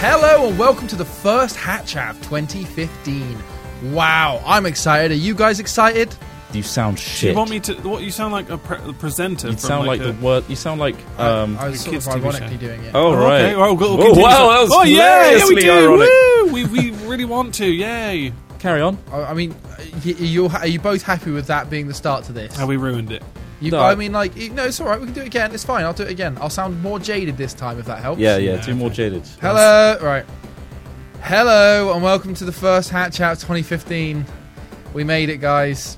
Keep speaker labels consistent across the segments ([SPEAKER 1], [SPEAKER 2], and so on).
[SPEAKER 1] Hello and welcome to the first Hatch App 2015. Wow, I'm excited. Are you guys excited?
[SPEAKER 2] You sound shit.
[SPEAKER 3] You want me to? What you sound like a pre- a presenter?
[SPEAKER 2] You
[SPEAKER 3] from
[SPEAKER 2] sound like,
[SPEAKER 3] a,
[SPEAKER 2] the word. You sound like. Um,
[SPEAKER 1] I was sort
[SPEAKER 3] kids
[SPEAKER 1] of
[SPEAKER 3] TV
[SPEAKER 1] ironically
[SPEAKER 3] show.
[SPEAKER 1] doing it.
[SPEAKER 2] oh
[SPEAKER 3] Oh,
[SPEAKER 2] right.
[SPEAKER 3] Okay. Well, we'll
[SPEAKER 2] Whoa,
[SPEAKER 3] continue.
[SPEAKER 2] wow, that was
[SPEAKER 3] oh yeah, yeah,
[SPEAKER 2] hilariously
[SPEAKER 3] we do.
[SPEAKER 2] ironic.
[SPEAKER 3] Woo! We we really want to. Yay!
[SPEAKER 2] Carry on.
[SPEAKER 1] I I mean, y- you're, are you both happy with that being the start to this?
[SPEAKER 3] And Oh, we ruined it.
[SPEAKER 1] You,
[SPEAKER 2] No.
[SPEAKER 1] I mean, like, you- no, it's all right. We can do it again. It's fine. I'll do it again. I'll sound more jaded this time if that helps.
[SPEAKER 2] Yeah, yeah.
[SPEAKER 3] Yeah,
[SPEAKER 2] Two more jaded.
[SPEAKER 1] Hello, right. Hello, and welcome to the first Hatch Out 2015. We made it, guys.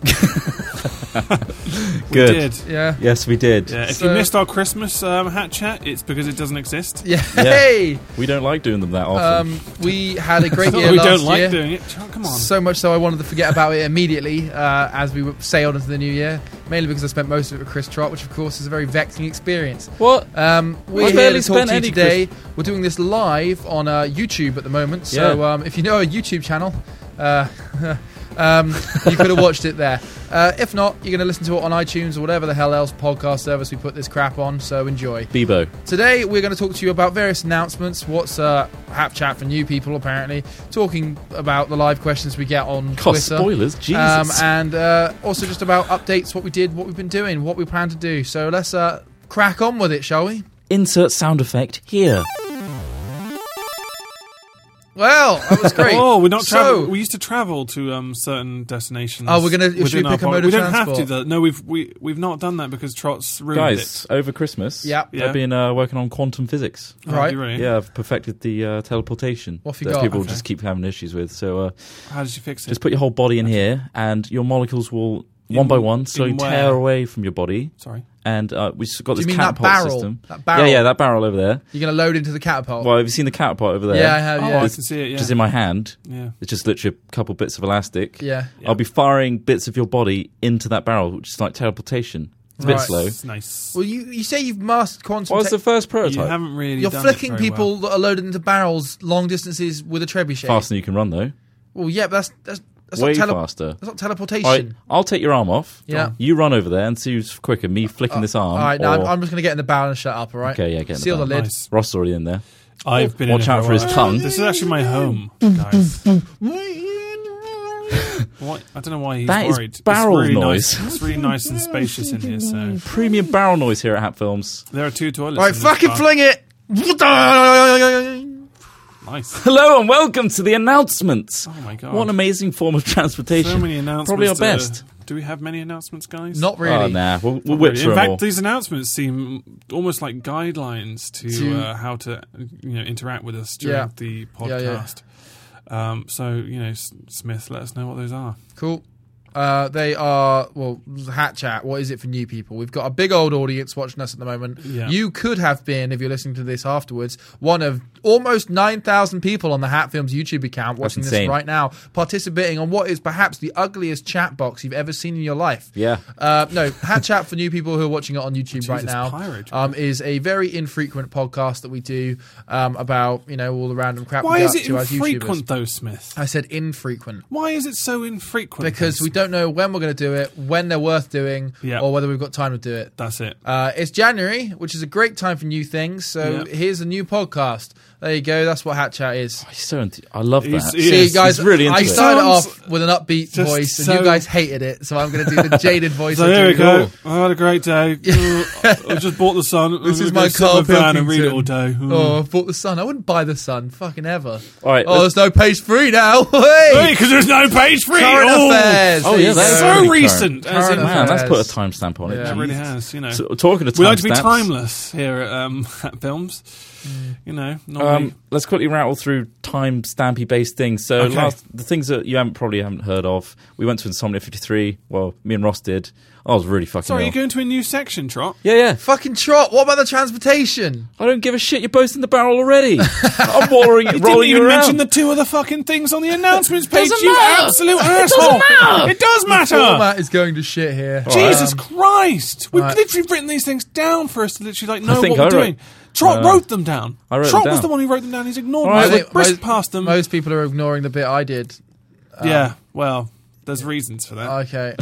[SPEAKER 2] Good.
[SPEAKER 3] We did.
[SPEAKER 1] Yeah.
[SPEAKER 2] Yes, we did.
[SPEAKER 3] Yeah. If
[SPEAKER 1] So-
[SPEAKER 3] you missed our Christmas um, hat chat, it's because it doesn't exist.
[SPEAKER 1] Yeah.
[SPEAKER 2] Yeah.
[SPEAKER 1] Hey.
[SPEAKER 2] We don't like doing them that often.
[SPEAKER 1] Um, we had a great
[SPEAKER 3] It's not
[SPEAKER 1] year
[SPEAKER 3] that we
[SPEAKER 1] last
[SPEAKER 3] don't like
[SPEAKER 1] year.
[SPEAKER 3] doing it. Oh, come on.
[SPEAKER 1] So much so, I wanted to forget about it immediately uh, as we sailed into the new year. Mainly because I spent most of it with Chris Trot, which of course is a very vexing experience.
[SPEAKER 2] what?
[SPEAKER 1] Um, we're
[SPEAKER 2] I
[SPEAKER 1] here
[SPEAKER 2] barely
[SPEAKER 1] to talk
[SPEAKER 2] spent
[SPEAKER 1] to you
[SPEAKER 2] any
[SPEAKER 1] today. We're doing this live on uh, YouTube at the moment. So
[SPEAKER 2] Yeah.
[SPEAKER 1] um, if you know our YouTube channel, uh, um, you could have watched it there. Uh, if not, you're going to listen to it on iTunes or whatever the hell else podcast service we put this crap on. So enjoy.
[SPEAKER 2] Bebo.
[SPEAKER 1] Today we're going to talk to you about various announcements. What's uh, hap chat for new people? Apparently, talking about the live questions we get on
[SPEAKER 2] God,
[SPEAKER 1] Twitter.
[SPEAKER 2] spoilers. Jesus.
[SPEAKER 1] Um, and uh, also just about updates, what we did, what we've been doing, what we plan to do. So let's uh, crack on with it, shall we?
[SPEAKER 2] Insert sound effect here.
[SPEAKER 1] Well, that was great.
[SPEAKER 3] Oh, we're not
[SPEAKER 1] so,
[SPEAKER 3] travel. We used to travel to um, certain destinations.
[SPEAKER 1] Oh, we're gonna- should we
[SPEAKER 3] within our
[SPEAKER 1] pick a
[SPEAKER 3] pod-
[SPEAKER 1] mode of
[SPEAKER 3] We don't have to.
[SPEAKER 1] transport?
[SPEAKER 3] Though. No, we've we we've not done that because Trot's ruined
[SPEAKER 2] Guys, over Christmas,
[SPEAKER 1] Yep.
[SPEAKER 3] Yeah.
[SPEAKER 2] I've been uh, working on quantum physics.
[SPEAKER 3] it. Oh,
[SPEAKER 1] right.
[SPEAKER 3] you really?
[SPEAKER 2] Yeah, I've perfected the uh, teleportation
[SPEAKER 1] What have you
[SPEAKER 2] that
[SPEAKER 1] got?
[SPEAKER 2] people
[SPEAKER 3] Okay.
[SPEAKER 2] just keep having issues with. So uh,
[SPEAKER 3] How did you fix it?
[SPEAKER 2] just put your whole body in here, and your molecules will one
[SPEAKER 3] In-
[SPEAKER 2] by one slowly
[SPEAKER 3] in where?
[SPEAKER 2] tear away from your body.
[SPEAKER 3] Sorry.
[SPEAKER 2] And uh, we've got
[SPEAKER 1] Do
[SPEAKER 2] this
[SPEAKER 1] you mean that
[SPEAKER 2] catapult
[SPEAKER 1] barrel?
[SPEAKER 2] system.
[SPEAKER 1] That barrel.
[SPEAKER 2] Yeah, yeah, that barrel over there.
[SPEAKER 1] You're going to load into the catapult.
[SPEAKER 2] Well, have you seen the catapult over there?
[SPEAKER 1] yeah, I have.
[SPEAKER 3] oh,
[SPEAKER 1] Yeah.
[SPEAKER 3] I can see it.
[SPEAKER 2] Which is
[SPEAKER 3] Yeah.
[SPEAKER 2] in my hand.
[SPEAKER 3] yeah.
[SPEAKER 2] It's just literally a couple bits of elastic.
[SPEAKER 1] yeah.
[SPEAKER 2] I'll be firing bits of your body into that barrel, which is like teleportation. It's a bit
[SPEAKER 1] Right.
[SPEAKER 2] slow.
[SPEAKER 3] It's nice.
[SPEAKER 1] Well, you, you say you've mastered quantum.
[SPEAKER 2] What was
[SPEAKER 1] tech-
[SPEAKER 2] the first
[SPEAKER 3] you
[SPEAKER 2] prototype?
[SPEAKER 3] haven't really.
[SPEAKER 1] you're
[SPEAKER 3] done it
[SPEAKER 1] flicking
[SPEAKER 3] very
[SPEAKER 1] people
[SPEAKER 3] well.
[SPEAKER 1] that are loaded into barrels long distances with a trebuchet.
[SPEAKER 2] Faster than you can run, though.
[SPEAKER 1] Well, yeah, but that's that's, that's
[SPEAKER 2] Way
[SPEAKER 1] not tele-
[SPEAKER 2] faster.
[SPEAKER 1] that's not
[SPEAKER 2] All right,
[SPEAKER 1] teleportation.
[SPEAKER 2] I'll take your arm off.
[SPEAKER 1] Yeah. Uh,
[SPEAKER 2] Go on. You run over there and see who's quicker, me flicking this arm.
[SPEAKER 1] All right, now I'm,
[SPEAKER 2] or-
[SPEAKER 1] I'm just going to get in the barrel and shut up. All right.
[SPEAKER 2] Okay, yeah, get in the
[SPEAKER 1] Seal the,
[SPEAKER 2] barrel.
[SPEAKER 1] lid.
[SPEAKER 3] Nice.
[SPEAKER 2] Ross is already in there.
[SPEAKER 3] I've been.
[SPEAKER 2] Watch
[SPEAKER 3] in it
[SPEAKER 2] out
[SPEAKER 3] a
[SPEAKER 2] for his
[SPEAKER 3] while.
[SPEAKER 2] tongue.
[SPEAKER 3] This is actually my home, guys. Why I don't know why he's
[SPEAKER 2] That is
[SPEAKER 3] worried.
[SPEAKER 2] barrel
[SPEAKER 3] it's really
[SPEAKER 2] noise.
[SPEAKER 3] Nice. It's really nice and spacious in here. So
[SPEAKER 2] Premium barrel noise here at Hat Films.
[SPEAKER 3] there are two toilets.
[SPEAKER 1] All right,
[SPEAKER 3] in this
[SPEAKER 1] fucking
[SPEAKER 3] bar.
[SPEAKER 1] fling it.
[SPEAKER 3] Nice.
[SPEAKER 2] Hello and welcome to the announcements.
[SPEAKER 3] Oh my god.
[SPEAKER 2] What an amazing form of transportation.
[SPEAKER 3] so many announcements.
[SPEAKER 2] Probably our
[SPEAKER 3] to-
[SPEAKER 2] best.
[SPEAKER 3] do we have many announcements, guys?
[SPEAKER 1] Not really.
[SPEAKER 2] Oh, nah. We'll, we'll whip
[SPEAKER 3] Really.
[SPEAKER 2] through
[SPEAKER 3] In
[SPEAKER 2] 'em
[SPEAKER 3] fact,
[SPEAKER 2] all.
[SPEAKER 3] these announcements seem almost like guidelines to,
[SPEAKER 1] To-
[SPEAKER 3] uh, how to you know interact with us during
[SPEAKER 1] Yeah.
[SPEAKER 3] the
[SPEAKER 1] Yeah, yeah.
[SPEAKER 3] podcast. Um, so you know, S- Smith, let us know what those are.
[SPEAKER 1] Cool. Uh, they are well, hat chat. What is it for new people? We've got a big old audience watching us at the moment.
[SPEAKER 3] Yeah.
[SPEAKER 1] You could have been, if you're listening to this afterwards, one of almost nine thousand people on the Hat Films YouTube account watching this
[SPEAKER 2] insane.
[SPEAKER 1] right now, participating on what is perhaps the ugliest chat box you've ever seen in your life.
[SPEAKER 2] Yeah.
[SPEAKER 1] Uh, no, Hat Chat for new people who are watching it on YouTube right
[SPEAKER 3] Jesus,
[SPEAKER 1] now
[SPEAKER 3] pirate.
[SPEAKER 1] um, is a very infrequent podcast that we do um, about you know all the random crap.
[SPEAKER 3] Why
[SPEAKER 1] we
[SPEAKER 3] is
[SPEAKER 1] get
[SPEAKER 3] it
[SPEAKER 1] up to as YouTubers.
[SPEAKER 3] infrequent though, Smith?
[SPEAKER 1] I said infrequent
[SPEAKER 3] Why is it so infrequent?
[SPEAKER 1] because we don't know when we're going to do it, when they're worth doing,
[SPEAKER 3] Yeah.
[SPEAKER 1] or whether we've got time to do it.
[SPEAKER 3] That's it.
[SPEAKER 1] Uh, it's January, which is a great time for new things. So
[SPEAKER 3] Yeah.
[SPEAKER 1] here's a new podcast. There you go. That's what Hat Chat is.
[SPEAKER 2] Oh, He's so enth- I love
[SPEAKER 3] He's-
[SPEAKER 2] that.
[SPEAKER 3] he
[SPEAKER 1] See,
[SPEAKER 3] is.
[SPEAKER 1] guys,
[SPEAKER 2] He's really into
[SPEAKER 1] I
[SPEAKER 2] it.
[SPEAKER 1] started
[SPEAKER 3] Sounds
[SPEAKER 1] off with an upbeat
[SPEAKER 3] just
[SPEAKER 1] voice, and
[SPEAKER 3] so-
[SPEAKER 1] you guys hated it. So I'm going to do the jaded voice.
[SPEAKER 3] So
[SPEAKER 1] I
[SPEAKER 3] there we
[SPEAKER 1] do.
[SPEAKER 3] go. I had a great day. I just bought the sun.
[SPEAKER 1] This
[SPEAKER 3] I'm
[SPEAKER 1] is
[SPEAKER 3] gonna
[SPEAKER 1] my
[SPEAKER 3] go sit in
[SPEAKER 1] Carl
[SPEAKER 3] van and read it
[SPEAKER 1] Pilkington.
[SPEAKER 3] all day.
[SPEAKER 1] Oh, I bought the sun. I wouldn't buy the sun, fucking ever.
[SPEAKER 2] All right,
[SPEAKER 1] Oh,
[SPEAKER 2] let's-
[SPEAKER 1] there's no page three now. hey,
[SPEAKER 3] because there's no page three.
[SPEAKER 1] current
[SPEAKER 3] oh,
[SPEAKER 1] affairs.
[SPEAKER 2] Oh,
[SPEAKER 1] There
[SPEAKER 2] yeah,
[SPEAKER 1] you
[SPEAKER 2] that's
[SPEAKER 1] go.
[SPEAKER 3] so
[SPEAKER 2] Current
[SPEAKER 3] recent. As in,
[SPEAKER 1] affairs.
[SPEAKER 2] Man, that's put a timestamp on it.
[SPEAKER 1] Yeah.
[SPEAKER 3] it really
[SPEAKER 2] Jesus.
[SPEAKER 3] has. You know,
[SPEAKER 2] So, talking of timestamps,
[SPEAKER 3] we like to be timeless here at, um, at films. You know, normally
[SPEAKER 2] Um, let's quickly rattle through time stampy based things. So
[SPEAKER 3] Okay.
[SPEAKER 2] last the things that you haven't probably haven't heard of. We went to Insomnia 53. Well, me and Ross did. I was really fucking.
[SPEAKER 3] Sorry,
[SPEAKER 2] ill.
[SPEAKER 3] you're going to a new section, Trot.
[SPEAKER 2] yeah, yeah.
[SPEAKER 1] Fucking trot. What about the transportation?
[SPEAKER 2] I don't give a shit. You're both in the barrel already. I'm rolling,
[SPEAKER 3] You didn't
[SPEAKER 2] rolling you
[SPEAKER 3] even
[SPEAKER 2] around.
[SPEAKER 3] mention the two other fucking things on the announcements page.
[SPEAKER 2] Doesn't
[SPEAKER 3] you
[SPEAKER 2] matter.
[SPEAKER 3] absolute asshole! It does matter.
[SPEAKER 1] Format is going to shit here.
[SPEAKER 3] Jesus Christ! We've
[SPEAKER 1] right.
[SPEAKER 3] literally written these things down for us to literally like know
[SPEAKER 2] think
[SPEAKER 3] what
[SPEAKER 2] I
[SPEAKER 3] we're
[SPEAKER 2] wrote-
[SPEAKER 3] doing. Trot
[SPEAKER 2] No.
[SPEAKER 3] wrote them down.
[SPEAKER 2] I wrote them
[SPEAKER 3] Trot
[SPEAKER 2] down.
[SPEAKER 3] was the one who wrote them down. He's ignored
[SPEAKER 2] All right,
[SPEAKER 3] them.
[SPEAKER 2] I
[SPEAKER 3] We've
[SPEAKER 1] think
[SPEAKER 3] brushed
[SPEAKER 1] most-
[SPEAKER 3] past them.
[SPEAKER 1] Most people are ignoring the bit I did.
[SPEAKER 3] yeah. Well, There's reasons for that.
[SPEAKER 1] Okay.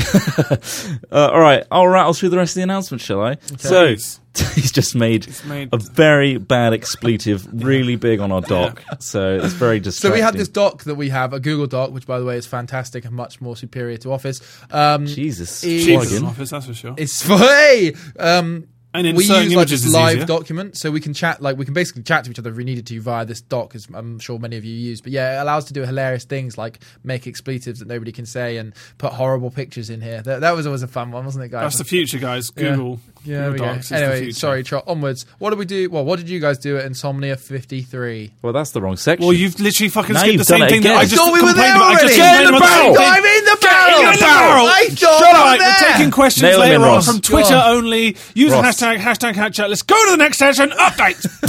[SPEAKER 2] Uh, all right, I'll rattle through the rest of the announcement, shall I? So
[SPEAKER 3] Please.
[SPEAKER 2] he's just made
[SPEAKER 3] it's made.
[SPEAKER 2] a very bad expletive really big on our doc, so it's very
[SPEAKER 1] So
[SPEAKER 2] distracting.
[SPEAKER 1] we have this doc that we have, a Google Doc, which by the way is fantastic and much more superior to Office. Um,
[SPEAKER 2] Jesus
[SPEAKER 1] Is-
[SPEAKER 3] cheaper than
[SPEAKER 2] plugin.
[SPEAKER 3] office, that's for sure.
[SPEAKER 1] it's for hey, um,
[SPEAKER 3] And
[SPEAKER 1] we
[SPEAKER 3] inserting
[SPEAKER 1] use like
[SPEAKER 3] images
[SPEAKER 1] this
[SPEAKER 3] is
[SPEAKER 1] live
[SPEAKER 3] easier.
[SPEAKER 1] document, so we can chat. Like we can basically chat to each other if we needed to via this doc, as I'm sure many of you use. But yeah, it allows to do hilarious things like make expletives that nobody can say and put horrible pictures in here. That, that was always a fun one, wasn't it, guys?
[SPEAKER 3] That's the future, guys. Google.
[SPEAKER 1] yeah, there we
[SPEAKER 3] Google
[SPEAKER 1] go.
[SPEAKER 3] Docs is the
[SPEAKER 1] Anyway,
[SPEAKER 3] future.
[SPEAKER 1] sorry, Trot. Onwards. What did we do? Well, what did you guys do at Insomnia 53?
[SPEAKER 2] Well, that's the wrong section.
[SPEAKER 3] Well, you've literally fucking
[SPEAKER 2] Now
[SPEAKER 3] skipped
[SPEAKER 2] you've
[SPEAKER 3] the
[SPEAKER 2] done
[SPEAKER 3] same
[SPEAKER 2] it
[SPEAKER 3] thing
[SPEAKER 2] again.
[SPEAKER 3] that I
[SPEAKER 2] I
[SPEAKER 3] just
[SPEAKER 1] thought we were
[SPEAKER 3] complained
[SPEAKER 1] there already.
[SPEAKER 2] Get
[SPEAKER 3] about. I just
[SPEAKER 2] in the
[SPEAKER 3] complained about
[SPEAKER 2] barrel!
[SPEAKER 3] same thing.
[SPEAKER 1] I'm in the barrel.
[SPEAKER 3] in the barrel!
[SPEAKER 1] I thought
[SPEAKER 2] Shut up!
[SPEAKER 1] we were
[SPEAKER 2] We're
[SPEAKER 1] there.
[SPEAKER 3] Taking questions
[SPEAKER 2] Nail 'em
[SPEAKER 3] later
[SPEAKER 2] in,
[SPEAKER 3] on
[SPEAKER 2] Ross.
[SPEAKER 3] from Twitter
[SPEAKER 1] Go
[SPEAKER 3] only. Use
[SPEAKER 2] Ross.
[SPEAKER 3] the hashtag hashtag cat chat. Let's go to the next session. Update.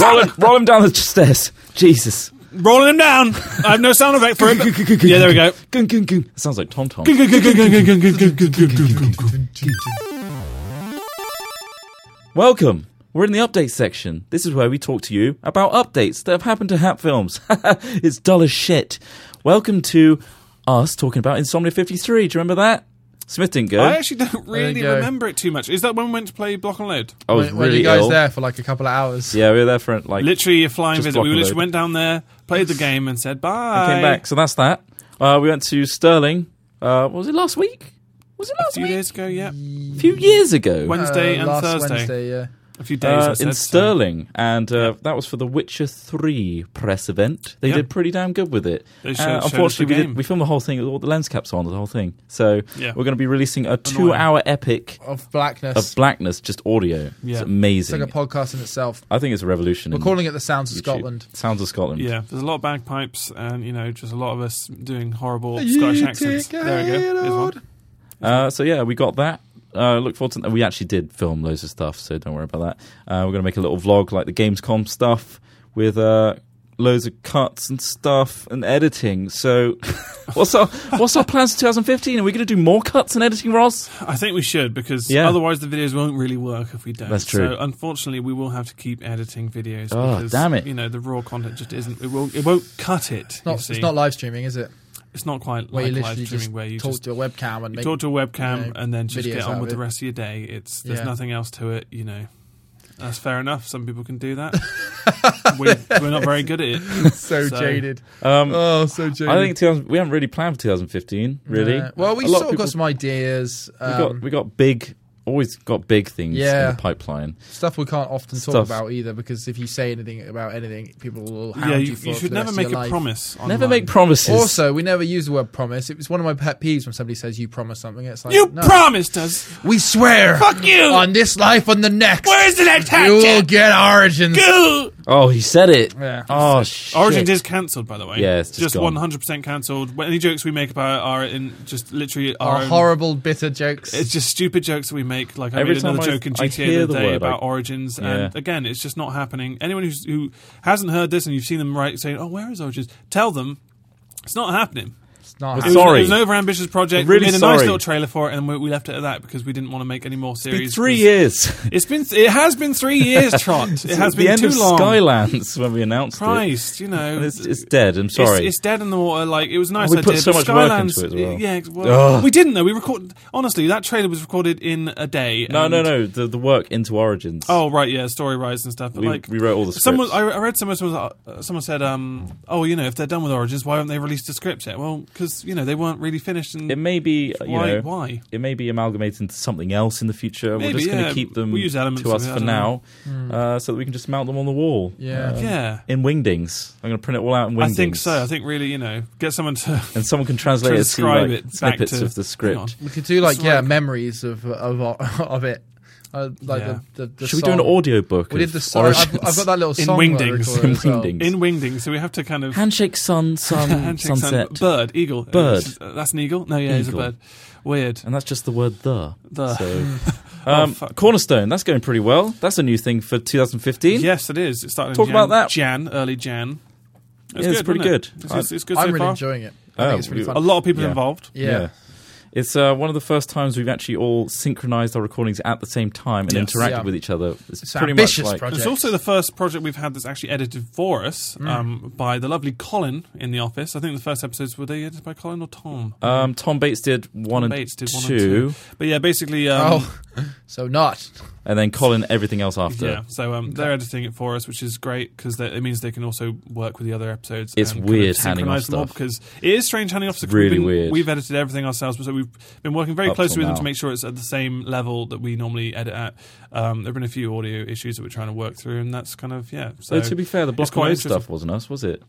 [SPEAKER 2] roll him, roll him down the stairs. Jesus.
[SPEAKER 3] Rolling him down. I have no sound effect for him. but- yeah, there we go.
[SPEAKER 2] Goon, goon, goon. That sounds like Tom Tom. Welcome. We're in the update section. This is where we talk to you about updates that have happened to Hat Films. it's dull as shit. Welcome to us talking about Insomnia 53. Do you remember that? Smith didn't go.
[SPEAKER 3] I
[SPEAKER 2] I,
[SPEAKER 3] actually don't
[SPEAKER 1] you
[SPEAKER 3] really
[SPEAKER 1] go.
[SPEAKER 3] remember it too much. Is that when we went to play Block and Load?
[SPEAKER 2] was
[SPEAKER 1] When,
[SPEAKER 2] really
[SPEAKER 1] you guys
[SPEAKER 2] ill.
[SPEAKER 1] there for like a couple of hours.
[SPEAKER 2] Yeah, we were there for like.
[SPEAKER 3] Literally a flying
[SPEAKER 2] Just
[SPEAKER 3] visit. We
[SPEAKER 2] Block and
[SPEAKER 3] literally
[SPEAKER 2] Load.
[SPEAKER 3] went down there, played the game, and said bye.
[SPEAKER 2] came back. So that's that. Uh, we went to Sterling. Uh, what was it last week? Was it
[SPEAKER 3] A
[SPEAKER 2] last
[SPEAKER 3] few
[SPEAKER 2] week?
[SPEAKER 3] days ago, yeah.
[SPEAKER 2] A few years ago.
[SPEAKER 3] When- Wednesday and
[SPEAKER 1] Uh, last
[SPEAKER 3] Thursday.
[SPEAKER 1] Wednesday, yeah.
[SPEAKER 3] A few days.
[SPEAKER 2] Uh,
[SPEAKER 3] I
[SPEAKER 2] in
[SPEAKER 3] said, so-
[SPEAKER 2] Sterling, and uh, that was for the Witcher Three press event. They
[SPEAKER 3] Yeah.
[SPEAKER 2] did pretty damn good with it.
[SPEAKER 3] They
[SPEAKER 2] Uh,
[SPEAKER 3] showed- showed us the
[SPEAKER 2] unfortunately, we,
[SPEAKER 3] game.
[SPEAKER 2] did, we filmed the whole thing with all the lens caps on, the whole thing. So
[SPEAKER 3] Yeah.
[SPEAKER 2] we're going to be releasing a two-hour epic
[SPEAKER 1] Of blackness.
[SPEAKER 2] of blackness, just audio.
[SPEAKER 3] Yeah.
[SPEAKER 2] It's
[SPEAKER 1] it's like
[SPEAKER 2] amazing.
[SPEAKER 1] a podcast in itself.
[SPEAKER 2] I think it's a revolution.
[SPEAKER 1] We're
[SPEAKER 2] in
[SPEAKER 1] calling it the Sounds of
[SPEAKER 2] YouTube.
[SPEAKER 1] Scotland.
[SPEAKER 2] Sounds of Scotland.
[SPEAKER 3] Yeah, there's a lot of bagpipes and, you know, just a lot of us doing horrible Scottish accents. There we go. There's one.
[SPEAKER 2] Uh, so yeah, we got that. Uh, look forward to. We actually did film loads of stuff, so don't worry about that. Uh, we're gonna make a little vlog like the Gamescom stuff with uh, loads of cuts and stuff and editing. So, what's our what's our plans for 2015? Are we gonna do more cuts and editing, Ross?
[SPEAKER 3] I think we should because
[SPEAKER 2] Yeah.
[SPEAKER 3] otherwise the videos won't really work if we don't.
[SPEAKER 2] That's true.
[SPEAKER 3] So unfortunately, we will have to keep editing videos.
[SPEAKER 2] Oh,
[SPEAKER 3] because,
[SPEAKER 2] damn it.
[SPEAKER 3] You know, the raw content just isn't. It won't. It won't cut it.
[SPEAKER 1] It's not,
[SPEAKER 3] you see.
[SPEAKER 1] it's not live streaming, is it?
[SPEAKER 3] It's not quite
[SPEAKER 1] Where
[SPEAKER 3] like
[SPEAKER 1] you
[SPEAKER 3] live
[SPEAKER 1] literally
[SPEAKER 3] streaming
[SPEAKER 1] just
[SPEAKER 3] where you
[SPEAKER 1] talk
[SPEAKER 3] just
[SPEAKER 1] to a webcam and
[SPEAKER 3] you
[SPEAKER 1] make.
[SPEAKER 3] talk to a webcam
[SPEAKER 1] you know,
[SPEAKER 3] and then just
[SPEAKER 1] videos
[SPEAKER 3] get
[SPEAKER 1] out
[SPEAKER 3] on
[SPEAKER 1] of
[SPEAKER 3] with the
[SPEAKER 1] it.
[SPEAKER 3] rest of your day. It's there's
[SPEAKER 1] Yeah.
[SPEAKER 3] nothing else to it. You know, that's fair enough. Some people can do that. we, we're not very good at it.
[SPEAKER 1] so,
[SPEAKER 3] So-
[SPEAKER 1] jaded.
[SPEAKER 2] Um,
[SPEAKER 1] Oh, so jaded.
[SPEAKER 2] I think 2000, we haven't really planned for 2015. Really?
[SPEAKER 1] Uh, well, we
[SPEAKER 2] A lot
[SPEAKER 1] sort of got
[SPEAKER 2] people-
[SPEAKER 1] some ideas. Um,
[SPEAKER 2] we got we got big. Always got big things
[SPEAKER 1] Yeah.
[SPEAKER 2] in the pipeline.
[SPEAKER 1] stuff we can't often talk
[SPEAKER 2] Stuff.
[SPEAKER 1] about either because if you say anything about anything, people will hound
[SPEAKER 3] yeah,
[SPEAKER 1] you,
[SPEAKER 3] you,
[SPEAKER 1] for
[SPEAKER 3] you
[SPEAKER 1] it
[SPEAKER 3] should
[SPEAKER 1] for the
[SPEAKER 3] never
[SPEAKER 1] rest of
[SPEAKER 3] make a
[SPEAKER 1] your life.
[SPEAKER 3] promise.
[SPEAKER 2] Never
[SPEAKER 3] online.
[SPEAKER 2] make promises.
[SPEAKER 1] Also, we never use the word promise. It was one of my pet peeves when somebody says you promise something. It's like
[SPEAKER 3] You
[SPEAKER 1] no.
[SPEAKER 3] promised us.
[SPEAKER 1] we swear
[SPEAKER 3] Fuck you.
[SPEAKER 1] on this life on the next.
[SPEAKER 3] Where's the next
[SPEAKER 1] you will
[SPEAKER 3] hatchet?
[SPEAKER 1] get origins.
[SPEAKER 3] Go.
[SPEAKER 2] oh, he said it.
[SPEAKER 1] Yeah.
[SPEAKER 2] Oh, shit.
[SPEAKER 3] Origins is cancelled, by the way.
[SPEAKER 2] Yeah, it's just
[SPEAKER 3] just
[SPEAKER 2] gone.
[SPEAKER 3] one hundred percent cancelled. Any jokes we make about it are in just literally our,
[SPEAKER 1] Our
[SPEAKER 3] own-
[SPEAKER 1] horrible bitter jokes.
[SPEAKER 3] It's just stupid jokes that we make. Like I
[SPEAKER 2] Every
[SPEAKER 3] made
[SPEAKER 2] time
[SPEAKER 3] another
[SPEAKER 2] I-
[SPEAKER 3] joke in
[SPEAKER 2] I
[SPEAKER 3] GTA
[SPEAKER 2] hear
[SPEAKER 3] the
[SPEAKER 2] the
[SPEAKER 3] day
[SPEAKER 2] word,
[SPEAKER 3] about
[SPEAKER 2] I-
[SPEAKER 3] Origins, and
[SPEAKER 2] Yeah.
[SPEAKER 3] again, it's just not happening. Anyone who's, who hasn't heard this and you've seen them right saying, "Oh, where is Origins?" Tell them it's not happening.
[SPEAKER 1] It's not
[SPEAKER 2] We're
[SPEAKER 1] happening.
[SPEAKER 2] sorry.
[SPEAKER 3] It was an overambitious project.
[SPEAKER 2] We're really
[SPEAKER 3] we made a
[SPEAKER 2] sorry.
[SPEAKER 3] nice little trailer for it, and we, we left it at that because we didn't want to make any more
[SPEAKER 2] Been
[SPEAKER 3] series.
[SPEAKER 2] three
[SPEAKER 3] 'cause-
[SPEAKER 2] years.
[SPEAKER 3] It's been. It has been three years, Trot. It has
[SPEAKER 2] the
[SPEAKER 3] been
[SPEAKER 2] end
[SPEAKER 3] too
[SPEAKER 2] of
[SPEAKER 3] long.
[SPEAKER 2] Skylands when we announced it.
[SPEAKER 3] Christ, you know,
[SPEAKER 2] And It's, it's dead. I'm sorry. Oh,
[SPEAKER 3] It's, it's dead in the water. Like it was nice.
[SPEAKER 2] we
[SPEAKER 3] I
[SPEAKER 2] put
[SPEAKER 3] did,
[SPEAKER 2] so
[SPEAKER 3] but
[SPEAKER 2] much work
[SPEAKER 3] Skylands-
[SPEAKER 2] into it as well.
[SPEAKER 3] Yeah, well,
[SPEAKER 2] Ugh.
[SPEAKER 3] we didn't though. We recorded. Honestly, that trailer was recorded in a day.
[SPEAKER 2] no,
[SPEAKER 3] and-
[SPEAKER 2] no, no. The, the work into Origins.
[SPEAKER 3] Oh right, yeah, story rise and stuff. But
[SPEAKER 2] we,
[SPEAKER 3] like,
[SPEAKER 2] we wrote all the scripts.
[SPEAKER 3] someone I, I read somewhere someone, was, uh, someone said, um, "Oh, you know, if they're done with Origins, why haven't they released a script yet?" Well, because you know they weren't really finished. And
[SPEAKER 2] it may be, uh, you
[SPEAKER 3] why?
[SPEAKER 2] know,
[SPEAKER 3] why?
[SPEAKER 2] it may be amalgamated into something else in the future.
[SPEAKER 3] Maybe,
[SPEAKER 2] We're just going to
[SPEAKER 3] yeah.
[SPEAKER 2] keep them
[SPEAKER 3] We'll use elements
[SPEAKER 2] to
[SPEAKER 3] of
[SPEAKER 2] us
[SPEAKER 3] it, I
[SPEAKER 2] for
[SPEAKER 3] don't
[SPEAKER 2] now, uh, so that we can just mount them on the wall.
[SPEAKER 1] Hmm. Yeah.
[SPEAKER 2] um,
[SPEAKER 3] yeah,
[SPEAKER 2] In wingdings, I'm going to print it all out in
[SPEAKER 3] I
[SPEAKER 2] wingdings.
[SPEAKER 3] think so. I think really, you know, get someone to.
[SPEAKER 2] and someone can translate it to
[SPEAKER 3] Transcribe
[SPEAKER 2] like,
[SPEAKER 3] it back
[SPEAKER 2] snippets
[SPEAKER 3] to-
[SPEAKER 2] of the
[SPEAKER 3] Hang on.
[SPEAKER 2] script.
[SPEAKER 1] We could do like
[SPEAKER 3] It's
[SPEAKER 1] yeah
[SPEAKER 3] like-
[SPEAKER 1] memories of of of it. Uh, like
[SPEAKER 3] Yeah.
[SPEAKER 1] the, the, the
[SPEAKER 2] Should we do an
[SPEAKER 1] song.
[SPEAKER 2] audio book?
[SPEAKER 1] We did
[SPEAKER 2] of
[SPEAKER 1] the song. I've,
[SPEAKER 2] Origins?
[SPEAKER 1] I've got that little
[SPEAKER 3] In
[SPEAKER 1] song
[SPEAKER 3] Wingdings.
[SPEAKER 1] recorder
[SPEAKER 2] In
[SPEAKER 1] as well.
[SPEAKER 2] Wingdings.
[SPEAKER 3] In wingding, so we have to kind of
[SPEAKER 2] Handshake, sun, sun,
[SPEAKER 3] Handshake, sun-
[SPEAKER 2] sunset,
[SPEAKER 3] bird, eagle,
[SPEAKER 2] Bird.
[SPEAKER 3] Uh, that's an eagle. No, yeah, he's a
[SPEAKER 2] Eagle.
[SPEAKER 3] bird. Weird.
[SPEAKER 2] and that's just the word the.
[SPEAKER 3] The. Oh,
[SPEAKER 2] So, um,
[SPEAKER 3] fuck.
[SPEAKER 2] Cornerstone, that's going pretty well. That's a new thing for 2015.
[SPEAKER 3] Yes, it is. It started
[SPEAKER 2] Talk
[SPEAKER 3] in Jan,
[SPEAKER 2] about that.
[SPEAKER 3] Jan, early Jan.
[SPEAKER 2] Yeah, it's pretty
[SPEAKER 3] wasn't it?
[SPEAKER 2] good.
[SPEAKER 3] It's, it's, it's good
[SPEAKER 1] I'm
[SPEAKER 3] so
[SPEAKER 1] really
[SPEAKER 3] far.
[SPEAKER 1] enjoying it. I
[SPEAKER 2] Oh,
[SPEAKER 1] think it's really
[SPEAKER 2] we-
[SPEAKER 1] fun.
[SPEAKER 3] A lot of people
[SPEAKER 2] Yeah.
[SPEAKER 3] involved.
[SPEAKER 1] Yeah.
[SPEAKER 2] It's uh, one of the first times we've actually all synchronized our recordings at the same time and
[SPEAKER 3] Yes.
[SPEAKER 2] interacted
[SPEAKER 1] Yeah.
[SPEAKER 2] with each other. It's,
[SPEAKER 1] It's an
[SPEAKER 2] pretty much
[SPEAKER 1] ambitious
[SPEAKER 2] like
[SPEAKER 1] project.
[SPEAKER 3] It's also the first project we've had that's actually edited for us
[SPEAKER 2] Mm.
[SPEAKER 3] um, by the lovely Colin in the office. I think the first episodes were they edited by Colin or Tom?
[SPEAKER 2] um, Tom Bates did one, and,
[SPEAKER 3] Bates did
[SPEAKER 2] two,
[SPEAKER 3] one
[SPEAKER 2] and
[SPEAKER 3] and two. But yeah, basically, um,
[SPEAKER 1] oh, so not.
[SPEAKER 2] then Colin everything else after.
[SPEAKER 3] yeah. So um, they're editing it for us, which is great because it means they can also work with the other episodes.
[SPEAKER 2] It's
[SPEAKER 3] and
[SPEAKER 2] weird
[SPEAKER 3] kind of
[SPEAKER 2] handing off
[SPEAKER 3] synchronise them all
[SPEAKER 2] stuff.
[SPEAKER 3] because it is strange handing off. stuff.
[SPEAKER 2] really
[SPEAKER 3] we've been-
[SPEAKER 2] weird.
[SPEAKER 3] We've edited everything ourselves, so we've been working very
[SPEAKER 2] Up
[SPEAKER 3] closely
[SPEAKER 2] till
[SPEAKER 3] with them
[SPEAKER 2] now.
[SPEAKER 3] to make sure it's at the same level that we normally edit at. Um, there've been a few audio issues that we're trying to work through, and that's kind of yeah. So
[SPEAKER 2] So to be fair, the block
[SPEAKER 3] quite
[SPEAKER 2] quite
[SPEAKER 3] interesting.
[SPEAKER 2] stuff wasn't us, was it?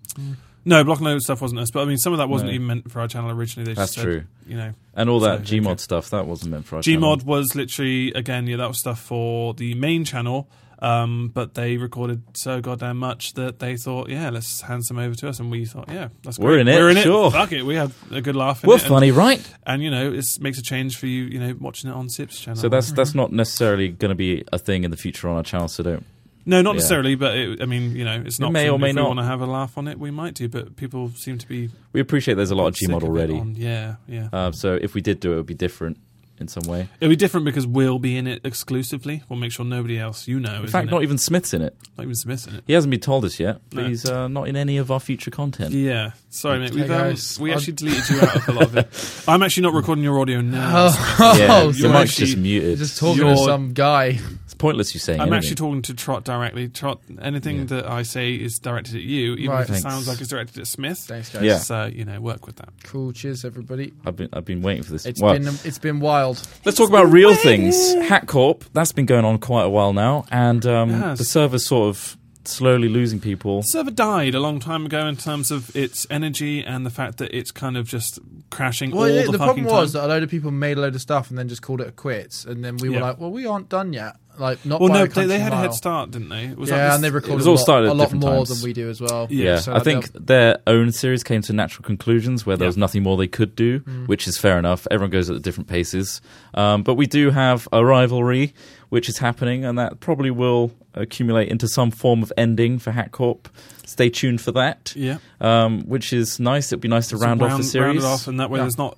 [SPEAKER 3] No, block and load stuff wasn't us, but I mean, some of that wasn't
[SPEAKER 2] No.
[SPEAKER 3] even meant for our channel originally. They
[SPEAKER 2] That's
[SPEAKER 3] just said,
[SPEAKER 2] true.
[SPEAKER 3] You know,
[SPEAKER 2] And all that
[SPEAKER 3] So, okay.
[SPEAKER 2] Gmod stuff that wasn't meant for us.
[SPEAKER 3] Gmod was literally again, yeah, that was stuff for the main channel. Um, but they recorded so goddamn much that they thought, yeah, let's hand some over to us, and we thought, yeah, that's
[SPEAKER 2] We're
[SPEAKER 3] great.
[SPEAKER 2] in it,
[SPEAKER 3] We're in
[SPEAKER 2] sure.
[SPEAKER 3] it. Fuck it, we had a good laugh. In
[SPEAKER 2] We're
[SPEAKER 3] it, and-
[SPEAKER 2] funny, right?
[SPEAKER 3] and, you know, it makes a change for you. You know, watching it on Sips channel.
[SPEAKER 2] So that's
[SPEAKER 3] Mm-hmm.
[SPEAKER 2] that's not necessarily going to be a thing in the future on our channel. So don't.
[SPEAKER 3] no, not
[SPEAKER 2] yeah.
[SPEAKER 3] necessarily, but it, I mean, you know, it's not.
[SPEAKER 2] may or may
[SPEAKER 3] if
[SPEAKER 2] not.
[SPEAKER 3] We want to have a laugh on it, we might do, but people seem to be
[SPEAKER 2] We appreciate there's a lot of
[SPEAKER 3] sick
[SPEAKER 2] Gmod
[SPEAKER 3] it Oh,
[SPEAKER 2] already.
[SPEAKER 3] on- yeah, yeah.
[SPEAKER 2] Uh, so if we did do it, it would be different in some way.
[SPEAKER 1] Oh,
[SPEAKER 3] It'll be different because we'll be in it exclusively. We'll make sure nobody else you know.
[SPEAKER 2] In
[SPEAKER 3] is
[SPEAKER 2] fact,
[SPEAKER 3] in
[SPEAKER 2] not
[SPEAKER 3] it.
[SPEAKER 2] even Smith's in it.
[SPEAKER 3] not even Smith's in it.
[SPEAKER 2] He hasn't been told us yet, but
[SPEAKER 3] No.
[SPEAKER 2] he's uh, not in any of our future content.
[SPEAKER 3] Yeah, sorry, mate.
[SPEAKER 1] Hey,
[SPEAKER 3] We've, um,
[SPEAKER 1] guys.
[SPEAKER 3] we
[SPEAKER 1] I'm-
[SPEAKER 3] actually deleted you out of a lot of it. I'm actually not recording your audio now. so
[SPEAKER 1] Oh,
[SPEAKER 2] yeah,
[SPEAKER 1] so
[SPEAKER 2] the
[SPEAKER 3] you're
[SPEAKER 2] mic's just
[SPEAKER 3] actually-
[SPEAKER 1] you're
[SPEAKER 2] muted.
[SPEAKER 1] just talking to
[SPEAKER 3] You're-
[SPEAKER 1] some guy.
[SPEAKER 2] it's pointless you saying
[SPEAKER 3] I'm
[SPEAKER 2] anything.
[SPEAKER 3] actually talking to Trot directly. Trot, anything
[SPEAKER 2] Yeah.
[SPEAKER 3] that I say is directed at you, even
[SPEAKER 1] Right.
[SPEAKER 3] if it
[SPEAKER 2] Thanks.
[SPEAKER 3] sounds like it's directed at Smith.
[SPEAKER 1] Thanks, guys.
[SPEAKER 2] Yeah.
[SPEAKER 3] So you know, work with that.
[SPEAKER 1] Cool. Cheers, everybody.
[SPEAKER 2] I've been I've been waiting for this.
[SPEAKER 1] It's
[SPEAKER 2] Well,
[SPEAKER 1] been it's been wild.
[SPEAKER 2] let's talk about real things. Hack Corp. That's been going on quite a while now, and um,
[SPEAKER 3] It has.
[SPEAKER 2] the server's sort of slowly losing people.
[SPEAKER 3] The server died a long time ago in terms of its energy and the fact that it's kind of just crashing
[SPEAKER 1] Well,
[SPEAKER 3] all
[SPEAKER 1] yeah,
[SPEAKER 3] the,
[SPEAKER 1] the,
[SPEAKER 3] fucking
[SPEAKER 1] problem was uh,
[SPEAKER 3] time.
[SPEAKER 1] that a load of people made a load of stuff and then just called it quits, and then we were
[SPEAKER 3] Yeah.
[SPEAKER 1] like, "Well, we aren't done yet." Like, not
[SPEAKER 3] Well,
[SPEAKER 1] by
[SPEAKER 3] no,
[SPEAKER 1] a
[SPEAKER 3] they, they
[SPEAKER 1] country
[SPEAKER 3] had a
[SPEAKER 1] mile.
[SPEAKER 3] head start, didn't they? It was
[SPEAKER 1] yeah,
[SPEAKER 3] like this-
[SPEAKER 1] and they recorded
[SPEAKER 2] was
[SPEAKER 1] a
[SPEAKER 2] all
[SPEAKER 1] lot,
[SPEAKER 2] started at
[SPEAKER 1] a lot
[SPEAKER 2] different
[SPEAKER 1] more
[SPEAKER 2] times.
[SPEAKER 1] than we do as well.
[SPEAKER 3] Yeah.
[SPEAKER 2] Yeah,
[SPEAKER 1] so
[SPEAKER 2] I think
[SPEAKER 1] they'll-
[SPEAKER 2] their own series came to natural conclusions where there
[SPEAKER 3] Yeah. Mm.
[SPEAKER 2] was nothing more they could do, which is fair enough. Everyone goes at different paces, um, but we do have a rivalry which is happening, and that probably will accumulate into some form of ending for Hack Corp. Stay tuned for that,
[SPEAKER 3] Yeah.
[SPEAKER 2] um, which is nice. It'd be nice to round, off the
[SPEAKER 3] round it
[SPEAKER 2] series.
[SPEAKER 3] off, and that way
[SPEAKER 1] Yeah.
[SPEAKER 3] there's not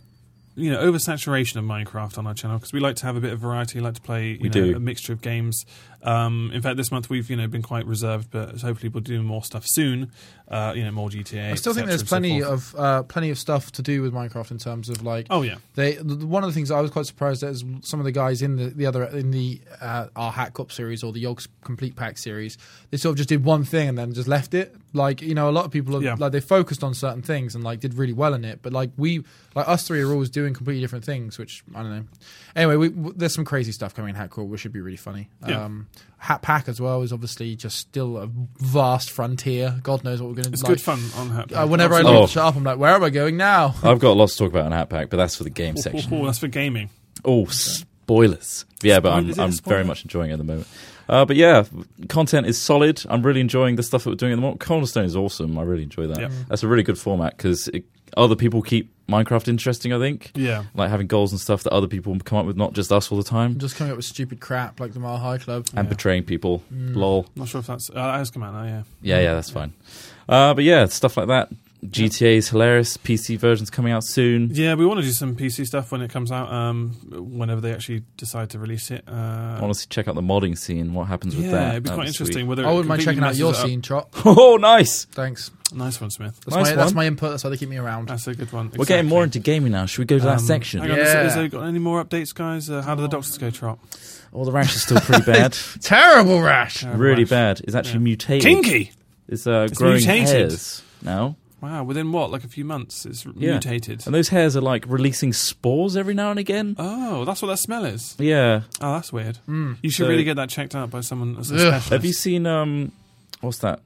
[SPEAKER 3] you know oversaturation of Minecraft on our channel because we like to have a bit of variety. Like to play you
[SPEAKER 2] We
[SPEAKER 3] know,
[SPEAKER 2] do.
[SPEAKER 3] a mixture of games. Um, in fact, this month we've you know been quite reserved, but hopefully we'll do more stuff soon. Uh, you know, more GTA.
[SPEAKER 1] I still think
[SPEAKER 3] et cetera,
[SPEAKER 1] there's
[SPEAKER 3] and so
[SPEAKER 1] plenty
[SPEAKER 3] forth.
[SPEAKER 1] of uh, plenty of stuff to do with Minecraft in terms of like
[SPEAKER 3] Oh yeah,
[SPEAKER 1] They th- one of the things I was quite surprised at is some of the guys in the, the other in the uh, our Hat Cup series or the Yogs Complete Pack series. They sort of just did one thing and then just left it. Like you know, a lot of people are,
[SPEAKER 3] Yeah.
[SPEAKER 1] like they focused on certain things and like did really well in it. But like we, like us three, are always doing completely different things. Which I don't know. Anyway, we, w- there's some crazy stuff coming in Hat Cup, which should be really funny.
[SPEAKER 3] Yeah.
[SPEAKER 1] Um, Hat Pack as well is obviously just still a vast frontier. God knows what we're going to.
[SPEAKER 3] it's
[SPEAKER 1] like,
[SPEAKER 3] good fun on Oh, Hat.
[SPEAKER 1] Uh, whenever I
[SPEAKER 2] Absolutely.
[SPEAKER 1] launch it up, I'm like, where am I going now?
[SPEAKER 2] I've got lots to talk about on Hat Pack, but that's for the game
[SPEAKER 3] Oh,
[SPEAKER 2] section.
[SPEAKER 3] oh, oh, that's for gaming.
[SPEAKER 2] Oh, spoilers. Yeah, but
[SPEAKER 3] Spoil- is
[SPEAKER 2] I'm,
[SPEAKER 3] it a
[SPEAKER 2] I'm
[SPEAKER 3] spoiler?
[SPEAKER 2] very much enjoying it at the moment. Uh, but yeah, content is solid. I'm really enjoying the stuff that we're doing at the moment. Cornerstone is awesome. I really enjoy that.
[SPEAKER 3] Yeah.
[SPEAKER 2] That's a really good format because other people keep Minecraft interesting, I think.
[SPEAKER 3] Yeah,
[SPEAKER 2] Like having goals and stuff that other people come up with, not just us all the time.
[SPEAKER 1] I'm just coming up with stupid crap like the Mile High Club.
[SPEAKER 2] And
[SPEAKER 3] Yeah.
[SPEAKER 2] betraying people. Lol.
[SPEAKER 3] not sure if that's uh, that is Commander. Yeah,
[SPEAKER 2] Yeah, yeah, that's fine. Uh, but yeah, stuff like that. GTA is hilarious. PC version's coming out soon.
[SPEAKER 3] yeah, we want to do some PC stuff when it comes out. Um, whenever they actually decide to release it. Uh,
[SPEAKER 2] Honestly, check out the modding scene. What happens with
[SPEAKER 3] yeah,
[SPEAKER 2] that?
[SPEAKER 3] it'd be
[SPEAKER 2] That'd
[SPEAKER 3] quite
[SPEAKER 2] sweet.
[SPEAKER 3] interesting. Whether it
[SPEAKER 1] I wouldn't mind
[SPEAKER 3] completely
[SPEAKER 1] checking out
[SPEAKER 3] messes
[SPEAKER 1] your
[SPEAKER 3] it up.
[SPEAKER 1] scene, Trot.
[SPEAKER 2] Oh, nice.
[SPEAKER 1] Thanks.
[SPEAKER 3] Nice one, Smith.
[SPEAKER 1] That's,
[SPEAKER 2] Nice
[SPEAKER 1] my, that's
[SPEAKER 2] one.
[SPEAKER 1] my input. That's why they keep me around.
[SPEAKER 3] That's a good one.
[SPEAKER 2] We're getting more
[SPEAKER 3] Exactly.
[SPEAKER 2] into gaming now. Should we go to that
[SPEAKER 3] Um,
[SPEAKER 2] section?
[SPEAKER 3] Hang on,
[SPEAKER 1] Yeah.
[SPEAKER 3] has, has there got any more updates, guys? Uh, how do the doctors go, Trot?
[SPEAKER 2] All the rash is still pretty bad.
[SPEAKER 1] Terrible rash.
[SPEAKER 3] Uh,
[SPEAKER 2] really
[SPEAKER 3] right.
[SPEAKER 2] bad. It's actually
[SPEAKER 3] Yeah.
[SPEAKER 2] mutated.
[SPEAKER 3] Kinky!
[SPEAKER 2] It's, uh,
[SPEAKER 3] It's
[SPEAKER 2] growing
[SPEAKER 3] mutated.
[SPEAKER 2] hairs now.
[SPEAKER 3] Wow, within what? Like a few months? It's
[SPEAKER 2] Yeah.
[SPEAKER 3] mutated.
[SPEAKER 2] And those hairs are like releasing spores every now and again.
[SPEAKER 3] Oh, that's what that smell is.
[SPEAKER 2] yeah.
[SPEAKER 3] Oh, that's weird.
[SPEAKER 1] Mm.
[SPEAKER 3] You should
[SPEAKER 2] So-
[SPEAKER 3] really get that checked out by someone. As a
[SPEAKER 1] Ugh.
[SPEAKER 3] specialist.
[SPEAKER 2] Have you seen um what's that?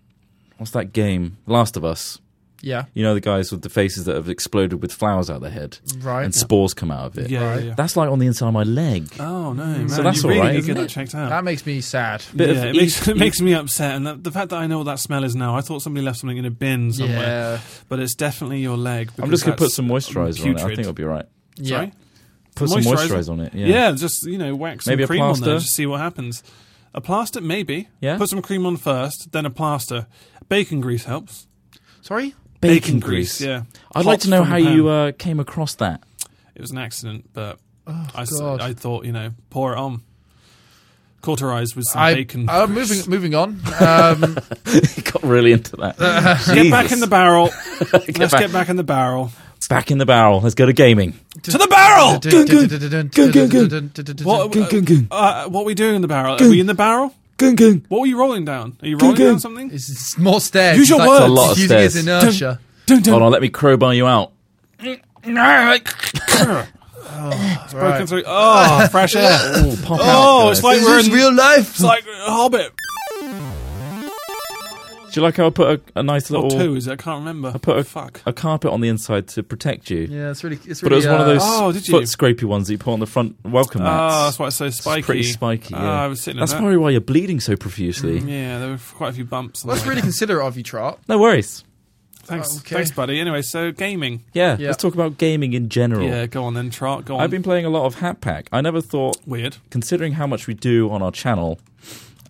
[SPEAKER 2] What's that game? Last of Us.
[SPEAKER 1] Yeah.
[SPEAKER 2] You know the guys with the faces that have exploded with flowers out their head
[SPEAKER 1] Right.
[SPEAKER 2] and spores come out of it.
[SPEAKER 3] Yeah,
[SPEAKER 1] Right.
[SPEAKER 3] yeah, yeah.
[SPEAKER 2] That's like on the inside of my leg.
[SPEAKER 3] Oh no, man,
[SPEAKER 2] So that's
[SPEAKER 3] you
[SPEAKER 2] all
[SPEAKER 3] really
[SPEAKER 2] right,
[SPEAKER 3] need to
[SPEAKER 2] isn't
[SPEAKER 3] get
[SPEAKER 2] it?
[SPEAKER 3] that checked out.
[SPEAKER 1] that makes me sad.
[SPEAKER 2] Bit
[SPEAKER 3] yeah,
[SPEAKER 2] of
[SPEAKER 3] it makes,
[SPEAKER 2] e-
[SPEAKER 3] it makes me upset, and that, the fact that I know what that smell is now, I thought somebody left something in a bin somewhere,
[SPEAKER 1] Yeah.
[SPEAKER 3] but it's definitely your leg.
[SPEAKER 2] I'm just
[SPEAKER 3] going
[SPEAKER 2] gonna
[SPEAKER 3] to
[SPEAKER 2] put some moisturizer on it. I
[SPEAKER 3] putrid.
[SPEAKER 2] think it'll be right.
[SPEAKER 1] Yeah.
[SPEAKER 3] Sorry?
[SPEAKER 2] Put some
[SPEAKER 3] Moisturiser?
[SPEAKER 2] moisturizer on it.
[SPEAKER 3] Yeah. just you know, wax some
[SPEAKER 2] Maybe a
[SPEAKER 3] cream on there,
[SPEAKER 2] plaster?
[SPEAKER 3] just see what happens. A plaster, maybe.
[SPEAKER 2] Yeah?
[SPEAKER 3] Put some cream on first, then a plaster. Bacon grease helps.
[SPEAKER 1] Sorry.
[SPEAKER 2] Bacon grease.
[SPEAKER 3] Yeah.
[SPEAKER 2] I'd
[SPEAKER 3] Hot
[SPEAKER 2] like to know
[SPEAKER 3] from
[SPEAKER 2] how
[SPEAKER 3] the pan.
[SPEAKER 2] you uh, came across that.
[SPEAKER 3] It was an accident, but
[SPEAKER 1] Oh,
[SPEAKER 3] I, s-
[SPEAKER 1] God.
[SPEAKER 3] I thought, you know, pour it on. Cauterized with some
[SPEAKER 1] I,
[SPEAKER 3] bacon.
[SPEAKER 1] uh, moving moving on. Um,
[SPEAKER 2] Got really into that.
[SPEAKER 3] get back in the barrel. Let's
[SPEAKER 2] back-
[SPEAKER 3] get back in the barrel.
[SPEAKER 2] Back in the barrel. Let's go to gaming.
[SPEAKER 3] To the barrel!
[SPEAKER 2] Gun, gun. Gun, gun, gun.
[SPEAKER 3] What,
[SPEAKER 2] Gung, gung, gung.
[SPEAKER 3] uh, what are we doing in the barrel? Are we in the barrel?
[SPEAKER 2] Gung, gung.
[SPEAKER 3] What were you rolling down? Are you rolling
[SPEAKER 2] Gung, gung.
[SPEAKER 3] down something?
[SPEAKER 1] It's, it's more stairs.
[SPEAKER 3] Use
[SPEAKER 1] He's
[SPEAKER 3] your
[SPEAKER 1] like,
[SPEAKER 3] words.
[SPEAKER 2] A lot of
[SPEAKER 1] using his
[SPEAKER 2] stairs.
[SPEAKER 1] inertia.
[SPEAKER 3] Dun, dun,
[SPEAKER 2] Hold on, let me crowbar you out.
[SPEAKER 3] brr. it's broken through. Oh, fresh air.
[SPEAKER 2] Oh, pop out,
[SPEAKER 3] Oh,
[SPEAKER 2] guys.
[SPEAKER 3] it's like
[SPEAKER 1] Is
[SPEAKER 3] we're
[SPEAKER 1] this
[SPEAKER 3] in.
[SPEAKER 1] real life?
[SPEAKER 3] It's like a Hobbit.
[SPEAKER 2] Do you like how I put a, a nice
[SPEAKER 3] Or
[SPEAKER 2] little
[SPEAKER 3] Oh, two, is it? I can't remember. I
[SPEAKER 2] put a-
[SPEAKER 3] fuck.
[SPEAKER 2] a carpet on the inside to protect you?
[SPEAKER 1] yeah, it's really. It's really
[SPEAKER 2] But it was one of
[SPEAKER 1] uh,
[SPEAKER 2] those
[SPEAKER 3] Oh, did you?
[SPEAKER 2] foot scrapey ones that you put on the front welcome mats.
[SPEAKER 3] Ah, that's why it's so spiky.
[SPEAKER 2] It's pretty spiky.
[SPEAKER 3] Ah,
[SPEAKER 2] Yeah.
[SPEAKER 3] I was sitting in
[SPEAKER 2] That's
[SPEAKER 3] that. Mm,
[SPEAKER 2] probably why you're bleeding so profusely.
[SPEAKER 3] Yeah, there were quite a few bumps. on
[SPEAKER 1] Well, that's
[SPEAKER 3] the way
[SPEAKER 1] really
[SPEAKER 3] down.
[SPEAKER 1] considerate of you, Trot.
[SPEAKER 2] No worries.
[SPEAKER 3] Thanks,
[SPEAKER 1] okay.
[SPEAKER 3] thanks, buddy. Anyway, so gaming.
[SPEAKER 2] Yeah,
[SPEAKER 1] Yeah.
[SPEAKER 2] let's talk about gaming in general.
[SPEAKER 3] Yeah, go on then, Trot. Go on.
[SPEAKER 2] I've been playing a lot of Hat Pack. I never thought,
[SPEAKER 3] weird.
[SPEAKER 2] considering how much we do on our channel,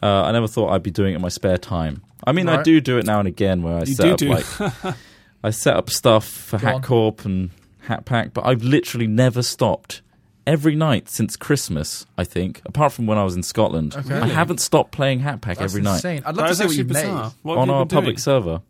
[SPEAKER 2] uh, I never thought I'd be doing it in my spare time. I mean, I
[SPEAKER 1] Right.
[SPEAKER 2] do do it now and again where I
[SPEAKER 3] You
[SPEAKER 2] set
[SPEAKER 3] do
[SPEAKER 2] up
[SPEAKER 3] do.
[SPEAKER 2] like I set up stuff for
[SPEAKER 1] Go on.
[SPEAKER 2] Hat Corp and Hat Pack, but I've literally never stopped. Every night since Christmas, I think, apart from when I was in Scotland,
[SPEAKER 1] Okay.
[SPEAKER 2] I
[SPEAKER 1] Really?
[SPEAKER 2] haven't stopped playing Hat Pack
[SPEAKER 1] That's
[SPEAKER 2] every night.
[SPEAKER 1] insane. I'd love
[SPEAKER 3] That
[SPEAKER 1] to
[SPEAKER 3] is
[SPEAKER 1] see what Mm-hmm.
[SPEAKER 3] actually
[SPEAKER 1] you
[SPEAKER 3] bizarre.
[SPEAKER 1] made.
[SPEAKER 3] What have
[SPEAKER 2] on
[SPEAKER 3] you
[SPEAKER 2] our
[SPEAKER 3] been doing?
[SPEAKER 2] public server.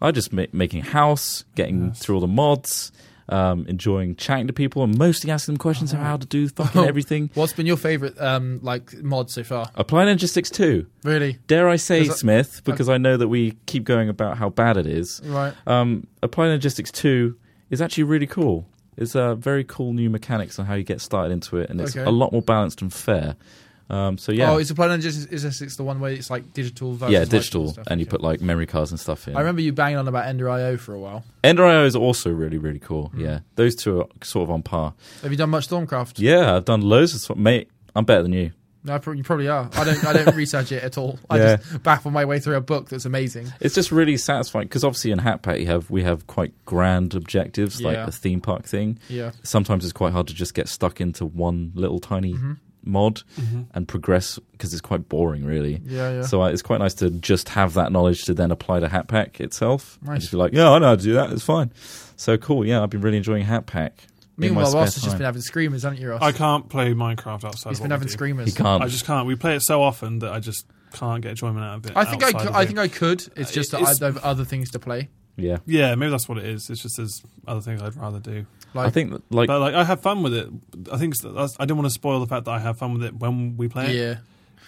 [SPEAKER 2] I just ma- making house, getting through all the mods, um, enjoying chatting to people, and mostly asking them questions about how to do fucking everything.
[SPEAKER 1] What's been your favorite um, like mod so far?
[SPEAKER 2] Apply Ninja Six Two.
[SPEAKER 1] Really?
[SPEAKER 2] Dare I say,
[SPEAKER 1] Is that-
[SPEAKER 2] Smith, because I know that we keep going about how bad it is.
[SPEAKER 1] Right.
[SPEAKER 2] Um, Apply Logistics 2 is actually really cool. It's uh, very cool new mechanics on how you get started into it, and it's
[SPEAKER 1] Okay.
[SPEAKER 2] a lot more balanced and fair. Um, so, yeah.
[SPEAKER 1] Oh, is Applied Logistics the one where it's like digital versus
[SPEAKER 2] yeah,
[SPEAKER 1] local
[SPEAKER 2] digital,
[SPEAKER 1] stuff?
[SPEAKER 2] and you
[SPEAKER 1] Okay.
[SPEAKER 2] put like memory cards and stuff in.
[SPEAKER 1] I remember you banging on about Ender IO for a while.
[SPEAKER 2] Ender.io is also really, really cool.
[SPEAKER 1] Hmm.
[SPEAKER 2] Yeah, those two are sort of on par.
[SPEAKER 1] Have you done much Stormcraft?
[SPEAKER 2] Yeah, I've done loads of stuff. Mate, I'm better than you.
[SPEAKER 1] No, prob- you probably are. I don't. I don't research it at all. I
[SPEAKER 2] Yeah.
[SPEAKER 1] just baffle my way through a book that's amazing.
[SPEAKER 2] It's just really satisfying because obviously in Hat Pack you have we have quite grand objectives like
[SPEAKER 1] Yeah.
[SPEAKER 2] the theme park thing.
[SPEAKER 1] Yeah.
[SPEAKER 2] Sometimes it's quite hard to just get stuck into one little tiny
[SPEAKER 3] Mm-hmm.
[SPEAKER 2] mod and progress because it's quite boring, really.
[SPEAKER 1] Yeah. Yeah.
[SPEAKER 2] So uh, it's quite nice to just have that knowledge to then apply to Hat Pack itself. And
[SPEAKER 1] Nice.
[SPEAKER 2] just be like, yeah, I know how to do that. It's fine. So cool. Yeah, I've been really enjoying Hat Pack. in my
[SPEAKER 1] Meanwhile,
[SPEAKER 2] spare
[SPEAKER 1] Ross has just
[SPEAKER 2] time.
[SPEAKER 1] been having screamers, hasn't you, Ross?
[SPEAKER 3] I can't play Minecraft outside.
[SPEAKER 1] He's
[SPEAKER 3] of
[SPEAKER 1] been
[SPEAKER 3] what we
[SPEAKER 1] having
[SPEAKER 3] do.
[SPEAKER 1] screamers.
[SPEAKER 2] he can't.
[SPEAKER 3] I just can't. We play it so often that I just can't get enjoyment out of it.
[SPEAKER 1] I think I,
[SPEAKER 3] outside
[SPEAKER 1] cou-
[SPEAKER 3] of
[SPEAKER 1] I
[SPEAKER 3] it. Uh,
[SPEAKER 1] think I could. It's just that
[SPEAKER 3] It's-
[SPEAKER 1] I have other things to play.
[SPEAKER 2] yeah.
[SPEAKER 3] Yeah, maybe that's what it is. It's just there's other things I'd rather do.
[SPEAKER 1] Like
[SPEAKER 2] I think that, like
[SPEAKER 3] But like, I have fun with it. I think it's- that's- I don't want to spoil the fact that I have fun with it when we play. it.
[SPEAKER 1] yeah.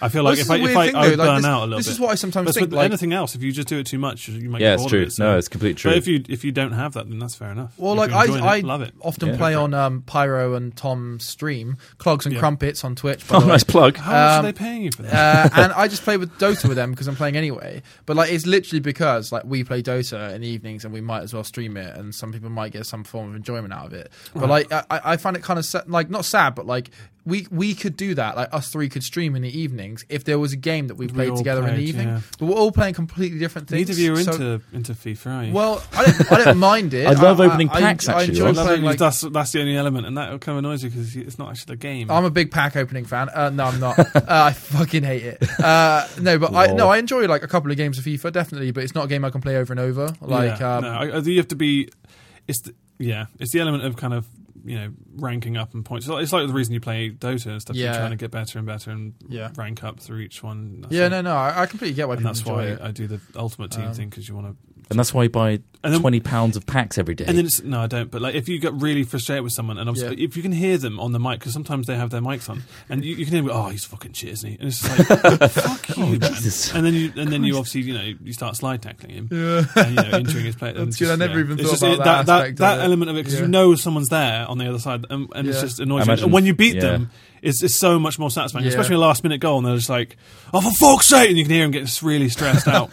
[SPEAKER 3] I feel like
[SPEAKER 1] this
[SPEAKER 3] if
[SPEAKER 1] is
[SPEAKER 3] I
[SPEAKER 1] a
[SPEAKER 3] if
[SPEAKER 1] weird
[SPEAKER 3] I,
[SPEAKER 1] thing,
[SPEAKER 3] I
[SPEAKER 1] though.
[SPEAKER 3] burn
[SPEAKER 1] Like, this,
[SPEAKER 3] out a little
[SPEAKER 1] this
[SPEAKER 3] bit.
[SPEAKER 1] is what I sometimes
[SPEAKER 3] But
[SPEAKER 1] think.
[SPEAKER 3] with
[SPEAKER 1] Like,
[SPEAKER 3] anything else, if you just do it too much, you might.
[SPEAKER 2] yeah,
[SPEAKER 3] get
[SPEAKER 2] it's
[SPEAKER 3] bored
[SPEAKER 2] true.
[SPEAKER 3] Of it, so-
[SPEAKER 2] No, it's completely true.
[SPEAKER 3] But if you if you don't have that, then that's fair enough.
[SPEAKER 1] well,
[SPEAKER 3] If
[SPEAKER 1] like
[SPEAKER 3] you're
[SPEAKER 1] I,
[SPEAKER 3] enjoying it,
[SPEAKER 1] I
[SPEAKER 3] love it.
[SPEAKER 1] often
[SPEAKER 2] Yeah.
[SPEAKER 1] play on um, Pyro and Tom stream Clogs and
[SPEAKER 3] Yeah.
[SPEAKER 1] Crumpets on Twitch. By
[SPEAKER 2] oh,
[SPEAKER 1] the way.
[SPEAKER 2] nice plug.
[SPEAKER 3] How much are
[SPEAKER 1] um,
[SPEAKER 3] they paying you for that?
[SPEAKER 1] uh, and I just play with Dota with them because I'm playing anyway. But like, it's literally because like we play Dota in the evenings, and we might as well stream it, and some people might get some form of enjoyment out of it. But like, I, I I find it kind of sa- like not sad, but like we we could do that. Like us three could stream in the evenings if there was a game that we
[SPEAKER 3] We
[SPEAKER 1] played
[SPEAKER 3] all
[SPEAKER 1] together in the
[SPEAKER 3] played,
[SPEAKER 1] evening.
[SPEAKER 3] yeah.
[SPEAKER 1] But we're all playing completely different things.
[SPEAKER 3] Neither of you are
[SPEAKER 1] so-
[SPEAKER 3] into into FIFA, are you?
[SPEAKER 1] well, I don't, I don't mind it.
[SPEAKER 2] I love opening packs,
[SPEAKER 1] I,
[SPEAKER 2] actually,
[SPEAKER 1] enjoy
[SPEAKER 3] I
[SPEAKER 2] Ross.
[SPEAKER 3] love
[SPEAKER 1] playing,
[SPEAKER 3] it.
[SPEAKER 1] like,
[SPEAKER 3] that's that's the only element, and that kind of annoys you because it's not actually the game.
[SPEAKER 1] I'm a big pack opening fan. Uh, no, I'm not. uh, I fucking hate it. Uh, no, but I no,
[SPEAKER 2] Lol.
[SPEAKER 1] I enjoy like a couple of games of FIFA definitely, but it's not a game I can play over and over. Like,
[SPEAKER 3] yeah,
[SPEAKER 1] um,
[SPEAKER 3] no, I, I think you have to be. It's the, yeah, it's the element of kind of you know ranking up and points. It's like, it's like the reason you play Dota and stuff. You're
[SPEAKER 1] Yeah.
[SPEAKER 3] trying to get better and better and
[SPEAKER 1] Yeah.
[SPEAKER 3] rank up through each one. That's
[SPEAKER 1] yeah,
[SPEAKER 3] it.
[SPEAKER 1] no, no, I, I completely get why
[SPEAKER 3] and
[SPEAKER 1] people
[SPEAKER 3] that's
[SPEAKER 1] enjoy
[SPEAKER 3] why
[SPEAKER 1] it.
[SPEAKER 3] I do the ultimate team
[SPEAKER 1] Um,
[SPEAKER 3] thing because you want to.
[SPEAKER 2] And that's why you buy
[SPEAKER 3] And then-
[SPEAKER 2] twenty pounds of packs every day.
[SPEAKER 3] And then it's no, I don't. But like, if you get really frustrated with someone, and obviously, if you can hear them on the mic, because sometimes they have their mics on, and you, you can hear, them, oh, he's fucking shit, isn't he? And it's just like, fuck you, man.
[SPEAKER 2] Oh, Jesus.
[SPEAKER 3] And then you, and then you obviously, you know, you start slide tackling him.
[SPEAKER 1] Yeah.
[SPEAKER 3] and, you know, injuring his play. and
[SPEAKER 1] That's good. I never
[SPEAKER 3] yeah.
[SPEAKER 1] even
[SPEAKER 3] It's
[SPEAKER 1] thought
[SPEAKER 3] just,
[SPEAKER 1] about
[SPEAKER 3] it-
[SPEAKER 1] that
[SPEAKER 3] That,
[SPEAKER 1] aspect
[SPEAKER 3] that
[SPEAKER 1] of it.
[SPEAKER 3] element of it because
[SPEAKER 1] Yeah.
[SPEAKER 3] you know someone's there on the other side, and, and it's
[SPEAKER 1] Yeah.
[SPEAKER 3] just annoying.
[SPEAKER 2] I imagine-
[SPEAKER 3] And when you beat
[SPEAKER 2] yeah.
[SPEAKER 3] them, it's, it's so much more satisfying,
[SPEAKER 1] Yeah.
[SPEAKER 3] especially a last minute goal, and they're just like, "Oh, for fuck's sake!" and you can hear them get s- really stressed out.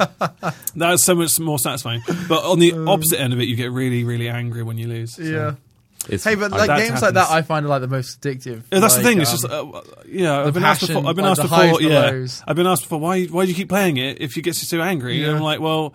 [SPEAKER 3] That's so much more satisfying. But on the opposite end of it, you get really, really angry when you lose. so.
[SPEAKER 1] Uh.
[SPEAKER 3] uh,
[SPEAKER 1] yeah.
[SPEAKER 2] It's-
[SPEAKER 1] Hey, but like
[SPEAKER 3] that
[SPEAKER 1] games like that,
[SPEAKER 3] happens.
[SPEAKER 1] I find are like the most addictive.
[SPEAKER 3] Yeah, that's
[SPEAKER 1] Like,
[SPEAKER 3] the thing. It's
[SPEAKER 1] um,
[SPEAKER 3] just uh, yeah. I've been asked
[SPEAKER 1] passion,
[SPEAKER 3] before. I've been
[SPEAKER 1] like,
[SPEAKER 3] asked
[SPEAKER 1] the highs
[SPEAKER 3] before.
[SPEAKER 1] and the
[SPEAKER 3] Yeah,
[SPEAKER 1] lows.
[SPEAKER 3] I've been asked before. Why why do you keep playing it if you get you too angry? And
[SPEAKER 1] Yeah.
[SPEAKER 3] I'm like, well,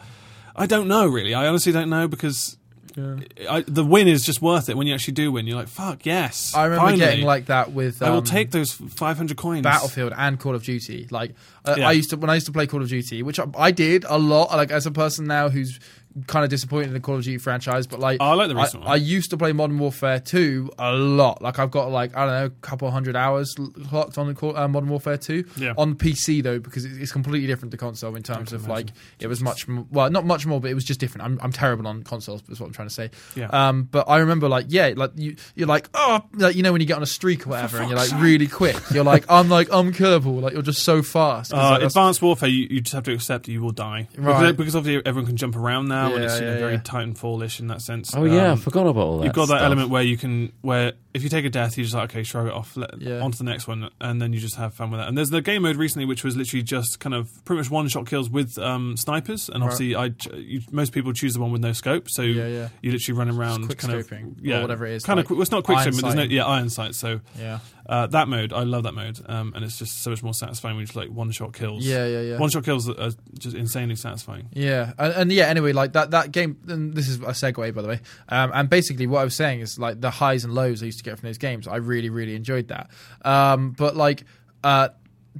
[SPEAKER 3] I don't know really. I honestly don't know because
[SPEAKER 1] Yeah.
[SPEAKER 3] I, the win is just worth it when you actually do win. You're like, fuck yes.
[SPEAKER 1] I remember
[SPEAKER 3] finally.
[SPEAKER 1] getting like that with. Um,
[SPEAKER 3] I will take those 500 coins. Uh,
[SPEAKER 1] Battlefield and Call of Duty. Like Uh,
[SPEAKER 3] Yeah.
[SPEAKER 1] I used to when I used to play Call of Duty, which I, I did a lot. Like as a person now who's kind of disappointed in the Call of Duty franchise, but like
[SPEAKER 3] Oh, I like the recent
[SPEAKER 1] I,
[SPEAKER 3] one.
[SPEAKER 1] I used to play Modern Warfare 2 a lot. Like I've got like I don't know a couple hundred hours l- clocked on the call, uh, Modern Warfare 2
[SPEAKER 3] Yeah.
[SPEAKER 1] on PC though because it- it's completely different to console in terms of like it was much m- well not much more but it was just different. I'm I'm terrible on consoles is what I'm trying to say.
[SPEAKER 3] Yeah.
[SPEAKER 1] Um, but I remember like yeah like you you're like oh like, you know when you get on a streak or whatever and you're like really quick. You're like I'm like unkillable. Like you're just so fast. 'Cause,
[SPEAKER 3] Uh,
[SPEAKER 1] like, that's-
[SPEAKER 3] advanced warfare, you, you just have to accept you will die
[SPEAKER 1] Right.
[SPEAKER 3] because, because obviously everyone can jump around now, and it's
[SPEAKER 1] Yeah,
[SPEAKER 3] you know,
[SPEAKER 1] yeah,
[SPEAKER 3] very
[SPEAKER 1] yeah.
[SPEAKER 3] Titanfall-ish in that sense.
[SPEAKER 2] Oh yeah, I
[SPEAKER 3] Um,
[SPEAKER 2] forgot about all that.
[SPEAKER 3] you've got that
[SPEAKER 2] stuff.
[SPEAKER 3] element where you can where if you take a death, you just like okay, shrug it off, let,
[SPEAKER 1] Yeah.
[SPEAKER 3] on to the next one, and then you just have fun with that. And there's the game mode recently, which was literally just kind of pretty much one shot kills with um, snipers, and obviously I ch- you, most people choose the one with no scope, so
[SPEAKER 1] Yeah, yeah.
[SPEAKER 3] you literally run around
[SPEAKER 1] quick
[SPEAKER 3] kind of
[SPEAKER 1] scoping or
[SPEAKER 3] yeah,
[SPEAKER 1] whatever it is,
[SPEAKER 3] kind
[SPEAKER 1] like
[SPEAKER 3] of quick- well, it's not quick
[SPEAKER 1] iron
[SPEAKER 3] scoping, but there's no
[SPEAKER 1] sighting.
[SPEAKER 3] yeah iron sight. So
[SPEAKER 1] yeah.
[SPEAKER 3] uh, that mode, I love that mode, um, and it's just so much more satisfying when you just like one shot kills.
[SPEAKER 1] Yeah, yeah, yeah.
[SPEAKER 3] One shot kills are just insanely satisfying.
[SPEAKER 1] Yeah, and, and yeah. Anyway, like that that game. And this is a segue, by the way. Um, and basically, what I was saying is like the highs and lows I used to get from those games. I really, really enjoyed that. Um, but like, uh,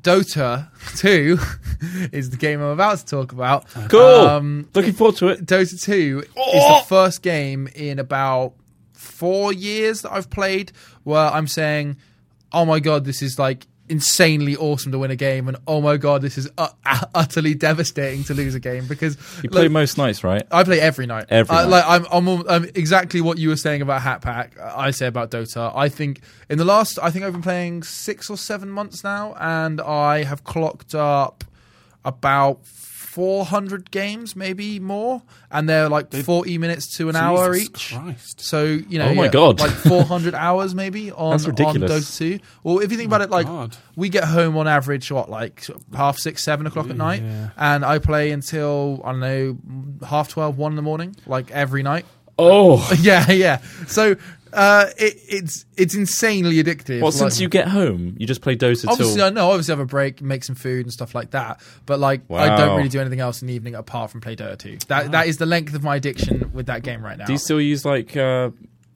[SPEAKER 1] Dota Two is the game I'm about to talk about.
[SPEAKER 2] Cool.
[SPEAKER 1] Um,
[SPEAKER 2] Looking forward to it.
[SPEAKER 1] Dota 2
[SPEAKER 2] Oh!
[SPEAKER 1] is the first game in about four years that I've played where I'm saying, oh my god, this is like insanely awesome to win a game, and oh my god, this is u- utterly devastating to lose a game because
[SPEAKER 2] You play
[SPEAKER 1] like,
[SPEAKER 2] most nights, right?
[SPEAKER 1] I play every night.
[SPEAKER 2] Every
[SPEAKER 1] I-
[SPEAKER 2] night.
[SPEAKER 1] Like I'm, I'm, al- I'm exactly what you were saying about Hat Pack. uh, I say about Dota. I think in the last, I think I've been playing six or seven months now, and I have clocked up about 400 games, maybe more, and they're like 40 minutes to an hour
[SPEAKER 3] Jesus
[SPEAKER 1] each.
[SPEAKER 3] Christ.
[SPEAKER 1] So you know,
[SPEAKER 2] Oh my
[SPEAKER 1] yeah,
[SPEAKER 2] God.
[SPEAKER 1] like 400 hours maybe on,
[SPEAKER 2] That's
[SPEAKER 1] on
[SPEAKER 2] ridiculous.
[SPEAKER 1] Dota 2. Well, if you think about it, like
[SPEAKER 3] God.
[SPEAKER 1] we get home on average what like sort of half six, seven o'clock at night,
[SPEAKER 3] Yeah.
[SPEAKER 1] and I play until I don't know half twelve, one in the morning, like every night.
[SPEAKER 2] Oh,
[SPEAKER 1] yeah, yeah. So uh, it, it's it's insanely addictive.
[SPEAKER 2] well,
[SPEAKER 1] Like-
[SPEAKER 2] since you get home, you just play Dota
[SPEAKER 1] Obviously,
[SPEAKER 2] till.
[SPEAKER 1] I know. Obviously, I have a break, make some food and stuff like that. But like, I
[SPEAKER 2] Wow.
[SPEAKER 1] don't really do anything else in the evening apart from play Dota 2. That that is the length of my addiction with that game right now.
[SPEAKER 2] Do you still use like uh,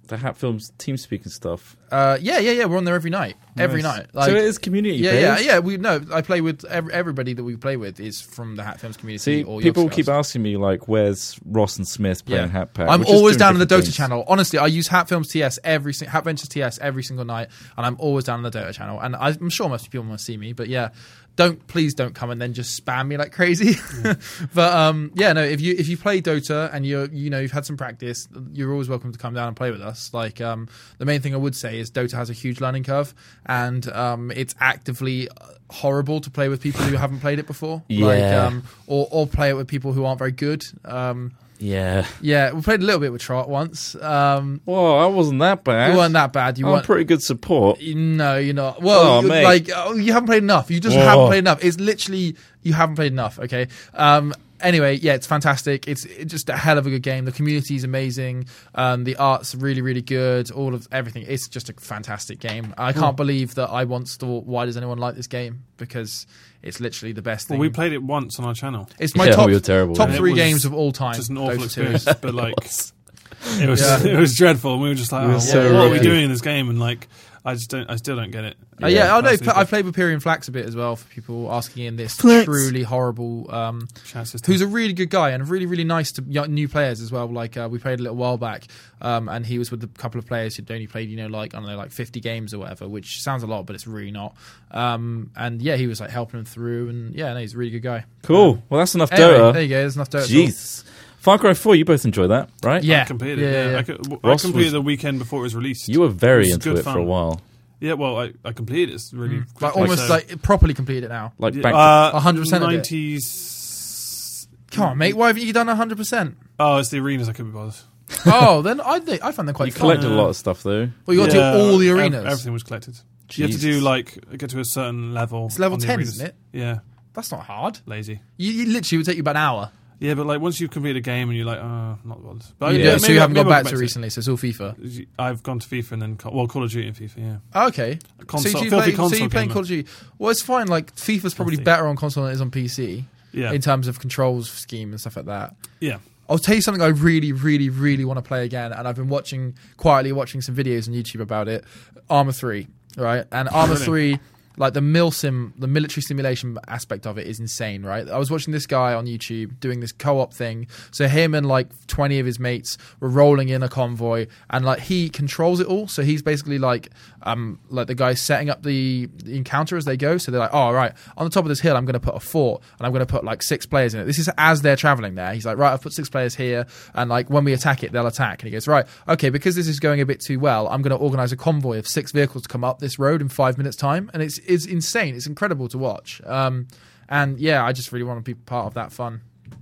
[SPEAKER 2] the Hat Films TeamSpeak and stuff?
[SPEAKER 1] Uh, yeah, yeah, yeah. We're on there every night, every
[SPEAKER 3] Nice.
[SPEAKER 1] night. Like,
[SPEAKER 2] so it is community.
[SPEAKER 1] yeah,
[SPEAKER 2] based.
[SPEAKER 1] yeah, yeah. We no, I play with ev- everybody that we play with is from the Hat Films community.
[SPEAKER 2] See,
[SPEAKER 1] or
[SPEAKER 2] people
[SPEAKER 1] Yorkshire
[SPEAKER 2] keep
[SPEAKER 1] House.
[SPEAKER 2] asking me like, "Where's Ross and Smith playing Hat Pack?"
[SPEAKER 1] I'm
[SPEAKER 2] We're just
[SPEAKER 1] always
[SPEAKER 2] doing
[SPEAKER 1] down in the Dota
[SPEAKER 2] different things.
[SPEAKER 1] channel. Honestly, I use Hat Films TS every sing- Hat Ventures TS every single night, and I'm always down in the Dota channel. And I- I'm sure most people want to see me, but yeah, don't please don't come and then just spam me like crazy. but um, yeah, no, if you if you play Dota and you are you know you've had some practice, you're always welcome to come down and play with us. Like um, the main thing I would say is Dota has a huge learning curve, and um, it's actively horrible to play with people who haven't played it before. Like,
[SPEAKER 2] Yeah.
[SPEAKER 1] um, or or play it with people who aren't very good. Um,
[SPEAKER 2] Yeah.
[SPEAKER 1] yeah, we played a little bit with Trot once. Um,
[SPEAKER 2] Well, I wasn't that bad.
[SPEAKER 1] you weren't that bad. You
[SPEAKER 2] Oh, I'm
[SPEAKER 1] weren't.
[SPEAKER 2] pretty good support.
[SPEAKER 1] no, you're not. Well,
[SPEAKER 2] Oh,
[SPEAKER 1] you-
[SPEAKER 2] mate.
[SPEAKER 1] like oh, you haven't played enough. You just
[SPEAKER 2] Whoa.
[SPEAKER 1] haven't played enough. It's literally you haven't played enough. Okay. Um, anyway, yeah, it's fantastic. It's, it's just a hell of a good game. The community is amazing. Um, the art's really, really good. All of everything. It's just a fantastic game. I can't believe that I once thought, why does anyone like this game? Because it's literally the best thing.
[SPEAKER 3] Well, we played it once on our channel.
[SPEAKER 1] it's my
[SPEAKER 2] Yeah,
[SPEAKER 1] top,
[SPEAKER 2] we were terrible,
[SPEAKER 1] top
[SPEAKER 2] yeah.
[SPEAKER 1] three
[SPEAKER 3] It was
[SPEAKER 1] games of all time.
[SPEAKER 3] Just an awful
[SPEAKER 1] Dota 2.
[SPEAKER 3] experience, but like it was
[SPEAKER 1] Yeah.
[SPEAKER 3] it was dreadful. And we were just like,
[SPEAKER 2] were
[SPEAKER 3] oh,
[SPEAKER 2] so
[SPEAKER 3] what, are we
[SPEAKER 1] lucky.
[SPEAKER 3] doing in this game? And like, I just don't, I still don't get it.
[SPEAKER 1] Uh, yeah, I know.
[SPEAKER 3] Personally,
[SPEAKER 1] I
[SPEAKER 3] but
[SPEAKER 1] played with Pyrian Flax a bit as well for people asking in this truly horrible. Um,
[SPEAKER 3] shout system.
[SPEAKER 1] who's a really good guy and really really nice to young, new players as well. Like uh, we played a little while back, um, and he was with a couple of players who'd only played you know like I don't know like fifty games or whatever, which sounds a lot, but it's really not. Um, and yeah, he was like helping them through, and yeah, no, he's a really good guy.
[SPEAKER 2] Cool. Well, that's enough
[SPEAKER 1] Anyway,
[SPEAKER 2] Dota.
[SPEAKER 1] there you go. There's enough Dota.
[SPEAKER 2] Jeez. Far Cry 4, you both enjoy that, right?
[SPEAKER 1] Yeah.
[SPEAKER 3] I completed
[SPEAKER 1] Yeah,
[SPEAKER 3] it.
[SPEAKER 1] yeah,
[SPEAKER 3] Yeah,
[SPEAKER 1] yeah.
[SPEAKER 3] I, co- I
[SPEAKER 2] Ross
[SPEAKER 3] completed
[SPEAKER 2] was-
[SPEAKER 3] the weekend before it was released.
[SPEAKER 2] You were very
[SPEAKER 3] It's
[SPEAKER 2] into
[SPEAKER 3] good
[SPEAKER 2] it for a
[SPEAKER 3] fun.
[SPEAKER 2] while.
[SPEAKER 3] yeah, well, I, I completed it. It's really quickly,
[SPEAKER 1] Mm. Like almost
[SPEAKER 3] so-
[SPEAKER 1] like properly completed it now.
[SPEAKER 2] Like
[SPEAKER 3] Yeah,
[SPEAKER 2] back
[SPEAKER 3] uh,
[SPEAKER 1] 100% of it.
[SPEAKER 3] 90s.
[SPEAKER 1] Come on, mate. Why haven't you done hundred percent?
[SPEAKER 3] Oh, it's the arenas. I could be bothered.
[SPEAKER 1] Oh, then I think I found them
[SPEAKER 2] to,
[SPEAKER 1] quite
[SPEAKER 2] you
[SPEAKER 1] fun.
[SPEAKER 2] collected a lot of stuff though.
[SPEAKER 1] Well, you got
[SPEAKER 3] Yeah,
[SPEAKER 1] to do all the
[SPEAKER 3] ev-
[SPEAKER 1] arenas.
[SPEAKER 3] everything was collected.
[SPEAKER 2] Jesus.
[SPEAKER 3] You have to do like get to a certain level.
[SPEAKER 1] It's level
[SPEAKER 3] on the
[SPEAKER 1] 10,
[SPEAKER 3] arenas.
[SPEAKER 1] isn't it?
[SPEAKER 3] Yeah,
[SPEAKER 1] That's not hard.
[SPEAKER 3] lazy.
[SPEAKER 1] You, you literally would take you about an hour.
[SPEAKER 3] Yeah, but like once you've completed a game and you're like, oh, I'm not bothered. But
[SPEAKER 1] Yeah,
[SPEAKER 3] I-
[SPEAKER 1] so
[SPEAKER 3] maybe
[SPEAKER 1] you
[SPEAKER 3] I-
[SPEAKER 1] haven't
[SPEAKER 3] maybe
[SPEAKER 1] gone
[SPEAKER 3] I'll
[SPEAKER 1] back
[SPEAKER 3] go
[SPEAKER 1] to recently, so it's all FIFA.
[SPEAKER 3] it. I've gone to FIFA and then Call- well, Call of Duty and FIFA. Yeah,
[SPEAKER 1] Okay.
[SPEAKER 3] Console-
[SPEAKER 1] so you do
[SPEAKER 3] filthy
[SPEAKER 1] play, so
[SPEAKER 3] console
[SPEAKER 1] you're playing
[SPEAKER 3] gamer.
[SPEAKER 1] Call of Duty. Well, it's fine. Like FIFA's probably
[SPEAKER 3] Filthy.
[SPEAKER 1] better on console than it is on PC
[SPEAKER 3] yeah,
[SPEAKER 1] in terms of controls scheme and stuff like that.
[SPEAKER 3] yeah.
[SPEAKER 1] I'll tell you something I really, really, really want to play again, and I've been watching quietly watching some videos on YouTube about it. Armor Three, right? And Armor
[SPEAKER 3] Really?
[SPEAKER 1] Three like the milsim the military simulation aspect of it is insane right i was watching this guy on youtube doing this co-op thing so him and like 20 of his mates were rolling in a convoy and like he controls it all so he's basically like um like the guy setting up the, the encounter as they go so they're like oh all right on the top of this hill i'm going to put a fort and i'm going to put like six players in it this is as they're traveling there he's like right i've put six players here and like when we attack it they'll attack and he goes right okay because this is going a bit too well i'm going to organize a convoy of six vehicles to come up this road in five minutes time and it's it's insane it's incredible to watch um and yeah i just really want to be part of that fun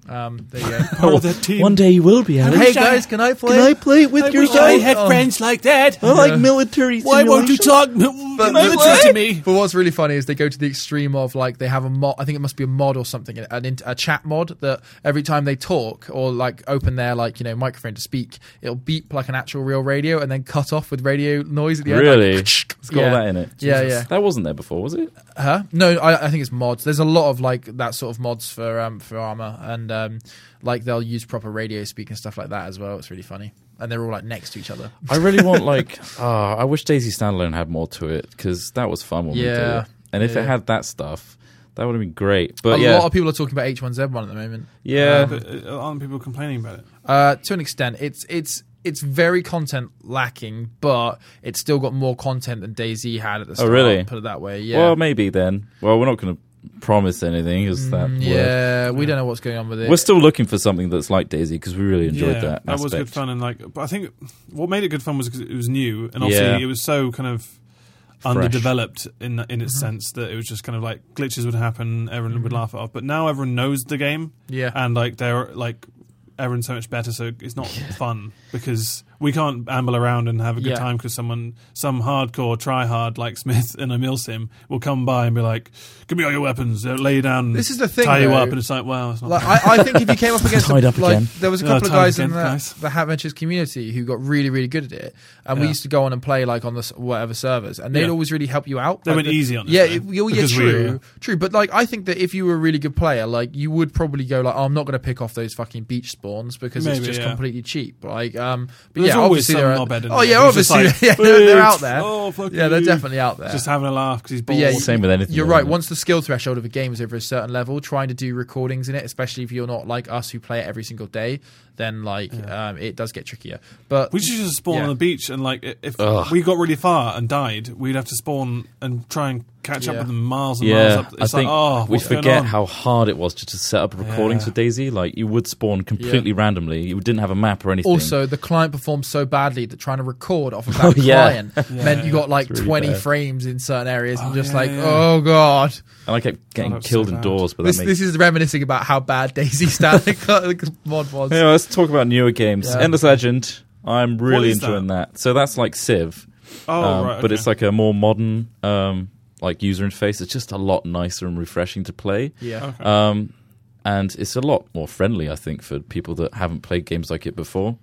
[SPEAKER 1] um there you go
[SPEAKER 3] Part of the team.
[SPEAKER 2] One day you will be. Alex.
[SPEAKER 1] hey guys can i play
[SPEAKER 2] Can I play with
[SPEAKER 3] I
[SPEAKER 2] your
[SPEAKER 3] wish
[SPEAKER 2] guys? Oh,
[SPEAKER 3] I had friends like that.
[SPEAKER 2] I like military.
[SPEAKER 3] Why won't you
[SPEAKER 2] simulation.
[SPEAKER 3] talk military to me?
[SPEAKER 1] But what's really funny is they go to the extreme of like they have a mod. I think it must be a mod or something, an int- a chat mod that every time they talk or like open their like you know microphone to speak, it'll beep like an actual real radio and then cut off with radio noise at the end. like,
[SPEAKER 2] Really? it's got
[SPEAKER 1] Yeah.
[SPEAKER 2] all that in it.
[SPEAKER 1] Yeah,
[SPEAKER 2] Jesus.
[SPEAKER 1] yeah.
[SPEAKER 2] That wasn't there before, was it?
[SPEAKER 1] Huh? No, I, I think it's mods. There's a lot of like that sort of mods for um for armor, and um like they'll use proper radio speak and stuff like that as well. It's really funny, and they're all like next to each other.
[SPEAKER 2] I really want like. ah, I wish Daisy Standalone had more to it because that was fun when we
[SPEAKER 1] Yeah.
[SPEAKER 2] did it. And if
[SPEAKER 1] Yeah.
[SPEAKER 2] it had that stuff, that would have been great. But
[SPEAKER 1] a
[SPEAKER 2] yeah,
[SPEAKER 1] lot of people are talking about H1Z1 at the moment.
[SPEAKER 2] yeah,
[SPEAKER 3] But, uh, aren't people complaining about it?
[SPEAKER 1] Uh, to an extent, it's it's it's very content lacking, but it's still got more content than Daisy had at the start.
[SPEAKER 2] Oh, really?
[SPEAKER 1] Put it that way. Yeah.
[SPEAKER 2] Well, maybe then. Well, we're not going to promise anything. Is that
[SPEAKER 1] Mm,
[SPEAKER 2] word?
[SPEAKER 1] yeah, we don't know what's going on with it.
[SPEAKER 2] We're still looking for something that's like Daisy because we really enjoyed
[SPEAKER 3] yeah,
[SPEAKER 2] that.
[SPEAKER 3] was
[SPEAKER 2] aspect.
[SPEAKER 3] good fun, and like, but I think what made it good fun was because it was new, and obviously
[SPEAKER 2] Yeah.
[SPEAKER 3] it was so kind of
[SPEAKER 2] Fresh.
[SPEAKER 3] underdeveloped in in its sense that it was just kind of like glitches would happen, everyone would laugh it off. But now everyone knows the game,
[SPEAKER 1] yeah.
[SPEAKER 3] and like they're like everyone's so much better, so it's not fun because we can't amble around and have a good
[SPEAKER 1] Yeah.
[SPEAKER 3] time because someone, some hardcore tryhard like Smith and a milsim will come by and be like, "Give me all your weapons, uh, lay you down,
[SPEAKER 1] This is the thing,
[SPEAKER 3] tie you
[SPEAKER 1] though.
[SPEAKER 3] up," and it's like, "Wow, it's not
[SPEAKER 1] Like, I, I think if you came up against
[SPEAKER 2] Tied up
[SPEAKER 1] like,
[SPEAKER 2] again.
[SPEAKER 1] there was a
[SPEAKER 3] Oh,
[SPEAKER 1] couple of
[SPEAKER 3] tied
[SPEAKER 1] guys in
[SPEAKER 3] again,
[SPEAKER 1] the,
[SPEAKER 3] guys.
[SPEAKER 1] the Hatmatches community who got really really good at it, and we
[SPEAKER 3] Yeah.
[SPEAKER 1] used to go on and play like on the s- whatever servers, and they'd
[SPEAKER 3] Yeah.
[SPEAKER 1] always really help you out.
[SPEAKER 3] They
[SPEAKER 1] Like,
[SPEAKER 3] went
[SPEAKER 1] the-
[SPEAKER 3] easy on us,
[SPEAKER 1] Yeah,
[SPEAKER 3] though,
[SPEAKER 1] it, yeah, well, yeah,
[SPEAKER 3] because we
[SPEAKER 1] true,
[SPEAKER 3] were-
[SPEAKER 1] true. But like, I think that if you were a really good player, like you would probably go like, oh, I'm not going to pick off those fucking beach spawns because it's
[SPEAKER 3] Maybe,
[SPEAKER 1] just
[SPEAKER 3] yeah.
[SPEAKER 1] completely cheap. Like, um, but yeah,
[SPEAKER 3] There's always
[SPEAKER 1] obviously
[SPEAKER 3] some
[SPEAKER 1] they're
[SPEAKER 3] knobhead in
[SPEAKER 1] oh
[SPEAKER 3] there
[SPEAKER 1] yeah,
[SPEAKER 3] who's just
[SPEAKER 1] obviously
[SPEAKER 3] like,
[SPEAKER 1] yeah, they're, they're out
[SPEAKER 3] "Boots,
[SPEAKER 1] there.
[SPEAKER 3] oh, fuck
[SPEAKER 1] yeah, they're
[SPEAKER 3] you."
[SPEAKER 1] definitely out there.
[SPEAKER 3] just having a laugh because he's
[SPEAKER 1] But
[SPEAKER 3] bored.
[SPEAKER 1] yeah,
[SPEAKER 2] Well, same with anything.
[SPEAKER 1] You're
[SPEAKER 2] really.
[SPEAKER 1] right. Once the skill threshold of a game is over a certain level, trying to do recordings in it, especially if you're not like us who play it every single day, then like um, it does get trickier. But
[SPEAKER 3] We should just spawn
[SPEAKER 1] Yeah.
[SPEAKER 3] on the beach and like i- if
[SPEAKER 2] Ugh.
[SPEAKER 3] we got really far and died, we'd have to spawn and try and catch up
[SPEAKER 1] Yeah.
[SPEAKER 3] with them miles and miles
[SPEAKER 2] Yeah,
[SPEAKER 3] up. It's
[SPEAKER 2] I
[SPEAKER 3] like,
[SPEAKER 2] think
[SPEAKER 3] oh,
[SPEAKER 2] we
[SPEAKER 3] what's going
[SPEAKER 2] forget
[SPEAKER 3] on?
[SPEAKER 2] how hard it was to just set up recordings
[SPEAKER 3] Yeah.
[SPEAKER 2] with Daisy. Like you would spawn completely randomly. You didn't have a map or anything.
[SPEAKER 1] also, the client performed so badly that trying to record off of that
[SPEAKER 2] Oh, yeah.
[SPEAKER 1] client meant you got like
[SPEAKER 2] It's really
[SPEAKER 1] 20
[SPEAKER 2] bad.
[SPEAKER 1] frames in certain areas, and
[SPEAKER 3] Oh,
[SPEAKER 1] just
[SPEAKER 3] yeah,
[SPEAKER 1] like,
[SPEAKER 3] yeah.
[SPEAKER 1] oh god,
[SPEAKER 2] and I kept getting
[SPEAKER 3] that's Oh, so
[SPEAKER 2] killed
[SPEAKER 3] bad.
[SPEAKER 2] indoors. But that
[SPEAKER 1] this
[SPEAKER 2] makes
[SPEAKER 1] this is reminiscing about how bad Daisy Standard mod was.
[SPEAKER 2] Anyway, let's talk about newer games.
[SPEAKER 1] Yeah.
[SPEAKER 2] Endless Legend. I'm really
[SPEAKER 3] is
[SPEAKER 2] enjoying that? So that's like Civ,
[SPEAKER 3] Oh,
[SPEAKER 2] um,
[SPEAKER 3] right,
[SPEAKER 2] but
[SPEAKER 3] okay.
[SPEAKER 2] it's like a more modern um, like user interface. It's just a lot nicer and refreshing to play.
[SPEAKER 1] Yeah.
[SPEAKER 3] Okay.
[SPEAKER 2] Um, and it's a lot more friendly, I think, for people that haven't played games like it before.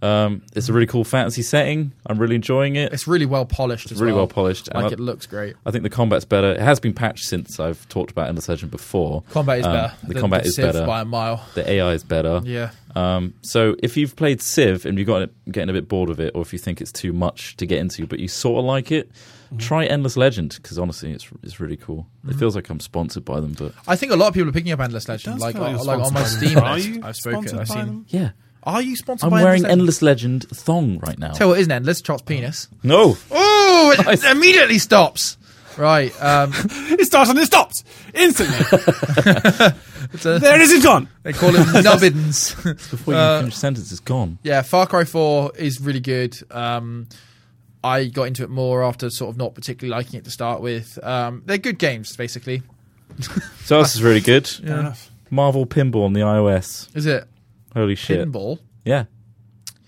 [SPEAKER 2] Um, it's a really cool fantasy setting. I'm really enjoying it. It's
[SPEAKER 1] It's really well polished. as
[SPEAKER 2] really well
[SPEAKER 1] well,
[SPEAKER 2] polished. and
[SPEAKER 1] Like
[SPEAKER 2] I,
[SPEAKER 1] it looks great.
[SPEAKER 2] I think the combat's better. It has been patched since I've talked about Endless Legend before.
[SPEAKER 1] Combat is
[SPEAKER 2] Um,
[SPEAKER 1] better.
[SPEAKER 2] The
[SPEAKER 1] than
[SPEAKER 2] combat is
[SPEAKER 1] Civ
[SPEAKER 2] better.
[SPEAKER 1] by a mile.
[SPEAKER 2] The AI is better.
[SPEAKER 1] Yeah.
[SPEAKER 2] Um, so if you've played Civ and you've got getting a bit bored of it, or if you think it's too much to get into, but you sort of like it,
[SPEAKER 1] Mm-hmm.
[SPEAKER 2] try Endless Legend because honestly, it's it's really cool. It feels like I'm sponsored by them, but
[SPEAKER 1] I think a lot of people are picking up Endless
[SPEAKER 3] It
[SPEAKER 1] Legend.
[SPEAKER 3] does
[SPEAKER 1] Like,
[SPEAKER 3] feel
[SPEAKER 1] uh,
[SPEAKER 3] you're
[SPEAKER 1] like on my
[SPEAKER 3] sponsored by
[SPEAKER 1] Steam
[SPEAKER 3] them. Are
[SPEAKER 1] list,
[SPEAKER 3] you
[SPEAKER 1] I've spoken.
[SPEAKER 3] sponsored
[SPEAKER 1] I've
[SPEAKER 3] by
[SPEAKER 1] seen.
[SPEAKER 3] them?
[SPEAKER 2] yeah,
[SPEAKER 1] Are you sponsored
[SPEAKER 2] I'm
[SPEAKER 1] by
[SPEAKER 2] wearing
[SPEAKER 1] Endless? Legend?
[SPEAKER 2] Endless Legend thong right now.
[SPEAKER 1] Tell you what isn't Endless. Chop's penis.
[SPEAKER 2] No,
[SPEAKER 1] Oh, it immediately stops. Right. Um,
[SPEAKER 3] it starts and it stops instantly.
[SPEAKER 1] it's a-
[SPEAKER 3] there it is, it's gone.
[SPEAKER 1] they call him Nubbins.
[SPEAKER 2] before you
[SPEAKER 1] Uh,
[SPEAKER 2] finish the sentence, it's gone.
[SPEAKER 1] yeah, Far Cry 4 is really good. Um, I got into it more after sort of not particularly liking it to start with. Um, they're good games, basically.
[SPEAKER 2] So this is really good.
[SPEAKER 3] Fair enough.
[SPEAKER 2] Marvel Pinball on the iOS.
[SPEAKER 1] Is it
[SPEAKER 2] Holy shit!
[SPEAKER 1] pinball?
[SPEAKER 2] Yeah,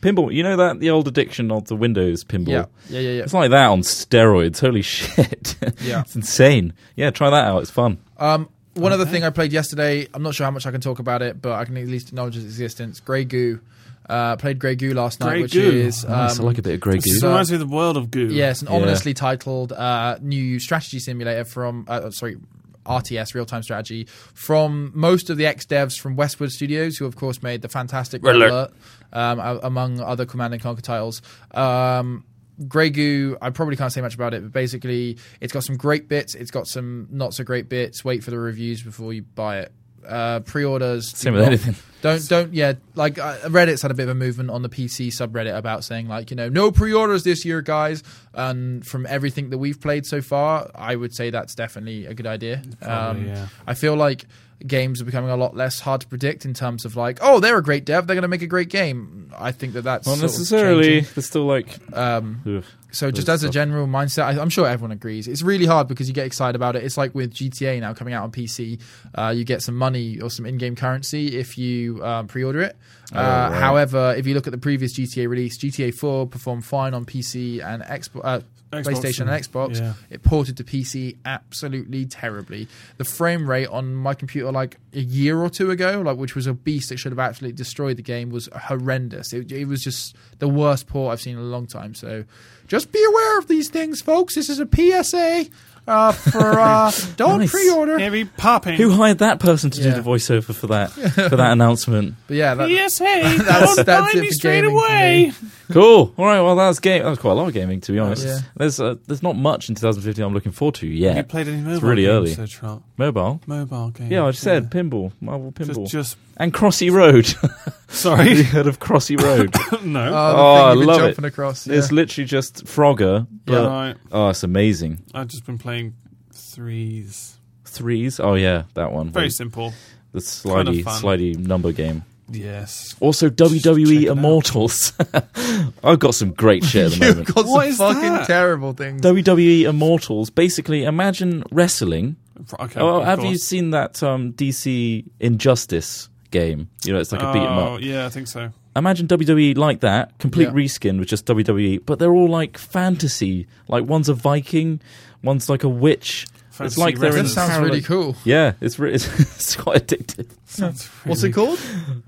[SPEAKER 2] pinball. You know that the old addiction of the Windows pinball.
[SPEAKER 1] Yeah. Yeah, yeah, yeah.
[SPEAKER 2] It's like that on steroids. Holy shit!
[SPEAKER 1] Yeah.
[SPEAKER 2] it's insane. Yeah, try that out. It's fun.
[SPEAKER 1] Um, one other thing I played yesterday, I'm not sure how much I can talk about it, but I can at least acknowledge its existence. Grey Goo. Uh, played Grey Goo last night,
[SPEAKER 3] Grey
[SPEAKER 1] which
[SPEAKER 3] Goo.
[SPEAKER 1] is. Um,
[SPEAKER 2] Nice, I like a bit of Grey Goo.
[SPEAKER 3] This
[SPEAKER 1] So-
[SPEAKER 3] reminds me of the world of goo.
[SPEAKER 1] Yeah, it's an
[SPEAKER 2] Yeah.
[SPEAKER 1] ominously titled uh, new strategy simulator from, uh, uh, sorry, RTS, real time strategy, from most of the ex devs from Westwood Studios, who, of course, made the fantastic Red
[SPEAKER 2] Red
[SPEAKER 1] Alert, um, a- among other Command and Conquer titles. Um, Grey Goo, I probably can't say much about it, but basically, it's got some great bits. It's got some not so great bits. Wait for the reviews before you buy it. Uh, pre-orders.
[SPEAKER 2] Same with
[SPEAKER 1] not-
[SPEAKER 2] anything.
[SPEAKER 1] Don't don't yeah. Like uh, Reddit's had a bit of a movement on the PC subreddit about saying like you know no pre-orders this year, guys. And from everything that we've played so far, I would say that's definitely a good idea. Um,
[SPEAKER 3] Probably, yeah.
[SPEAKER 1] I feel like games are becoming a lot less hard to predict in terms of like oh they're a great dev, they're going to make a great game. I think that that's
[SPEAKER 2] Not
[SPEAKER 1] sort of
[SPEAKER 2] necessarily.
[SPEAKER 1] changing.
[SPEAKER 2] They're still like.
[SPEAKER 1] Um,
[SPEAKER 2] ugh.
[SPEAKER 1] so just
[SPEAKER 2] Those
[SPEAKER 1] as a
[SPEAKER 2] stuff.
[SPEAKER 1] general mindset, I, I'm sure everyone agrees. It's really hard because you get excited about it. It's like with GTA now coming out on PC, uh, you get some money or some in-game currency if you um, pre-order it. Uh,
[SPEAKER 2] right.
[SPEAKER 1] However, if you look at the previous GTA release, GTA 4 performed fine on PC and Xbox, uh,
[SPEAKER 3] Xbox
[SPEAKER 1] PlayStation and,
[SPEAKER 3] and-
[SPEAKER 1] Xbox.
[SPEAKER 3] yeah.
[SPEAKER 1] It ported to PC absolutely terribly. The frame rate on my computer, like a year or two ago, like which was a beast that should have absolutely destroyed the game, was horrendous. It, it was just the worst port I've seen in a long time. So, just be aware of these things, folks. This is a PSA uh, for uh, don't
[SPEAKER 2] Nice.
[SPEAKER 1] pre-order.
[SPEAKER 3] Yeah, be popping.
[SPEAKER 2] Who hired that person to
[SPEAKER 1] Yeah.
[SPEAKER 2] do the voiceover for that for that announcement?
[SPEAKER 1] But yeah, that,
[SPEAKER 3] yes, hey,
[SPEAKER 1] That's-
[SPEAKER 3] don't
[SPEAKER 1] that's
[SPEAKER 3] buy
[SPEAKER 1] it
[SPEAKER 3] me
[SPEAKER 1] for
[SPEAKER 3] straight
[SPEAKER 1] gaming for
[SPEAKER 3] away.
[SPEAKER 2] Cool. All right. Well, that's game. That's quite a lot of gaming, to be honest.
[SPEAKER 1] Yeah.
[SPEAKER 2] There's uh, there's not much in 2015 I'm looking forward to
[SPEAKER 3] Have you
[SPEAKER 2] yet.
[SPEAKER 3] played any mobile
[SPEAKER 2] really
[SPEAKER 3] games,
[SPEAKER 2] early.
[SPEAKER 3] though, Trot?
[SPEAKER 2] Mobile.
[SPEAKER 3] Mobile games.
[SPEAKER 2] Yeah, I just said pinball, Marvel
[SPEAKER 3] yeah.
[SPEAKER 2] pinball,
[SPEAKER 3] Just, just
[SPEAKER 2] and Crossy Road. Have you
[SPEAKER 3] sorry.
[SPEAKER 2] heard of Crossy Road?
[SPEAKER 3] no.
[SPEAKER 1] uh, the
[SPEAKER 2] Oh,
[SPEAKER 1] thing
[SPEAKER 2] I
[SPEAKER 1] you've been
[SPEAKER 2] love it.
[SPEAKER 1] jumping across. Yeah.
[SPEAKER 2] It's literally just Frogger. But,
[SPEAKER 3] yeah, right.
[SPEAKER 2] Oh, it's amazing.
[SPEAKER 3] I've just been playing threes.
[SPEAKER 2] Threes. Oh yeah, that one.
[SPEAKER 3] Very simple.
[SPEAKER 2] the slidey,
[SPEAKER 3] fun.
[SPEAKER 2] slidey number game.
[SPEAKER 3] Yes.
[SPEAKER 2] Also,
[SPEAKER 3] check
[SPEAKER 2] WWE
[SPEAKER 3] it out.
[SPEAKER 2] Immortals. I've got some great shit at the
[SPEAKER 1] You've
[SPEAKER 2] moment.
[SPEAKER 1] got
[SPEAKER 3] What
[SPEAKER 1] some
[SPEAKER 3] is
[SPEAKER 1] fucking
[SPEAKER 3] that?
[SPEAKER 1] terrible things.
[SPEAKER 2] WWE E Immortals. Basically, imagine wrestling.
[SPEAKER 3] Okay.
[SPEAKER 2] oh,
[SPEAKER 3] of
[SPEAKER 2] have you
[SPEAKER 3] course.
[SPEAKER 2] seen that um, DC Injustice game? You know, it's like a beat 'em
[SPEAKER 3] oh,
[SPEAKER 2] up.
[SPEAKER 3] yeah, I think
[SPEAKER 1] Hmm.
[SPEAKER 3] so.
[SPEAKER 2] Imagine WWE like that, complete
[SPEAKER 1] Yeah.
[SPEAKER 2] reskin with just WWE, but they're all like fantasy. Like one's a Viking, one's like a witch. it's
[SPEAKER 3] Fantasy
[SPEAKER 2] like they're in
[SPEAKER 1] That sounds
[SPEAKER 2] parallel-
[SPEAKER 1] really cool.
[SPEAKER 2] Yeah, it's re- it's, it's quite addictive.
[SPEAKER 3] Sounds
[SPEAKER 1] What's it
[SPEAKER 3] really
[SPEAKER 1] called?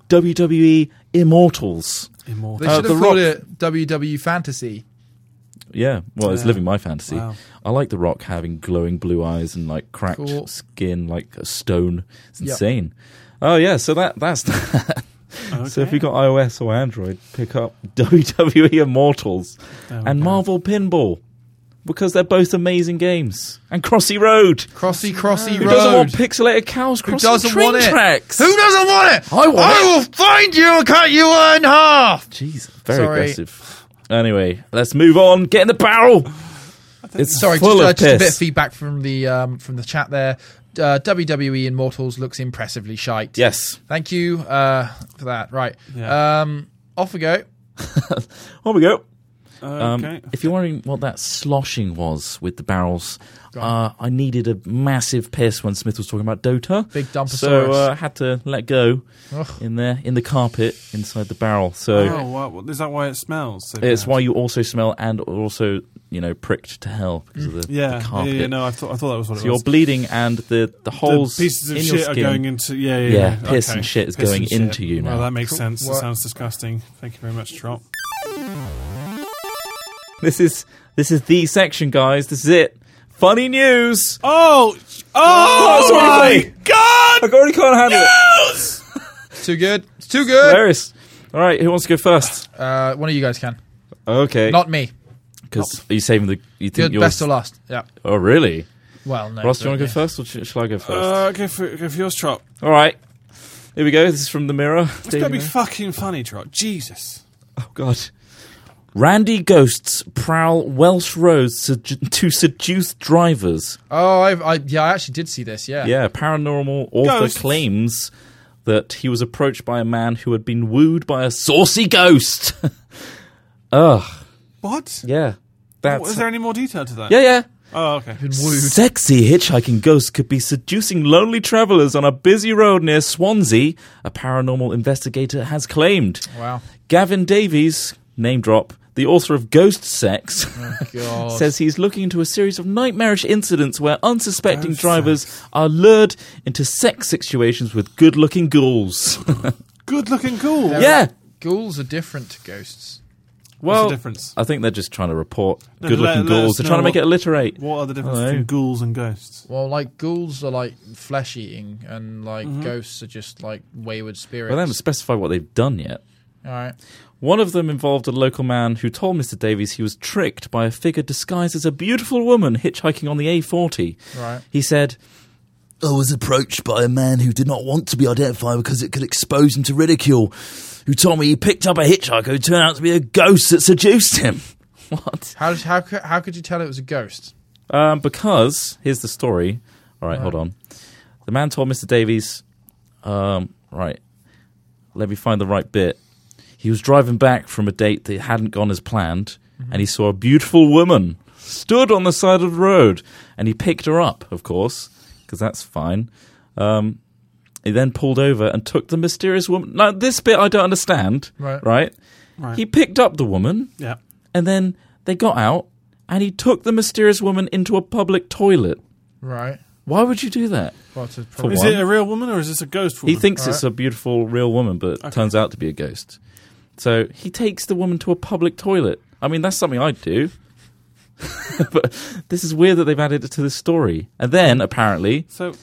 [SPEAKER 2] WWE Immortals.
[SPEAKER 1] They
[SPEAKER 3] Immortal.
[SPEAKER 2] Uh,
[SPEAKER 1] should
[SPEAKER 2] The
[SPEAKER 1] have called
[SPEAKER 2] Rock-
[SPEAKER 1] it WW Fantasy.
[SPEAKER 2] Yeah, well, it's
[SPEAKER 3] Yeah.
[SPEAKER 2] living my fantasy.
[SPEAKER 3] Wow.
[SPEAKER 2] I like The Rock having glowing blue eyes and like cracked
[SPEAKER 1] Cool.
[SPEAKER 2] skin, like a stone. It's
[SPEAKER 1] Yep.
[SPEAKER 2] insane. Oh yeah, so that that's that.
[SPEAKER 3] Okay.
[SPEAKER 2] so if you got iOS or Android, pick up WWE Immortals
[SPEAKER 3] There
[SPEAKER 1] Oh,
[SPEAKER 3] we
[SPEAKER 2] and
[SPEAKER 3] go.
[SPEAKER 2] Marvel Pinball because they're both amazing games. And Crossy Road.
[SPEAKER 1] Crossy, crossy
[SPEAKER 2] Who
[SPEAKER 1] road.
[SPEAKER 2] doesn't want pixelated cows
[SPEAKER 1] Who
[SPEAKER 2] crossing train tracks?
[SPEAKER 1] Who doesn't want it?
[SPEAKER 2] I want it.
[SPEAKER 1] will find you and cut you in half.
[SPEAKER 2] Jeez, very
[SPEAKER 1] Sorry.
[SPEAKER 2] aggressive. Anyway, let's move on. Get in the barrel. It's
[SPEAKER 1] Sorry,
[SPEAKER 2] full
[SPEAKER 1] just, uh,
[SPEAKER 2] of
[SPEAKER 1] just a bit of
[SPEAKER 2] piss.
[SPEAKER 1] feedback from the um, from the chat there. Uh, WWE Immortals looks impressively shite.
[SPEAKER 2] yes.
[SPEAKER 1] Thank you uh, for that. Right.
[SPEAKER 3] Yeah.
[SPEAKER 1] Um, off we go.
[SPEAKER 2] On we go. Um,
[SPEAKER 3] Okay.
[SPEAKER 2] If you're wondering what that sloshing was with the barrels, uh, I needed a massive piss when Smith was talking about Dota.
[SPEAKER 1] Big
[SPEAKER 2] So
[SPEAKER 1] Dumposaurus.
[SPEAKER 2] uh, I had to let go
[SPEAKER 1] Ugh.
[SPEAKER 2] in there in the carpet inside the barrel. So
[SPEAKER 3] oh, wow. Well, is that why it smells? So
[SPEAKER 2] it's
[SPEAKER 3] bad?
[SPEAKER 2] why you also smell and also you know pricked to hell because of the,
[SPEAKER 3] Mm. Yeah,
[SPEAKER 2] the
[SPEAKER 3] yeah,
[SPEAKER 2] carpet.
[SPEAKER 3] yeah, no, I thought I thought that was what
[SPEAKER 2] So
[SPEAKER 3] it
[SPEAKER 2] you're
[SPEAKER 3] was.
[SPEAKER 2] bleeding and the the
[SPEAKER 3] The
[SPEAKER 2] holes
[SPEAKER 3] pieces of
[SPEAKER 2] in
[SPEAKER 3] shit
[SPEAKER 2] your skin.
[SPEAKER 3] are going into yeah, yeah,
[SPEAKER 2] Yeah,
[SPEAKER 3] yeah.
[SPEAKER 2] piss
[SPEAKER 3] okay.
[SPEAKER 2] and shit is
[SPEAKER 3] Piss
[SPEAKER 2] going
[SPEAKER 3] and shit.
[SPEAKER 2] into you now.
[SPEAKER 3] Well, that makes
[SPEAKER 1] Cool.
[SPEAKER 3] sense. It
[SPEAKER 1] What?
[SPEAKER 3] sounds disgusting. Thank you very much, Trot.
[SPEAKER 2] This is this is the section, guys. This is it. Funny news.
[SPEAKER 3] Oh, oh,
[SPEAKER 2] sorry,
[SPEAKER 3] my God!
[SPEAKER 2] I already can't handle it.
[SPEAKER 1] It's too good. It's too good.
[SPEAKER 2] Hilarious. All right, who wants to go first?
[SPEAKER 1] Uh, one of you guys can.
[SPEAKER 2] Okay.
[SPEAKER 1] Not me.
[SPEAKER 2] Because are you saving the? You think
[SPEAKER 1] Good,
[SPEAKER 2] yours?
[SPEAKER 1] best or last. Yeah.
[SPEAKER 2] Oh, really?
[SPEAKER 1] Well, no.
[SPEAKER 2] Ross, do you
[SPEAKER 1] but
[SPEAKER 2] want to go
[SPEAKER 1] yeah.
[SPEAKER 2] first, or sh- shall I go first?
[SPEAKER 3] Uh, go for go for yours, Trot.
[SPEAKER 2] All right. Here we go. This is from the Mirror.
[SPEAKER 3] It's
[SPEAKER 2] Daily
[SPEAKER 3] gotta be
[SPEAKER 2] Mirror.
[SPEAKER 3] fucking funny, Trot. Jesus.
[SPEAKER 2] oh God. Randy ghosts prowl Welsh roads sedu- to seduce drivers.
[SPEAKER 1] Oh, I've, I yeah, I actually did see this. Yeah.
[SPEAKER 2] Yeah, paranormal author
[SPEAKER 3] Ghosts.
[SPEAKER 2] claims that he was approached by a man who had been wooed by a saucy ghost. Ugh.
[SPEAKER 3] What?
[SPEAKER 2] Yeah. That's.
[SPEAKER 3] Was there any more detail to that?
[SPEAKER 2] yeah, yeah.
[SPEAKER 3] Oh, okay.
[SPEAKER 1] Been wooed.
[SPEAKER 2] Sexy hitchhiking ghosts could be seducing lonely travellers on a busy road near Swansea, a paranormal investigator has claimed.
[SPEAKER 1] Wow.
[SPEAKER 2] Gavin Davies, name drop, the author of Ghost Sex,
[SPEAKER 1] Oh, God.
[SPEAKER 2] says he's looking into a series of nightmarish incidents where unsuspecting
[SPEAKER 3] Ghost
[SPEAKER 2] drivers are lured into sex situations with good looking ghouls.
[SPEAKER 3] Good-looking ghoul.
[SPEAKER 1] Yeah.
[SPEAKER 2] yeah!
[SPEAKER 1] Ghouls are different to ghosts.
[SPEAKER 2] Well, uh,
[SPEAKER 3] difference?
[SPEAKER 2] I think they're just trying to report
[SPEAKER 3] No,
[SPEAKER 2] good
[SPEAKER 3] let-
[SPEAKER 2] looking
[SPEAKER 3] let
[SPEAKER 2] ghouls.
[SPEAKER 3] us
[SPEAKER 2] They're trying to
[SPEAKER 3] know
[SPEAKER 2] make it
[SPEAKER 3] what-
[SPEAKER 2] alliterate.
[SPEAKER 3] What are the
[SPEAKER 2] Hello.
[SPEAKER 3] differences between ghouls and ghosts?
[SPEAKER 1] Well, like ghouls are like
[SPEAKER 3] Mm-hmm.
[SPEAKER 1] flesh eating, and like ghosts are just like wayward spirits.
[SPEAKER 2] Well, they haven't specified what they've done yet.
[SPEAKER 1] All right.
[SPEAKER 2] One of them involved a local man who told Mr. Davies he was tricked by a figure disguised as a beautiful woman hitchhiking on the A40.
[SPEAKER 1] Right.
[SPEAKER 2] He said,
[SPEAKER 4] I was approached by a man who did not want to be identified because it could expose him to ridicule, who told me he picked up a hitchhiker who turned out to be a ghost that seduced him. What?
[SPEAKER 1] How how cou- how could you tell it was a ghost?
[SPEAKER 2] Um, because here's the story. All right, hold on. The man told Mr. Davies, um, right, let me find the right bit. He was driving back from a date that hadn't gone as planned, and he saw a beautiful woman stood on the side of the road, and he picked her up, of course, because that's fine. Um, he then pulled over and took the mysterious woman. Now, this bit I don't understand,
[SPEAKER 1] Right.
[SPEAKER 2] right?
[SPEAKER 3] Right.
[SPEAKER 2] He picked up the woman,
[SPEAKER 3] yeah.
[SPEAKER 2] and then they got out and he took the mysterious woman into a public toilet.
[SPEAKER 1] Right.
[SPEAKER 2] Why would you do that?
[SPEAKER 1] Well, to
[SPEAKER 2] For
[SPEAKER 1] probably,
[SPEAKER 3] Is
[SPEAKER 2] one.
[SPEAKER 3] it a real woman or is this a ghost woman?
[SPEAKER 2] He thinks
[SPEAKER 1] Alright.
[SPEAKER 2] it's a beautiful real woman, but it
[SPEAKER 3] Okay.
[SPEAKER 2] turns out to be a ghost. So he takes the woman to a public toilet. I mean, that's something I'd do. but this is weird that they've added it to this story. And then, apparently,
[SPEAKER 3] so.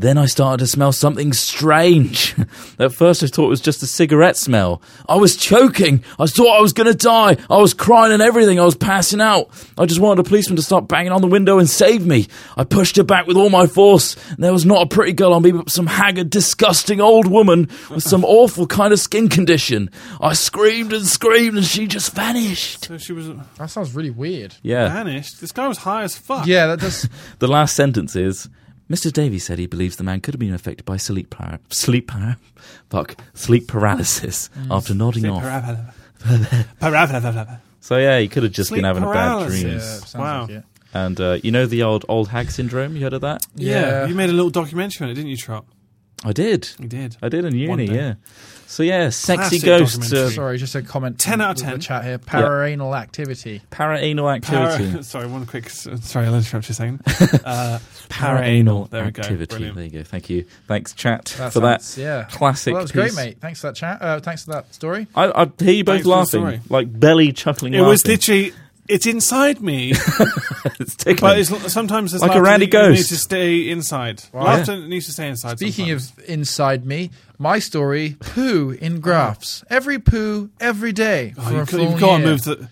[SPEAKER 4] Then I started to smell something strange.
[SPEAKER 2] at first I thought it was just a cigarette smell.
[SPEAKER 4] I was choking. I thought I was going to die. I was crying and everything. I was passing out. I just wanted a policeman to stop banging on the window and save me. I pushed her back with all my force. And there was not a pretty girl on me, but some haggard, disgusting old woman with some awful kind of skin condition. I screamed and screamed, and she just vanished.
[SPEAKER 3] So she was
[SPEAKER 1] that sounds really weird.
[SPEAKER 2] Yeah.
[SPEAKER 3] vanished. This guy was high as fuck.
[SPEAKER 1] Yeah, that does.
[SPEAKER 2] The last sentence is Mr. Davies said he believes the man could have been affected by sleep par- sleep par- fuck, sleep paralysis after nodding
[SPEAKER 3] Say
[SPEAKER 2] off.
[SPEAKER 3] paravala- paravala-
[SPEAKER 2] So yeah, he could have just been
[SPEAKER 3] Sleep
[SPEAKER 2] having
[SPEAKER 3] paralysis.
[SPEAKER 2] a
[SPEAKER 1] yeah,
[SPEAKER 2] bad dream.
[SPEAKER 1] sounds
[SPEAKER 3] Wow.
[SPEAKER 1] like it.
[SPEAKER 2] And uh, you know the old old hag syndrome? You heard of that?
[SPEAKER 1] Yeah.
[SPEAKER 3] Yeah, you made a little documentary on it, didn't you, Trot?
[SPEAKER 2] I did.
[SPEAKER 3] You did.
[SPEAKER 2] I did in uni.
[SPEAKER 3] day.
[SPEAKER 2] Yeah. So yeah, sexy
[SPEAKER 3] Classic
[SPEAKER 2] ghosts, uh,
[SPEAKER 3] documentary.
[SPEAKER 1] Sorry, just a comment.
[SPEAKER 3] 10 out of
[SPEAKER 1] with
[SPEAKER 3] 10.
[SPEAKER 1] The chat here. Paraanal activity.
[SPEAKER 2] paraanal activity.
[SPEAKER 3] Para- sorry, one quick. s- Sorry, I'll interrupt you a second. Uh,
[SPEAKER 2] Paraanal
[SPEAKER 3] There we go.
[SPEAKER 2] activity.
[SPEAKER 3] Brilliant.
[SPEAKER 2] There you go. Thank you. Thanks, chat,
[SPEAKER 1] That
[SPEAKER 2] for
[SPEAKER 1] sounds,
[SPEAKER 2] that
[SPEAKER 1] Yeah.
[SPEAKER 2] classic.
[SPEAKER 1] Well, that was
[SPEAKER 2] piece.
[SPEAKER 1] great, mate. Thanks for that chat. Uh, thanks for that story.
[SPEAKER 2] I, I hear you both
[SPEAKER 3] Thanks for the
[SPEAKER 2] laughing,
[SPEAKER 3] story.
[SPEAKER 2] like belly chuckling.
[SPEAKER 3] It was
[SPEAKER 2] laughing.
[SPEAKER 3] literally. It's inside me,
[SPEAKER 2] It's tickling.
[SPEAKER 3] but it's, sometimes it's
[SPEAKER 2] Like a randy
[SPEAKER 3] You need
[SPEAKER 2] ghost.
[SPEAKER 3] to stay inside.
[SPEAKER 1] Wow.
[SPEAKER 3] Laughter needs to stay inside.
[SPEAKER 1] Speaking
[SPEAKER 3] sometimes.
[SPEAKER 1] of inside me, my story: poo in graphs. Every poo, every day
[SPEAKER 3] Oh,
[SPEAKER 1] for
[SPEAKER 3] you
[SPEAKER 1] a
[SPEAKER 3] could-
[SPEAKER 1] full
[SPEAKER 3] you've got to
[SPEAKER 1] year.
[SPEAKER 3] move the.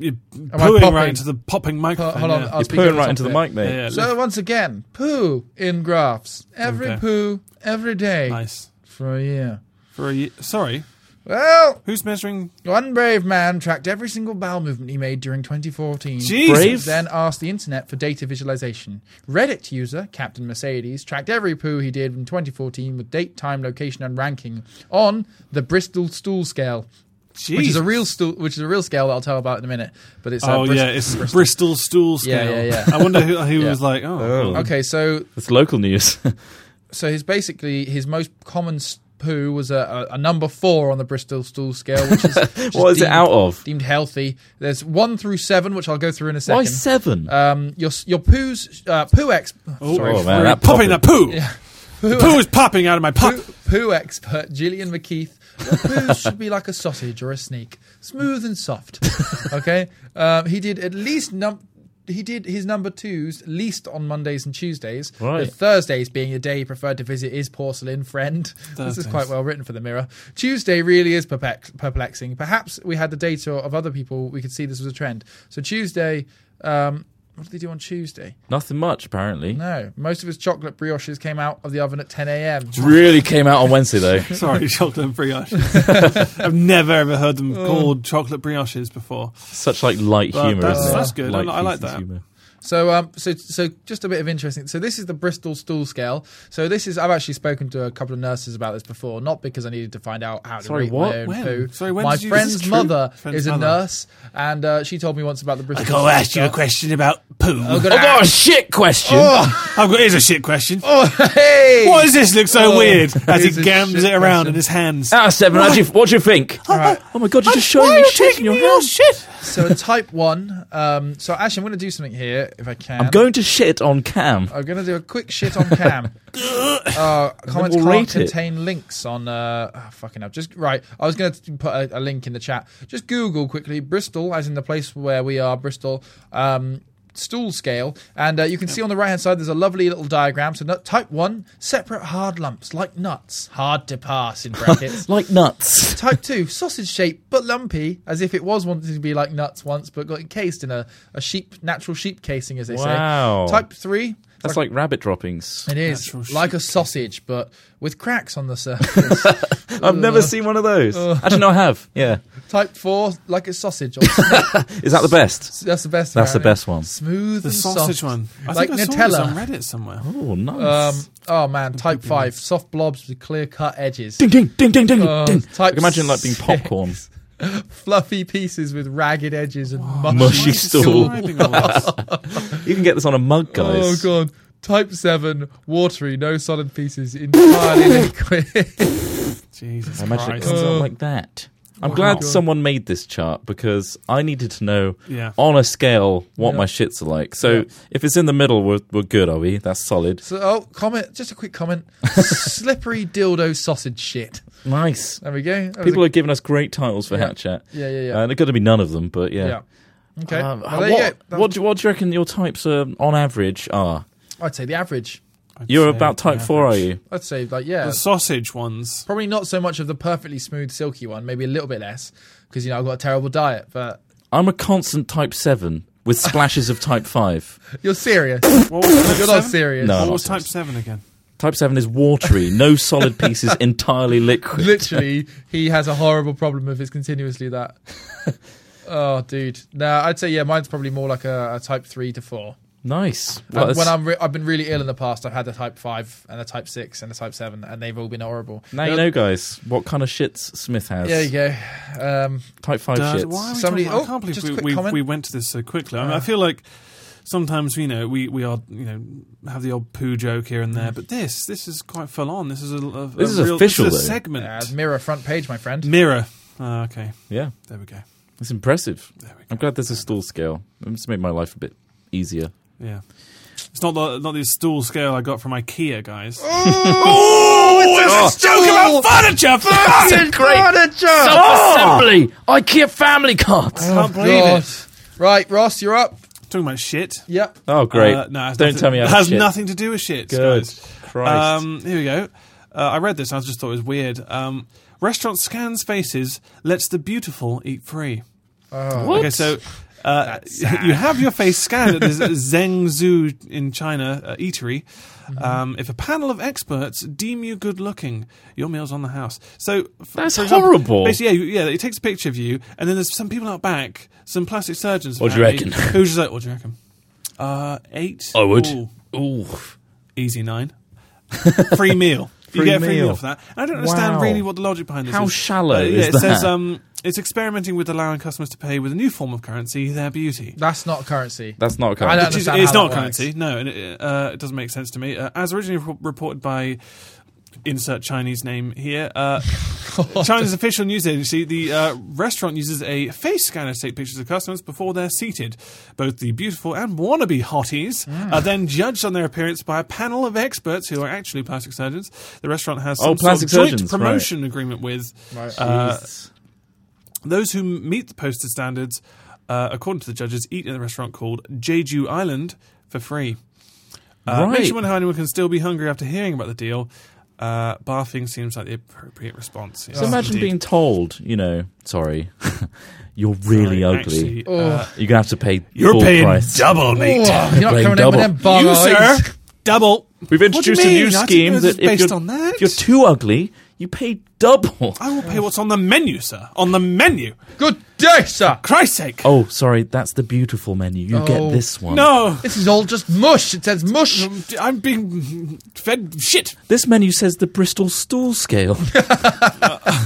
[SPEAKER 3] You're
[SPEAKER 1] I
[SPEAKER 3] pooing right
[SPEAKER 1] popping?
[SPEAKER 3] into the popping
[SPEAKER 1] Ho-
[SPEAKER 3] microphone.
[SPEAKER 1] hold on,
[SPEAKER 3] yeah.
[SPEAKER 1] I'll
[SPEAKER 2] You're
[SPEAKER 1] speak over
[SPEAKER 2] pulling right into
[SPEAKER 1] top
[SPEAKER 2] the
[SPEAKER 1] of it.
[SPEAKER 2] mic, mate.
[SPEAKER 3] Yeah,
[SPEAKER 1] So once again, poo in graphs. Every
[SPEAKER 3] Okay.
[SPEAKER 1] poo, every day
[SPEAKER 3] nice.
[SPEAKER 1] for a year.
[SPEAKER 3] For a ye- sorry,
[SPEAKER 1] Well,
[SPEAKER 3] who's measuring?
[SPEAKER 1] one brave man tracked every single bowel movement he made during 2014.
[SPEAKER 3] Jesus.
[SPEAKER 2] Brave?
[SPEAKER 1] Then asked the internet for data visualization. Reddit user Captain Mercedes tracked every poo he did in 2014 with date, time, location, and ranking on the Bristol Stool Scale, which is a real stool, which is a real scale that I'll tell about in a minute. But it's uh,
[SPEAKER 3] oh
[SPEAKER 1] Brist-
[SPEAKER 3] yeah, it's
[SPEAKER 1] Bristol.
[SPEAKER 3] Bristol, stool
[SPEAKER 1] Yeah,
[SPEAKER 3] scale.
[SPEAKER 1] yeah, yeah.
[SPEAKER 3] I wonder who, who
[SPEAKER 1] Yeah.
[SPEAKER 3] was like, oh,
[SPEAKER 2] Oh.
[SPEAKER 1] Okay, so
[SPEAKER 2] It's local news.
[SPEAKER 1] so his basically his most common s- poo was a, a, a number four on the Bristol Stool Scale, which is just
[SPEAKER 2] what is it
[SPEAKER 1] deemed-
[SPEAKER 2] out of?
[SPEAKER 1] Deemed healthy. There's one through seven, which I'll go through in a
[SPEAKER 2] Why
[SPEAKER 1] second.
[SPEAKER 2] seven?
[SPEAKER 1] Um, your your poo's uh, poo ex sorry,
[SPEAKER 2] Oh, man,
[SPEAKER 3] we're
[SPEAKER 2] that
[SPEAKER 3] popping that poo. The poo is popping out of my pop.
[SPEAKER 1] poo, poo expert Gillian McKeith. Your poos should be like a sausage or a snake, smooth and soft. Okay, um, he did at least num. He did his number twos at least on Mondays and Tuesdays.
[SPEAKER 2] Right.
[SPEAKER 1] With Thursdays being the day he preferred to visit his porcelain friend. This is
[SPEAKER 3] Thursdays.
[SPEAKER 1] quite well written for the Mirror. Tuesday really is perplex- perplexing. Perhaps we had the data of other people, we could see this was a trend. So Tuesday, um, what did they do on Tuesday?
[SPEAKER 2] Nothing much, apparently.
[SPEAKER 1] No, most of his chocolate brioches came out of the oven at 10 a.m.
[SPEAKER 2] Really came out on Wednesday though.
[SPEAKER 3] Sorry, chocolate brioches. I've never ever heard them
[SPEAKER 2] Oh.
[SPEAKER 3] called chocolate brioches before.
[SPEAKER 2] Such like light
[SPEAKER 3] But
[SPEAKER 2] humour.
[SPEAKER 3] that's-
[SPEAKER 2] isn't it?
[SPEAKER 3] that's good. I
[SPEAKER 2] Light
[SPEAKER 3] li- I like
[SPEAKER 2] feces
[SPEAKER 3] that.
[SPEAKER 2] humour.
[SPEAKER 1] So, um, so, so just a bit of interesting. So, this is the Bristol stool scale. So, this is I've actually spoken to a couple of nurses about this before, not because I needed to find out how to
[SPEAKER 2] Sorry,
[SPEAKER 1] rate
[SPEAKER 2] what?
[SPEAKER 1] my own
[SPEAKER 3] When?
[SPEAKER 1] poo.
[SPEAKER 3] Sorry, when
[SPEAKER 1] my
[SPEAKER 3] did you- this is
[SPEAKER 1] friend's
[SPEAKER 3] true?
[SPEAKER 1] mother
[SPEAKER 3] Friend's
[SPEAKER 1] is a
[SPEAKER 3] mother.
[SPEAKER 1] nurse, and uh, she told me once about the Bristol. stool scale. Oh,
[SPEAKER 3] question Oh, about poo.
[SPEAKER 1] I'm
[SPEAKER 3] I've
[SPEAKER 1] gonna
[SPEAKER 4] I got a
[SPEAKER 1] ask-
[SPEAKER 4] shit question.
[SPEAKER 3] got here's a shit question.
[SPEAKER 1] Oh, hey!
[SPEAKER 3] Why does this look so
[SPEAKER 1] Oh,
[SPEAKER 3] weird as he
[SPEAKER 1] here's a
[SPEAKER 3] gams
[SPEAKER 1] shit
[SPEAKER 3] it around
[SPEAKER 1] question.
[SPEAKER 3] in his hands?
[SPEAKER 4] Out of seven, what do you, what do you think?
[SPEAKER 1] All right.
[SPEAKER 2] Oh my god, you just showed me shit in your house.
[SPEAKER 3] shit?
[SPEAKER 1] So, a type one. Um, so, actually, I'm going to do something here if I can.
[SPEAKER 2] I'm going to shit on cam.
[SPEAKER 1] I'm gonna do a quick shit on Cam. uh, comments
[SPEAKER 2] we'll
[SPEAKER 1] can't
[SPEAKER 2] rate it.
[SPEAKER 1] contain links on. Uh, oh, fucking hell. Just right. I was gonna t- put a, a link in the chat. Just Google quickly Bristol, as in the place where we are, Bristol. Um, stool scale. And uh, you can see on the right hand side there's a lovely little diagram. So, nut- type one, separate hard lumps like nuts, hard to pass in brackets.
[SPEAKER 4] Like nuts.
[SPEAKER 1] Type 2, sausage shaped but lumpy, as if it was wanted to be like nuts once, but got encased in a, a sheep, natural sheep casing, as they
[SPEAKER 2] Wow.
[SPEAKER 1] say. Type 3,
[SPEAKER 2] That's like rabbit droppings.
[SPEAKER 1] it is
[SPEAKER 3] Natural
[SPEAKER 1] like a sausage, but with cracks on the surface.
[SPEAKER 2] I've never seen one of those. Actually, no, I have. Yeah.
[SPEAKER 1] Type 4, like a sausage. Or,
[SPEAKER 2] Is that the best?
[SPEAKER 1] that's the best
[SPEAKER 2] That's the
[SPEAKER 1] apparently.
[SPEAKER 2] best one.
[SPEAKER 1] Smooth
[SPEAKER 3] The
[SPEAKER 1] and
[SPEAKER 3] sausage
[SPEAKER 1] soft.
[SPEAKER 3] one. I
[SPEAKER 1] like
[SPEAKER 3] think I
[SPEAKER 1] Nutella.
[SPEAKER 3] saw this on Reddit somewhere.
[SPEAKER 2] Oh,
[SPEAKER 1] Um,
[SPEAKER 2] nice.
[SPEAKER 1] oh man, type 5, soft blobs with clear cut edges.
[SPEAKER 4] Ding ding ding ding ding
[SPEAKER 1] Uh,
[SPEAKER 4] ding.
[SPEAKER 1] type
[SPEAKER 2] I can imagine like being
[SPEAKER 1] six,
[SPEAKER 2] popcorn.
[SPEAKER 1] Fluffy pieces with ragged edges and mushy
[SPEAKER 2] Mushy
[SPEAKER 3] Why is it
[SPEAKER 2] stool.
[SPEAKER 3] describing all this?
[SPEAKER 2] You can get this on a mug, guys.
[SPEAKER 1] Oh god. Type seven, watery, no solid pieces, entirely liquid.
[SPEAKER 3] Jesus
[SPEAKER 2] I imagine it
[SPEAKER 3] Christ.
[SPEAKER 2] comes
[SPEAKER 1] Uh,
[SPEAKER 2] out like that. I'm
[SPEAKER 1] wow.
[SPEAKER 2] glad
[SPEAKER 1] God.
[SPEAKER 2] someone made this chart because I needed to know
[SPEAKER 3] Yeah.
[SPEAKER 2] on a scale what
[SPEAKER 1] Yeah.
[SPEAKER 2] my shits are like. So
[SPEAKER 1] Yeah.
[SPEAKER 2] if it's in the middle, we're, we're good, are we? That's solid.
[SPEAKER 1] so, oh, comment, just a quick comment. Slippery dildo sausage shit.
[SPEAKER 2] Nice.
[SPEAKER 1] There we go. That was
[SPEAKER 2] People
[SPEAKER 1] a-
[SPEAKER 2] are giving us great titles for Hat Chat.
[SPEAKER 1] yeah, yeah, yeah.
[SPEAKER 2] Uh, there got to be none of them, but yeah.
[SPEAKER 1] yeah. Okay.
[SPEAKER 2] Um,
[SPEAKER 1] Well, there you
[SPEAKER 2] what,
[SPEAKER 1] go. That-
[SPEAKER 2] what, do, what do you reckon your types are on average are?
[SPEAKER 1] I'd say the average.
[SPEAKER 3] I'd
[SPEAKER 2] You're
[SPEAKER 3] say
[SPEAKER 2] about type
[SPEAKER 3] average.
[SPEAKER 2] four, are you?
[SPEAKER 1] I'd say, like, yeah.
[SPEAKER 3] The sausage ones.
[SPEAKER 1] probably not so much of the perfectly smooth, silky one, maybe a little bit less, because, you know, I've got a terrible diet, but
[SPEAKER 2] I'm a constant type seven with splashes of type five.
[SPEAKER 1] you're serious.
[SPEAKER 3] What was type
[SPEAKER 1] you're not
[SPEAKER 3] seven?
[SPEAKER 1] serious.
[SPEAKER 2] No.
[SPEAKER 3] What
[SPEAKER 2] not
[SPEAKER 3] was type
[SPEAKER 2] serious.
[SPEAKER 3] seven again?
[SPEAKER 2] Type seven is watery, no solid pieces, entirely liquid.
[SPEAKER 1] Literally, he has a horrible problem if it's continuously that. oh, dude. No, I'd say, yeah, mine's probably more like a, a type three to four.
[SPEAKER 2] Nice. Well,
[SPEAKER 1] And
[SPEAKER 2] that's-
[SPEAKER 1] when I'm re- I've been really ill in the past, I've had a type five and a type six and a type seven, and they've all been horrible.
[SPEAKER 2] now you
[SPEAKER 1] Uh,
[SPEAKER 2] know, guys, what kind of shits Smith has.
[SPEAKER 1] There you go. Um,
[SPEAKER 2] Type five
[SPEAKER 3] Dad,
[SPEAKER 2] shits.
[SPEAKER 3] why are we
[SPEAKER 1] Somebody-
[SPEAKER 3] talking about-
[SPEAKER 1] oh,
[SPEAKER 3] I can't
[SPEAKER 1] just a
[SPEAKER 3] believe
[SPEAKER 1] quick
[SPEAKER 3] we, we,
[SPEAKER 1] comment.
[SPEAKER 3] we went to this so quickly. I,
[SPEAKER 2] Uh-huh.
[SPEAKER 3] mean, I feel like sometimes you know we, we are you know have the old poo joke here and there, but this this is quite full on. This is a, a
[SPEAKER 2] Mm. This
[SPEAKER 3] a
[SPEAKER 2] is
[SPEAKER 3] real,
[SPEAKER 2] official,
[SPEAKER 3] this is a
[SPEAKER 2] though.
[SPEAKER 3] segment
[SPEAKER 1] uh, mirror front page, my friend.
[SPEAKER 3] mirror. Ah, okay,
[SPEAKER 2] Yeah,
[SPEAKER 3] there we go.
[SPEAKER 2] it's impressive.
[SPEAKER 3] There we go.
[SPEAKER 2] I'm glad there's a stool scale. It's made my life a bit easier.
[SPEAKER 3] Yeah, it's not the not the stool scale I got from IKEA, guys.
[SPEAKER 2] Oh,
[SPEAKER 3] Joke about furniture. Fuck!
[SPEAKER 4] That's great.
[SPEAKER 1] Manager!
[SPEAKER 4] Self-assembly. IKEA family cards.
[SPEAKER 3] Can't believe
[SPEAKER 1] God.
[SPEAKER 3] it.
[SPEAKER 1] Right, Ross, you're up.
[SPEAKER 3] Talking about shit.
[SPEAKER 1] Yep.
[SPEAKER 2] oh, great.
[SPEAKER 3] Uh, no, it has
[SPEAKER 2] Don't
[SPEAKER 3] nothing-
[SPEAKER 2] tell me I
[SPEAKER 3] it
[SPEAKER 2] have
[SPEAKER 3] has
[SPEAKER 2] shit.
[SPEAKER 3] nothing to do with shit.
[SPEAKER 2] Good
[SPEAKER 3] guys.
[SPEAKER 2] Christ.
[SPEAKER 3] Um, here we go. Uh, I read this. and I just thought it was weird. Um, restaurant scans faces, lets the beautiful eat free.
[SPEAKER 2] What?
[SPEAKER 3] Okay, so. Uh, you have your face scanned at this Zhengzhou in China uh, eatery. Um, if a panel of experts deem you good looking, your meal's on the house. So f-
[SPEAKER 2] That's
[SPEAKER 3] for example,
[SPEAKER 2] horrible.
[SPEAKER 3] Basically, yeah, you- yeah, it takes a picture of you, and then there's some people out back, some plastic surgeons.
[SPEAKER 4] What do you
[SPEAKER 3] apparently,
[SPEAKER 4] reckon?
[SPEAKER 3] Who's just like, what do you reckon? Uh, eight.
[SPEAKER 4] I would.
[SPEAKER 3] Ooh,
[SPEAKER 4] Ooh.
[SPEAKER 3] easy nine. free meal. you
[SPEAKER 2] Free
[SPEAKER 3] get a free
[SPEAKER 2] meal.
[SPEAKER 3] meal for that. And I don't understand
[SPEAKER 2] Wow.
[SPEAKER 3] really what the logic behind this
[SPEAKER 2] How
[SPEAKER 3] is.
[SPEAKER 2] shallow
[SPEAKER 3] Uh, yeah,
[SPEAKER 2] is
[SPEAKER 3] it
[SPEAKER 2] that?
[SPEAKER 3] says um, it's experimenting with allowing customers to pay with a new form of currency, their beauty.
[SPEAKER 1] That's not currency.
[SPEAKER 2] That's not a
[SPEAKER 1] I don't
[SPEAKER 2] card.
[SPEAKER 3] Which is-
[SPEAKER 1] understand
[SPEAKER 3] it's
[SPEAKER 1] how that
[SPEAKER 3] not
[SPEAKER 1] works.
[SPEAKER 3] currency, no, and it, uh, it doesn't make sense to me. Uh, as originally re- reported by insert Chinese name here, uh, China's official news agency, the uh, restaurant uses a face scanner to take pictures of customers before they're seated. Both the beautiful and wannabe hotties
[SPEAKER 1] Mm.
[SPEAKER 3] are then judged on their appearance by a panel of experts who are actually plastic surgeons. The restaurant has some
[SPEAKER 2] Oh, plastic
[SPEAKER 3] sort of joint
[SPEAKER 2] surgeons, right.
[SPEAKER 3] promotion agreement with
[SPEAKER 1] Right.
[SPEAKER 3] uh,
[SPEAKER 2] Jeez.
[SPEAKER 3] those who meet the posted standards, uh, according to the judges, eat in a restaurant called Jeju Island for free. Uh,
[SPEAKER 2] Right.
[SPEAKER 3] Makes you wonder how anyone can still be hungry after hearing about the deal. Uh, barfing seems like the appropriate response.
[SPEAKER 2] So imagine being told, you know, sorry, you're really ugly. You're gonna have to pay. full price.
[SPEAKER 3] uh,
[SPEAKER 1] Oh,
[SPEAKER 3] double,
[SPEAKER 1] you're not
[SPEAKER 4] Playing
[SPEAKER 1] coming in with
[SPEAKER 4] double.
[SPEAKER 1] them
[SPEAKER 2] Oh,
[SPEAKER 1] bug
[SPEAKER 3] you, sir,
[SPEAKER 1] eyes.
[SPEAKER 3] double.
[SPEAKER 2] We've introduced a new
[SPEAKER 3] mean? I didn't
[SPEAKER 2] scheme
[SPEAKER 3] know this
[SPEAKER 2] that
[SPEAKER 3] was
[SPEAKER 2] if
[SPEAKER 3] based
[SPEAKER 2] you're,
[SPEAKER 3] on that.
[SPEAKER 2] if you're too ugly, you pay double.
[SPEAKER 3] I will pay what's on the menu, sir. On the menu.
[SPEAKER 1] Good day, sir.
[SPEAKER 3] Christ's sake.
[SPEAKER 2] Oh, sorry, that's the beautiful menu. You
[SPEAKER 1] Oh.
[SPEAKER 2] get this one.
[SPEAKER 3] No.
[SPEAKER 1] This is all just mush. It says mush.
[SPEAKER 3] I'm being fed shit.
[SPEAKER 2] This menu says the Bristol stool scale.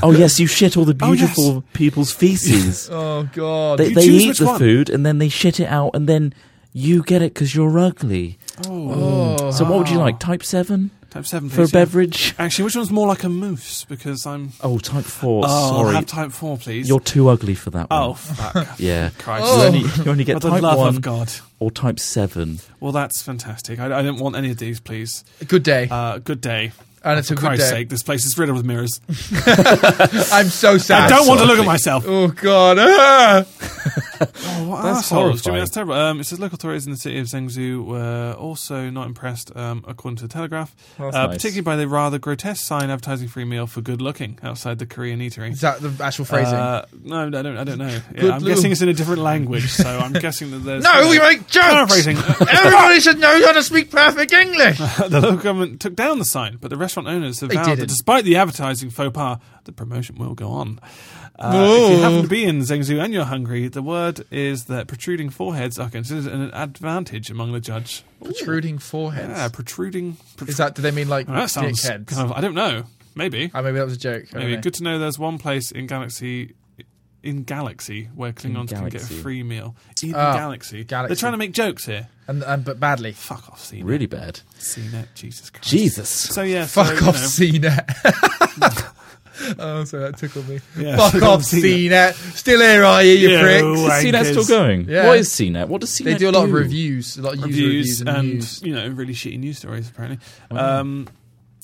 [SPEAKER 2] oh yes, you shit all the
[SPEAKER 3] Oh, yes.
[SPEAKER 2] beautiful people's feces.
[SPEAKER 1] Oh god.
[SPEAKER 2] they
[SPEAKER 3] You
[SPEAKER 2] they
[SPEAKER 3] choose
[SPEAKER 2] eat
[SPEAKER 3] which
[SPEAKER 2] the
[SPEAKER 3] one.
[SPEAKER 2] food and then they shit it out and then you get it because you're ugly. Mm.
[SPEAKER 1] oh.
[SPEAKER 2] So what would you like? Type seven
[SPEAKER 3] Type 7,
[SPEAKER 2] for a
[SPEAKER 3] please. yeah.
[SPEAKER 2] beverage?
[SPEAKER 3] Actually, which one's more like a moose? Because I'm.
[SPEAKER 2] Oh, type four.
[SPEAKER 3] Oh, I'll
[SPEAKER 2] sorry,
[SPEAKER 3] have type 4, please.
[SPEAKER 2] you're too ugly for that one.
[SPEAKER 3] oh, fuck.
[SPEAKER 2] yeah.
[SPEAKER 3] Christ.
[SPEAKER 2] You, only, you only
[SPEAKER 3] For
[SPEAKER 2] get
[SPEAKER 3] the
[SPEAKER 2] type
[SPEAKER 3] love
[SPEAKER 2] one
[SPEAKER 3] of God.
[SPEAKER 2] or type seven.
[SPEAKER 3] Well, that's fantastic. I, I don't want any of these, please.
[SPEAKER 1] Good day.
[SPEAKER 3] Uh, good day.
[SPEAKER 1] and it's a
[SPEAKER 3] For
[SPEAKER 1] good
[SPEAKER 3] Christ's
[SPEAKER 1] day.
[SPEAKER 3] sake, this place is riddled with mirrors.
[SPEAKER 1] I'm so sad.
[SPEAKER 3] I don't want to look
[SPEAKER 2] Absolutely.
[SPEAKER 3] at myself.
[SPEAKER 1] Oh god. Ah!
[SPEAKER 3] Oh, what
[SPEAKER 2] That's
[SPEAKER 3] assholes. Jimmy,
[SPEAKER 2] horrifying.
[SPEAKER 3] that's terrible. Um, it says local authorities in the city of Zhengzhou were also not impressed, um, according to the Telegraph,
[SPEAKER 2] That's
[SPEAKER 3] uh,
[SPEAKER 2] nice.
[SPEAKER 3] particularly by the rather grotesque sign advertising free meal for good looking outside the Korean eatery.
[SPEAKER 1] Is that the actual phrasing?
[SPEAKER 3] Uh, no, I don't. I don't know.
[SPEAKER 1] Good
[SPEAKER 3] Yeah, I'm
[SPEAKER 1] loo.
[SPEAKER 3] guessing it's in a different language, so I'm guessing that there's
[SPEAKER 1] no, we make jokes.
[SPEAKER 3] paraphrasing.
[SPEAKER 1] Everybody should know how to speak perfect English.
[SPEAKER 3] the local government took down the sign, but the restaurant owners have
[SPEAKER 1] They
[SPEAKER 3] vowed that
[SPEAKER 1] didn't.
[SPEAKER 3] despite the advertising faux pas, the promotion will go on. Uh, if you
[SPEAKER 1] Whoa.
[SPEAKER 3] happen to be in Zhengzhou and you're hungry, the word is that protruding foreheads are considered an advantage among the judge.
[SPEAKER 1] Protruding foreheads.
[SPEAKER 3] Yeah, protruding. protr-
[SPEAKER 1] Is that? Do they mean like
[SPEAKER 3] Oh, that sounds
[SPEAKER 1] dickheads?
[SPEAKER 3] kind of. I don't know. Maybe.
[SPEAKER 1] Oh, maybe that was a joke. I don't
[SPEAKER 3] Maybe.
[SPEAKER 1] know.
[SPEAKER 3] Good to know. There's one place in Galaxy. In Galaxy, where Klingons can get a
[SPEAKER 2] Galaxy.
[SPEAKER 3] free meal. In
[SPEAKER 1] Ah,
[SPEAKER 3] Galaxy. They're
[SPEAKER 1] Galaxy.
[SPEAKER 3] trying to make jokes here.
[SPEAKER 1] And, and but badly.
[SPEAKER 3] Fuck off, CNET.
[SPEAKER 2] Really bad.
[SPEAKER 3] CNET, Jesus Christ.
[SPEAKER 2] Jesus.
[SPEAKER 3] So, yeah. so,
[SPEAKER 1] Fuck
[SPEAKER 3] you
[SPEAKER 1] off,
[SPEAKER 3] know.
[SPEAKER 1] CNET. oh, sorry, that tickled me.
[SPEAKER 3] Yeah.
[SPEAKER 1] Fuck off, CNET. Still here, are you, you
[SPEAKER 3] Yeah,
[SPEAKER 1] pricks?
[SPEAKER 3] well,
[SPEAKER 2] Is CNET still
[SPEAKER 3] Wankers.
[SPEAKER 2] going?
[SPEAKER 1] Yeah.
[SPEAKER 2] What is CNET? What does CNET
[SPEAKER 1] They do a lot of reviews, a lot of user
[SPEAKER 3] reviews
[SPEAKER 1] reviews and,
[SPEAKER 3] and,
[SPEAKER 1] news.
[SPEAKER 3] you know really shitty news stories apparently.
[SPEAKER 2] Oh,
[SPEAKER 3] Um,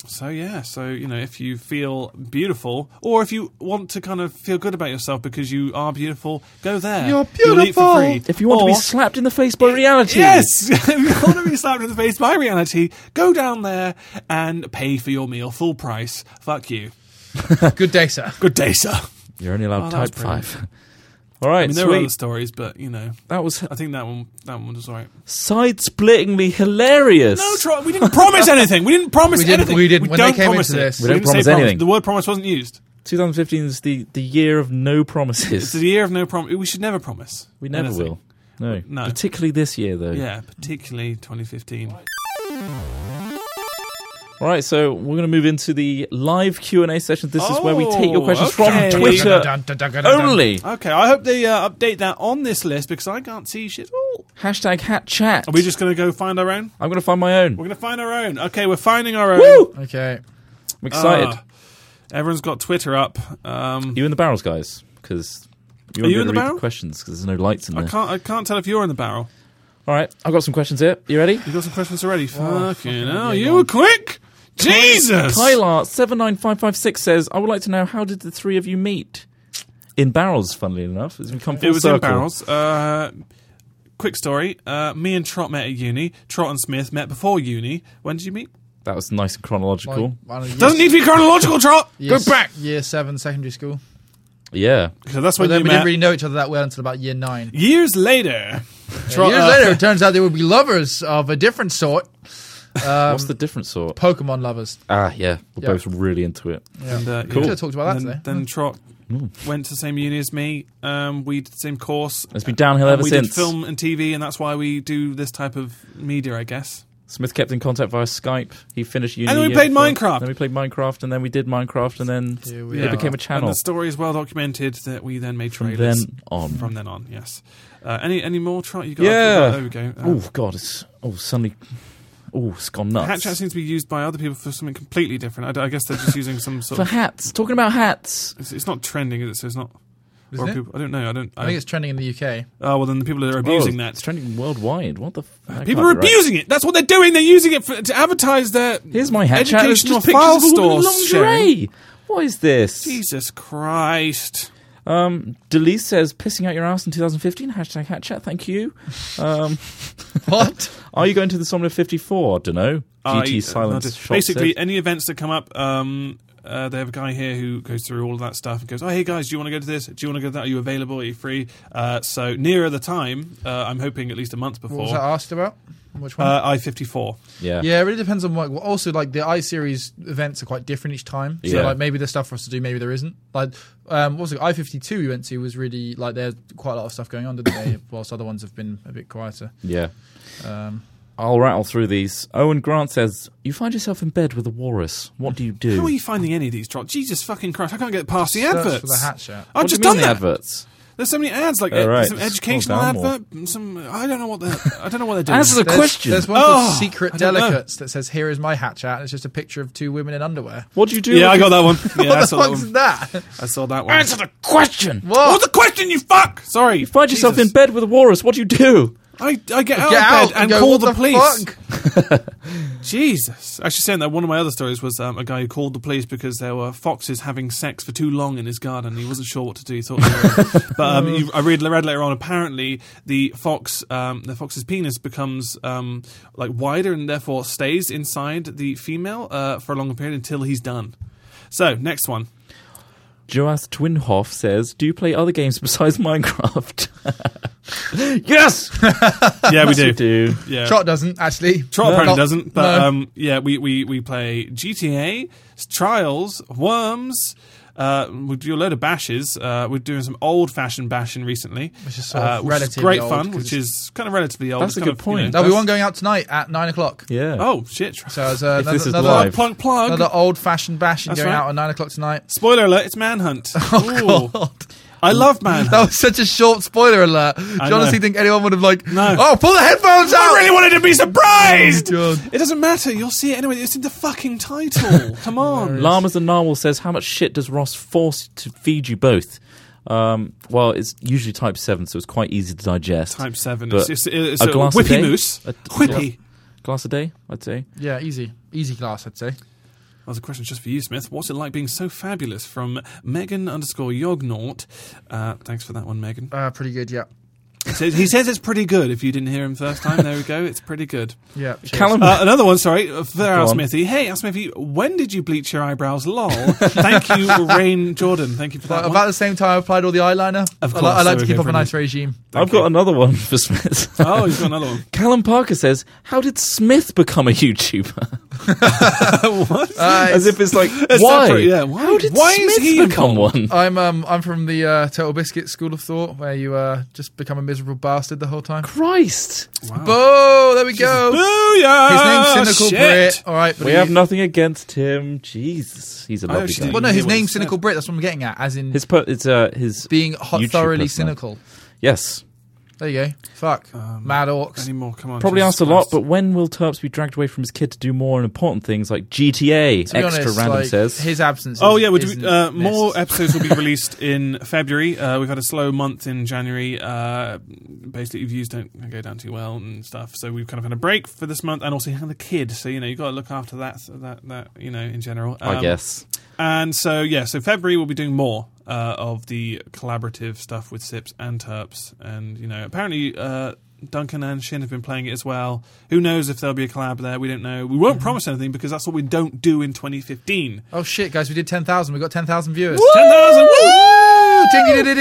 [SPEAKER 3] so yeah, so you know if you feel beautiful or if you want to kind of feel good about yourself because you are beautiful, go there.
[SPEAKER 1] You're
[SPEAKER 3] You'll eat for free.
[SPEAKER 1] beautiful.
[SPEAKER 2] If you want to
[SPEAKER 3] Or-
[SPEAKER 2] be slapped in the face by reality.
[SPEAKER 3] Yes, if you want to be slapped in the face by reality, go down there and pay for your meal full price. Fuck you.
[SPEAKER 1] Good day, sir.
[SPEAKER 3] Good day, sir.
[SPEAKER 2] You're only allowed
[SPEAKER 3] Oh, that was
[SPEAKER 2] type
[SPEAKER 3] brilliant.
[SPEAKER 2] 5. All right,
[SPEAKER 3] I mean, there were
[SPEAKER 2] sweet.
[SPEAKER 3] other stories, but you know,
[SPEAKER 2] That was
[SPEAKER 3] I think that one that one was alright.
[SPEAKER 2] side-splittingly hilarious.
[SPEAKER 3] No, Troy, we didn't promise anything. We didn't promise
[SPEAKER 1] We didn't-
[SPEAKER 3] anything.
[SPEAKER 1] we didn't. When they
[SPEAKER 3] don't
[SPEAKER 1] came
[SPEAKER 3] promise
[SPEAKER 1] into
[SPEAKER 3] it.
[SPEAKER 1] this- We
[SPEAKER 3] We
[SPEAKER 2] don't
[SPEAKER 3] didn't say
[SPEAKER 2] promise anything.
[SPEAKER 3] The word promise wasn't used.
[SPEAKER 2] 2015 is the, the year of no promises.
[SPEAKER 3] It's the year of no promise. We should never promise.
[SPEAKER 2] we never
[SPEAKER 3] anything.
[SPEAKER 2] will. No.
[SPEAKER 3] No.
[SPEAKER 2] Particularly this year, though.
[SPEAKER 3] Yeah, particularly 2015.
[SPEAKER 2] All right, so we're going to move into the live Q&A session. This is where we take your
[SPEAKER 3] Oh,
[SPEAKER 2] questions
[SPEAKER 3] okay.
[SPEAKER 2] from Twitter
[SPEAKER 1] Dun, dun, dun, dun, dun, dun.
[SPEAKER 2] only.
[SPEAKER 3] Okay, I hope they uh, update that on this list because I can't see shit. Ooh.
[SPEAKER 2] Hashtag hat chat.
[SPEAKER 3] Are we just going to go find our own?
[SPEAKER 2] I'm going to find my own.
[SPEAKER 3] We're going to find our own. Okay, we're finding our own.
[SPEAKER 2] Woo!
[SPEAKER 1] Okay.
[SPEAKER 2] I'm
[SPEAKER 3] Ah,
[SPEAKER 2] excited.
[SPEAKER 3] everyone's got Twitter up. Um,
[SPEAKER 2] you in the barrels, guys? Because you
[SPEAKER 3] Are
[SPEAKER 2] won't be
[SPEAKER 3] you in
[SPEAKER 2] able
[SPEAKER 3] the
[SPEAKER 2] to read
[SPEAKER 3] barrel?
[SPEAKER 2] the questions because there's no lights in
[SPEAKER 3] I
[SPEAKER 2] there.
[SPEAKER 3] can't. I can't tell if you're in the barrel.
[SPEAKER 2] All right, I've got some questions here. You ready?
[SPEAKER 3] You got some questions already. fucking hell!
[SPEAKER 1] idiot.
[SPEAKER 3] You were quick. Jesus.
[SPEAKER 2] Tyler seven nine five five six says, "I would like to know how did the three of you meet in barrels? Funnily enough, it's become full
[SPEAKER 3] It was
[SPEAKER 2] circle.
[SPEAKER 3] in barrels. Uh, quick story. Uh, me and Trot met at uni. Trot and Smith met before uni. When did you meet?
[SPEAKER 2] That was nice and chronological.
[SPEAKER 1] Like, one of
[SPEAKER 3] Doesn't
[SPEAKER 1] year-
[SPEAKER 3] need to be chronological, Trot.
[SPEAKER 1] year-
[SPEAKER 3] Go back.
[SPEAKER 1] Year seven, secondary school. Um,
[SPEAKER 2] Yeah,
[SPEAKER 3] So that's
[SPEAKER 1] But
[SPEAKER 3] when
[SPEAKER 1] then
[SPEAKER 3] you
[SPEAKER 1] we
[SPEAKER 3] met.
[SPEAKER 1] didn't really know each other that well until about year nine.
[SPEAKER 3] Years later, Trot-
[SPEAKER 1] years
[SPEAKER 3] uh,
[SPEAKER 1] later, it turns out they would be lovers of a different sort. Um,
[SPEAKER 2] what's the different sort?
[SPEAKER 1] Pokemon lovers.
[SPEAKER 2] Ah, yeah, we're
[SPEAKER 1] Yeah.
[SPEAKER 2] both really into it.
[SPEAKER 1] Yeah.
[SPEAKER 3] And, uh,
[SPEAKER 1] We
[SPEAKER 3] yeah.
[SPEAKER 1] could have talked about that
[SPEAKER 3] Then,
[SPEAKER 1] today.
[SPEAKER 3] then Trot
[SPEAKER 2] Hmm.
[SPEAKER 3] went to the same uni as me. Um, we did the same course.
[SPEAKER 2] It's been downhill
[SPEAKER 3] And
[SPEAKER 2] ever
[SPEAKER 3] we
[SPEAKER 2] since.
[SPEAKER 3] did film and TV, and that's why we do this type of media, I guess.
[SPEAKER 2] Smith kept in contact via Skype. He finished uni,
[SPEAKER 3] And then we
[SPEAKER 2] year
[SPEAKER 3] played
[SPEAKER 2] before.
[SPEAKER 3] Minecraft.
[SPEAKER 2] Then we played Minecraft, and then we did Minecraft, and then
[SPEAKER 1] Here we
[SPEAKER 2] it
[SPEAKER 1] are.
[SPEAKER 2] became a channel.
[SPEAKER 3] And the story is well documented that we then made
[SPEAKER 2] From
[SPEAKER 3] trailers.
[SPEAKER 2] then on,
[SPEAKER 3] From then on, yes. Uh, any any more Trot? You got?
[SPEAKER 2] Yeah.
[SPEAKER 3] There we go. Uh,
[SPEAKER 2] oh god, it's oh suddenly, oh it's gone nuts.
[SPEAKER 3] Hat chat seems to be used by other people for something completely different. I d- I, guess they're just using some sort
[SPEAKER 2] for
[SPEAKER 3] of.
[SPEAKER 2] hats. Talking about hats.
[SPEAKER 3] It's, it's not trending, is it? So it's not.
[SPEAKER 1] Isn't
[SPEAKER 3] or
[SPEAKER 1] it?
[SPEAKER 3] People, I don't know. I don't.
[SPEAKER 1] I think it's trending in the UK.
[SPEAKER 3] oh well, then the people that are abusing
[SPEAKER 2] Oh,
[SPEAKER 3] that.
[SPEAKER 2] It's trending worldwide. What the? F- that
[SPEAKER 3] People are
[SPEAKER 2] can't be right.
[SPEAKER 3] abusing it. That's what they're doing. They're using it for, to advertise their
[SPEAKER 2] Here's my hat chat. It's
[SPEAKER 3] educational
[SPEAKER 2] just pictures
[SPEAKER 3] file
[SPEAKER 2] of all women in
[SPEAKER 3] stores. sharing.
[SPEAKER 2] lingerie. What is this?
[SPEAKER 3] Jesus Christ!
[SPEAKER 2] Um, Delise says pissing out your ass in 2015. Hashtag hat chat. Thank you. Um,
[SPEAKER 1] What?
[SPEAKER 2] are you going to the Summit of 54? Don't know.
[SPEAKER 3] I-
[SPEAKER 2] GT
[SPEAKER 3] uh,
[SPEAKER 2] silence. Shop
[SPEAKER 3] Basically,
[SPEAKER 2] says.
[SPEAKER 3] any events that come up. Um, uh, they have a guy here who goes through all of that stuff and goes, "Oh, hey guys, do you want to go to this? Do you want to go to that? Are you available? Are you free?" Uh, so nearer the time, uh, I'm hoping at least a month
[SPEAKER 1] What
[SPEAKER 3] before.
[SPEAKER 1] was that asked about? Which one?
[SPEAKER 3] Uh, I-54.
[SPEAKER 2] yeah.
[SPEAKER 1] yeah, it really depends on what. well, Also, like the i series events are quite different each time. So,
[SPEAKER 2] Yeah.
[SPEAKER 1] like maybe there's stuff for us to do, maybe there isn't. Like, um, what was it? I fifty two we went to was really like there's quite a lot of stuff going on, didn't they? Whilst other ones have been a bit quieter.
[SPEAKER 2] Yeah.
[SPEAKER 1] Um,
[SPEAKER 2] I'll rattle through these. Owen Grant says, "You find yourself in bed with a walrus. What do you do?"
[SPEAKER 3] How are you finding any of these drops? Jesus fucking Christ! I can't get past the
[SPEAKER 1] search
[SPEAKER 3] adverts.
[SPEAKER 1] for the hat chat.
[SPEAKER 3] I've
[SPEAKER 2] What do
[SPEAKER 3] just
[SPEAKER 2] you mean
[SPEAKER 3] done
[SPEAKER 2] the
[SPEAKER 3] that.
[SPEAKER 2] adverts.
[SPEAKER 3] There's so many ads, like
[SPEAKER 2] All
[SPEAKER 3] uh,
[SPEAKER 2] right,
[SPEAKER 3] some
[SPEAKER 2] scroll
[SPEAKER 3] educational
[SPEAKER 2] down more.
[SPEAKER 3] advert, some I don't know what the I don't know what they're doing.
[SPEAKER 2] Answer the
[SPEAKER 1] There's,
[SPEAKER 2] question.
[SPEAKER 1] There's one
[SPEAKER 3] Oh,
[SPEAKER 1] called Secret
[SPEAKER 3] I don't know.
[SPEAKER 1] Delicates that says, "Here is my hat chat." And it's just a picture of two women in underwear.
[SPEAKER 2] What do you do?
[SPEAKER 3] yeah,
[SPEAKER 2] if
[SPEAKER 3] I
[SPEAKER 2] you-
[SPEAKER 3] got that one. Yeah, I
[SPEAKER 1] what the
[SPEAKER 3] saw that
[SPEAKER 1] fuck's
[SPEAKER 3] one.
[SPEAKER 1] that?
[SPEAKER 3] I saw that one.
[SPEAKER 2] Answer the question.
[SPEAKER 1] What?
[SPEAKER 3] What's the question, you fuck? Sorry.
[SPEAKER 2] Find yourself in bed with a walrus. What do you do?
[SPEAKER 3] I, I get
[SPEAKER 1] Get
[SPEAKER 3] out of bed
[SPEAKER 1] out
[SPEAKER 3] and
[SPEAKER 1] go,
[SPEAKER 3] call
[SPEAKER 1] "What
[SPEAKER 3] the,
[SPEAKER 1] the
[SPEAKER 3] police.
[SPEAKER 1] fuck?"
[SPEAKER 3] Jesus. Actually, saying that, one of my other stories was um, a guy who called the police because there were foxes having sex for too long in his garden. He wasn't sure what to do. He thought, they were- but um, you, I read, read later on. Apparently, the fox, um, the fox's penis becomes um, like wider and therefore stays inside the female uh, for a longer period until he's done. So, next one.
[SPEAKER 2] Joas Twinhoff says, "Do you play other games besides Minecraft?" yes,
[SPEAKER 3] Yeah, we do.
[SPEAKER 2] do.
[SPEAKER 3] Yeah.
[SPEAKER 1] Trot doesn't actually.
[SPEAKER 3] Trial
[SPEAKER 1] No.
[SPEAKER 3] apparently
[SPEAKER 1] Not-
[SPEAKER 3] doesn't, but
[SPEAKER 1] no.
[SPEAKER 3] um, yeah, we, we, we play GTA, Trials, Worms. Uh, we do a load of bashes. Uh, we're doing some old fashioned bashing recently,
[SPEAKER 1] Which is sort
[SPEAKER 3] uh,
[SPEAKER 1] of
[SPEAKER 3] which is
[SPEAKER 1] relatively
[SPEAKER 3] great
[SPEAKER 1] old,
[SPEAKER 3] fun,
[SPEAKER 1] 'cause
[SPEAKER 3] which
[SPEAKER 1] it's-
[SPEAKER 3] is kind of relatively old.
[SPEAKER 2] That's
[SPEAKER 3] It's
[SPEAKER 2] a
[SPEAKER 3] kind
[SPEAKER 2] good
[SPEAKER 3] of, you know,
[SPEAKER 2] point.
[SPEAKER 1] There'll be
[SPEAKER 3] that's-
[SPEAKER 1] one going out tonight at nine o'clock.
[SPEAKER 2] Yeah.
[SPEAKER 3] Oh shit!
[SPEAKER 1] So it's uh,
[SPEAKER 2] If this is
[SPEAKER 1] another, another,
[SPEAKER 2] live.
[SPEAKER 3] plug plug.
[SPEAKER 1] another old-fashioned bashing
[SPEAKER 3] That's
[SPEAKER 1] going
[SPEAKER 3] right.
[SPEAKER 1] out at nine o'clock tonight.
[SPEAKER 3] Spoiler alert! It's Manhunt. Oh I love Manhunt.
[SPEAKER 1] That was such a short spoiler alert. Do you
[SPEAKER 3] know.
[SPEAKER 1] honestly think anyone would have like?
[SPEAKER 3] No.
[SPEAKER 1] Oh, pull the headphones out!
[SPEAKER 3] I really wanted to be surprised.
[SPEAKER 1] Oh, God.
[SPEAKER 3] it doesn't matter. You'll see it anyway. It's in the fucking title. Come on.
[SPEAKER 2] Llamas and Narwhal says, "How much shit does Ross force to feed you both?" Um, well, it's usually type seven, so it's quite easy to digest.
[SPEAKER 3] Type seven.
[SPEAKER 2] But
[SPEAKER 3] It's, it's, it's
[SPEAKER 2] a
[SPEAKER 3] a
[SPEAKER 2] glass a
[SPEAKER 3] whippy
[SPEAKER 2] day?
[SPEAKER 3] moose.
[SPEAKER 2] A-
[SPEAKER 3] whippy.
[SPEAKER 2] glass a day, I'd say.
[SPEAKER 1] Yeah, easy, easy class, I'd say.
[SPEAKER 3] Well, there's a question just for you, Smith. What's it like being so fabulous? From Megan underscore Yognaut. Uh, thanks for that one, Megan.
[SPEAKER 1] Uh, pretty good, yeah,
[SPEAKER 3] He says, he says it's pretty good. If you didn't hear him first time, there we go. It's pretty good.
[SPEAKER 1] yeah. cheers.
[SPEAKER 2] Callum,
[SPEAKER 3] Uh, another one, sorry, uh, for Al
[SPEAKER 2] on.
[SPEAKER 3] Smithy. Hey, Al Smithy, when did you bleach your eyebrows? Lol. Thank you, Rain Jordan. Thank you for
[SPEAKER 1] But
[SPEAKER 3] that
[SPEAKER 1] Uh, about
[SPEAKER 3] one.
[SPEAKER 1] the same time, I applied all the eyeliner.
[SPEAKER 3] Of
[SPEAKER 1] I, li- I like
[SPEAKER 3] course, there
[SPEAKER 1] to
[SPEAKER 3] we
[SPEAKER 1] keep
[SPEAKER 3] go,
[SPEAKER 1] up a nice regime.
[SPEAKER 2] I've got another one for Smith.
[SPEAKER 3] Oh, he's got another one.
[SPEAKER 2] Callum Parker says, "How did Smith become a YouTuber?"
[SPEAKER 3] what?
[SPEAKER 1] Uh,
[SPEAKER 2] As if it's like,
[SPEAKER 3] It's
[SPEAKER 2] why?
[SPEAKER 3] separate, yeah. Why,
[SPEAKER 2] How did
[SPEAKER 3] why
[SPEAKER 2] Smith
[SPEAKER 3] is he
[SPEAKER 2] become
[SPEAKER 3] involved?
[SPEAKER 2] one?
[SPEAKER 1] I'm um I'm from the uh, Total Biscuit school of thought, where you uh just become a miserable bastard the whole time.
[SPEAKER 2] Christ!
[SPEAKER 3] Wow.
[SPEAKER 1] Boo! There we go. His
[SPEAKER 3] Booyah!
[SPEAKER 1] name's Cynical
[SPEAKER 3] Oh, Shit. Oh,
[SPEAKER 1] Brit. All right, but
[SPEAKER 2] We have nothing against him. Jesus, he's a
[SPEAKER 3] I
[SPEAKER 2] lovely
[SPEAKER 3] actually
[SPEAKER 2] guy.
[SPEAKER 3] didn't
[SPEAKER 1] Well, no,
[SPEAKER 3] Hear
[SPEAKER 1] his
[SPEAKER 3] what he
[SPEAKER 1] name's
[SPEAKER 3] said.
[SPEAKER 1] Cynical Brit. That's what I'm getting at. As in
[SPEAKER 2] His per- it's uh his
[SPEAKER 1] being hot,
[SPEAKER 2] YouTube
[SPEAKER 1] thoroughly
[SPEAKER 2] personality.
[SPEAKER 1] cynical.
[SPEAKER 2] yes.
[SPEAKER 1] There you go. Fuck. Mad orcs.
[SPEAKER 3] Um, Any more? Come on.
[SPEAKER 2] Probably
[SPEAKER 3] Jesus
[SPEAKER 2] asked a lot,
[SPEAKER 3] Christ.
[SPEAKER 2] but when will Terps be dragged away from his kid to do more important things like GTA?
[SPEAKER 1] To be
[SPEAKER 2] Extra
[SPEAKER 1] honest,
[SPEAKER 2] random
[SPEAKER 1] like,
[SPEAKER 2] says.
[SPEAKER 1] his absence.
[SPEAKER 3] Oh
[SPEAKER 1] is-
[SPEAKER 3] yeah, we're doing,
[SPEAKER 1] isn't
[SPEAKER 3] uh, more
[SPEAKER 1] missed.
[SPEAKER 3] episodes will be released in February. Uh, we've had a slow month in January. Uh, basically, views don't go down too well and stuff. So we've kind of had a break for this month, and also had the kid. So you know you've got to look after that. That that you know in general.
[SPEAKER 2] I
[SPEAKER 3] Um,
[SPEAKER 2] guess.
[SPEAKER 3] And so yeah, so February we'll be doing more uh, of the collaborative stuff with Sips and Terps, and you know apparently. Uh, Duncan and Shin have been playing it as well. Who knows if there'll be a collab there? We don't know. We won't promise anything because that's what we don't do in 2015.
[SPEAKER 1] Oh shit, guys, we did ten thousand. We got ten thousand viewers.
[SPEAKER 3] 10,000! Woo!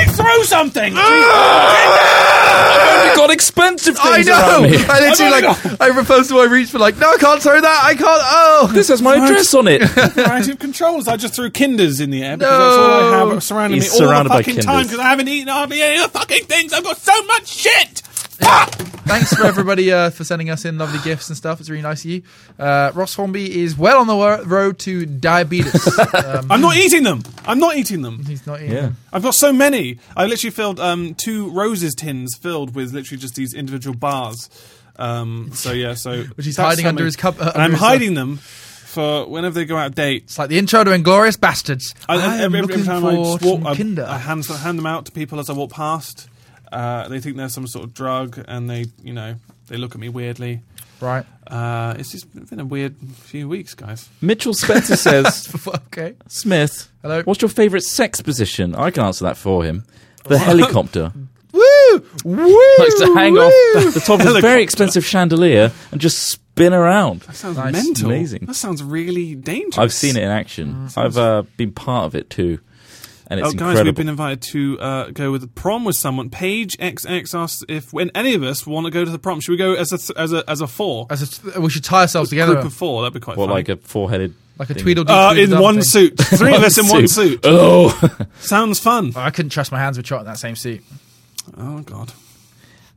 [SPEAKER 1] I
[SPEAKER 3] Throw something!
[SPEAKER 1] Ah!
[SPEAKER 2] Only got expensive things
[SPEAKER 1] know.
[SPEAKER 2] around here.
[SPEAKER 1] I literally
[SPEAKER 3] Oh
[SPEAKER 1] like. I proposed to my reach for like. No, I can't throw that. I can't. Oh,
[SPEAKER 2] This has my address on it.
[SPEAKER 3] variety of controls. I just threw Kinders in the air because that's all I have surrounding
[SPEAKER 2] He's
[SPEAKER 3] me all
[SPEAKER 2] surrounded
[SPEAKER 3] the
[SPEAKER 2] by
[SPEAKER 3] fucking time
[SPEAKER 2] Kinders.
[SPEAKER 3] because I haven't eaten hardly any of the fucking things. I've got so much shit.
[SPEAKER 1] Thanks for everybody uh, for sending us in lovely gifts and stuff. It's really nice of you. Uh, Ross Hornby is well on the wo- road to diabetes. um,
[SPEAKER 3] I'm not eating them. I'm not eating them.
[SPEAKER 1] he's not eating.
[SPEAKER 2] Yeah.
[SPEAKER 3] I've got so many. I literally filled um, two roses tins filled with literally just these individual bars. Um, so yeah, so
[SPEAKER 1] Which he's
[SPEAKER 3] that's
[SPEAKER 1] hiding
[SPEAKER 3] how
[SPEAKER 1] under
[SPEAKER 3] many-
[SPEAKER 1] his cup- uh,
[SPEAKER 3] and
[SPEAKER 1] under
[SPEAKER 3] I'm
[SPEAKER 1] his, uh,
[SPEAKER 3] hiding them for whenever they go out of date.
[SPEAKER 1] It's like the intro to Inglorious Bastards. I,
[SPEAKER 3] And- and
[SPEAKER 1] am looking for
[SPEAKER 3] just
[SPEAKER 1] some
[SPEAKER 3] I,
[SPEAKER 1] Kinder.
[SPEAKER 3] I hand, hand them out to people as I walk past. Uh, they think they're some sort of drug, and they, you know, they look at me weirdly.
[SPEAKER 1] right.
[SPEAKER 3] Uh, it's just been a weird few weeks, guys.
[SPEAKER 2] Mitchell Spencer says,
[SPEAKER 1] okay.
[SPEAKER 2] Smith,
[SPEAKER 1] Hello.
[SPEAKER 2] what's your favourite sex position? I can answer that for him.
[SPEAKER 3] Oh.
[SPEAKER 2] The helicopter.
[SPEAKER 1] Woo! Woo!
[SPEAKER 2] Likes to hang off
[SPEAKER 1] Woo!
[SPEAKER 2] the top of a very expensive chandelier and just spin around.
[SPEAKER 3] That sounds
[SPEAKER 1] Nice.
[SPEAKER 3] mental.
[SPEAKER 2] Amazing.
[SPEAKER 3] That sounds really dangerous.
[SPEAKER 2] I've seen it in action. I've uh, been part of it too, and it's
[SPEAKER 3] oh, guys,
[SPEAKER 2] incredible.
[SPEAKER 3] we've been invited to uh, go with the prom with someone. Paige XX asks if when any of us want to go to the prom, should we go as a th- as a as a four,
[SPEAKER 1] As a- we should tie ourselves together,
[SPEAKER 3] group of four? That'd be quite
[SPEAKER 2] or
[SPEAKER 3] funny.
[SPEAKER 2] like a four-headed,
[SPEAKER 1] like a
[SPEAKER 2] thing.
[SPEAKER 1] Tweedledee
[SPEAKER 3] uh, in
[SPEAKER 1] Tweedledum
[SPEAKER 3] one
[SPEAKER 1] thing.
[SPEAKER 3] suit, three of us in one suit.
[SPEAKER 2] Oh,
[SPEAKER 3] Sounds fun.
[SPEAKER 1] Oh, I couldn't trust my hands with Trot in that same suit.
[SPEAKER 3] Oh God.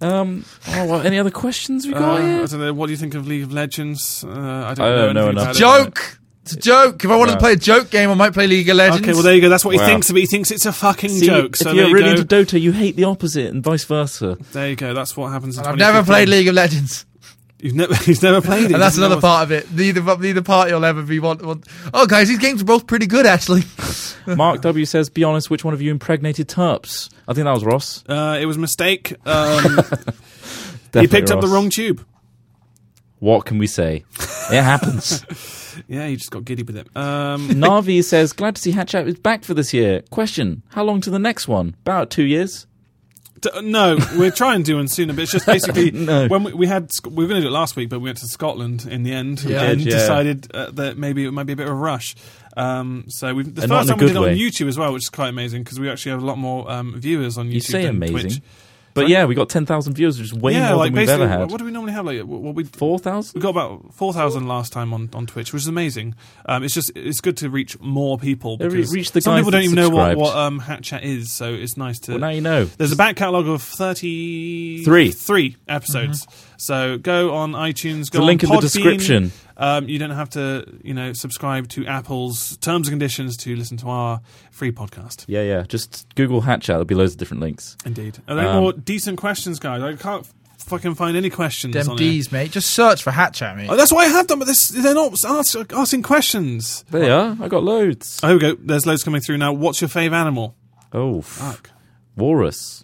[SPEAKER 2] um, oh, well, any other questions we got?
[SPEAKER 3] Uh,
[SPEAKER 2] here?
[SPEAKER 3] I don't know. What do you think of League of Legends? Uh, I don't
[SPEAKER 2] I
[SPEAKER 3] know.
[SPEAKER 2] don't know
[SPEAKER 3] anything
[SPEAKER 2] enough.
[SPEAKER 3] about it.
[SPEAKER 1] Joke. It's a joke. If I wanted
[SPEAKER 2] Wow.
[SPEAKER 1] to play a joke game, I might play League of Legends.
[SPEAKER 3] Okay, well there you go. That's what he
[SPEAKER 2] Wow.
[SPEAKER 3] thinks of it. He thinks it's a fucking
[SPEAKER 2] See,
[SPEAKER 3] joke.
[SPEAKER 2] if
[SPEAKER 3] So
[SPEAKER 2] you're
[SPEAKER 3] there you
[SPEAKER 2] really
[SPEAKER 3] go.
[SPEAKER 2] into Dota, you hate the opposite, and vice versa.
[SPEAKER 3] there you go. That's what happens. In
[SPEAKER 1] I've never
[SPEAKER 3] 2015.
[SPEAKER 1] played League of Legends.
[SPEAKER 3] You've never, he's never played it.
[SPEAKER 1] And that's
[SPEAKER 3] He doesn't know
[SPEAKER 1] another
[SPEAKER 3] what's-
[SPEAKER 1] part of it. Neither neither party will ever be one. one- Oh, guys, these games are both pretty good, actually.
[SPEAKER 2] Mark W says, "Be honest, which one of you impregnated Terps?" I think that was Ross.
[SPEAKER 3] Uh, it was a mistake. Um,
[SPEAKER 2] Definitely
[SPEAKER 3] he picked up the
[SPEAKER 2] Ross.
[SPEAKER 3] wrong tube.
[SPEAKER 2] What can we say? It happens.
[SPEAKER 3] Yeah, he just got giddy with it. Um,
[SPEAKER 2] Navi says, "Glad to see Hatch Out is back for this year." Question: How long to the next one? About two years.
[SPEAKER 3] D- uh, no, we're trying to do one sooner, but it's just basically
[SPEAKER 2] No.
[SPEAKER 3] when we, we had Sc- we were going to do it last week, but we went to Scotland in the end
[SPEAKER 1] Yeah.
[SPEAKER 3] and
[SPEAKER 2] We did, yeah.
[SPEAKER 3] decided uh, that maybe it might be a bit of a rush. Um, so we the
[SPEAKER 2] And not
[SPEAKER 3] first
[SPEAKER 2] in a
[SPEAKER 3] time we did
[SPEAKER 2] good
[SPEAKER 3] it on
[SPEAKER 2] way.
[SPEAKER 3] YouTube as well, which is quite amazing because we actually have a lot more um, viewers on YouTube.
[SPEAKER 2] You say
[SPEAKER 3] than
[SPEAKER 2] amazing,
[SPEAKER 3] Twitch.
[SPEAKER 2] but yeah, we got ten thousand views, which is way
[SPEAKER 3] yeah,
[SPEAKER 2] more
[SPEAKER 3] like
[SPEAKER 2] than we've ever
[SPEAKER 3] basically,
[SPEAKER 2] had.
[SPEAKER 3] what do we normally have? Like what what we
[SPEAKER 2] Four thousand?
[SPEAKER 3] We got about four thousand last time on, on Twitch, which is amazing. Um, it's just it's good to reach more people
[SPEAKER 2] Yeah, re-
[SPEAKER 3] because
[SPEAKER 2] reach the
[SPEAKER 3] some
[SPEAKER 2] guys
[SPEAKER 3] people don't
[SPEAKER 2] that
[SPEAKER 3] even know what
[SPEAKER 2] subscribed.
[SPEAKER 3] what um, Hat Chat is, so it's nice to.
[SPEAKER 2] Well, now you know.
[SPEAKER 3] There's a back catalogue of thirty
[SPEAKER 2] Three.
[SPEAKER 3] three episodes.
[SPEAKER 1] Mm-hmm.
[SPEAKER 3] So go on iTunes. Go
[SPEAKER 2] The
[SPEAKER 3] on
[SPEAKER 2] link in the
[SPEAKER 3] Podbean.
[SPEAKER 2] description.
[SPEAKER 3] Um, you don't have to you know subscribe to Apple's terms and conditions to listen to our free podcast.
[SPEAKER 2] Yeah, yeah. Just Google Hatch Out. There'll be loads of different links.
[SPEAKER 3] Indeed. Are there any
[SPEAKER 2] Um,
[SPEAKER 3] more decent questions, guys? I can't f- fucking find any questions.
[SPEAKER 1] Them
[SPEAKER 3] on here.
[SPEAKER 1] D's, mate. Just search for Hatch at me.
[SPEAKER 3] Oh, that's why I have them, but this, they're not ask, asking questions.
[SPEAKER 2] There you are. I got loads.
[SPEAKER 3] Oh, here we go. There's loads coming through now. What's your fave animal?
[SPEAKER 2] Oh,
[SPEAKER 3] uh,
[SPEAKER 2] f- walrus.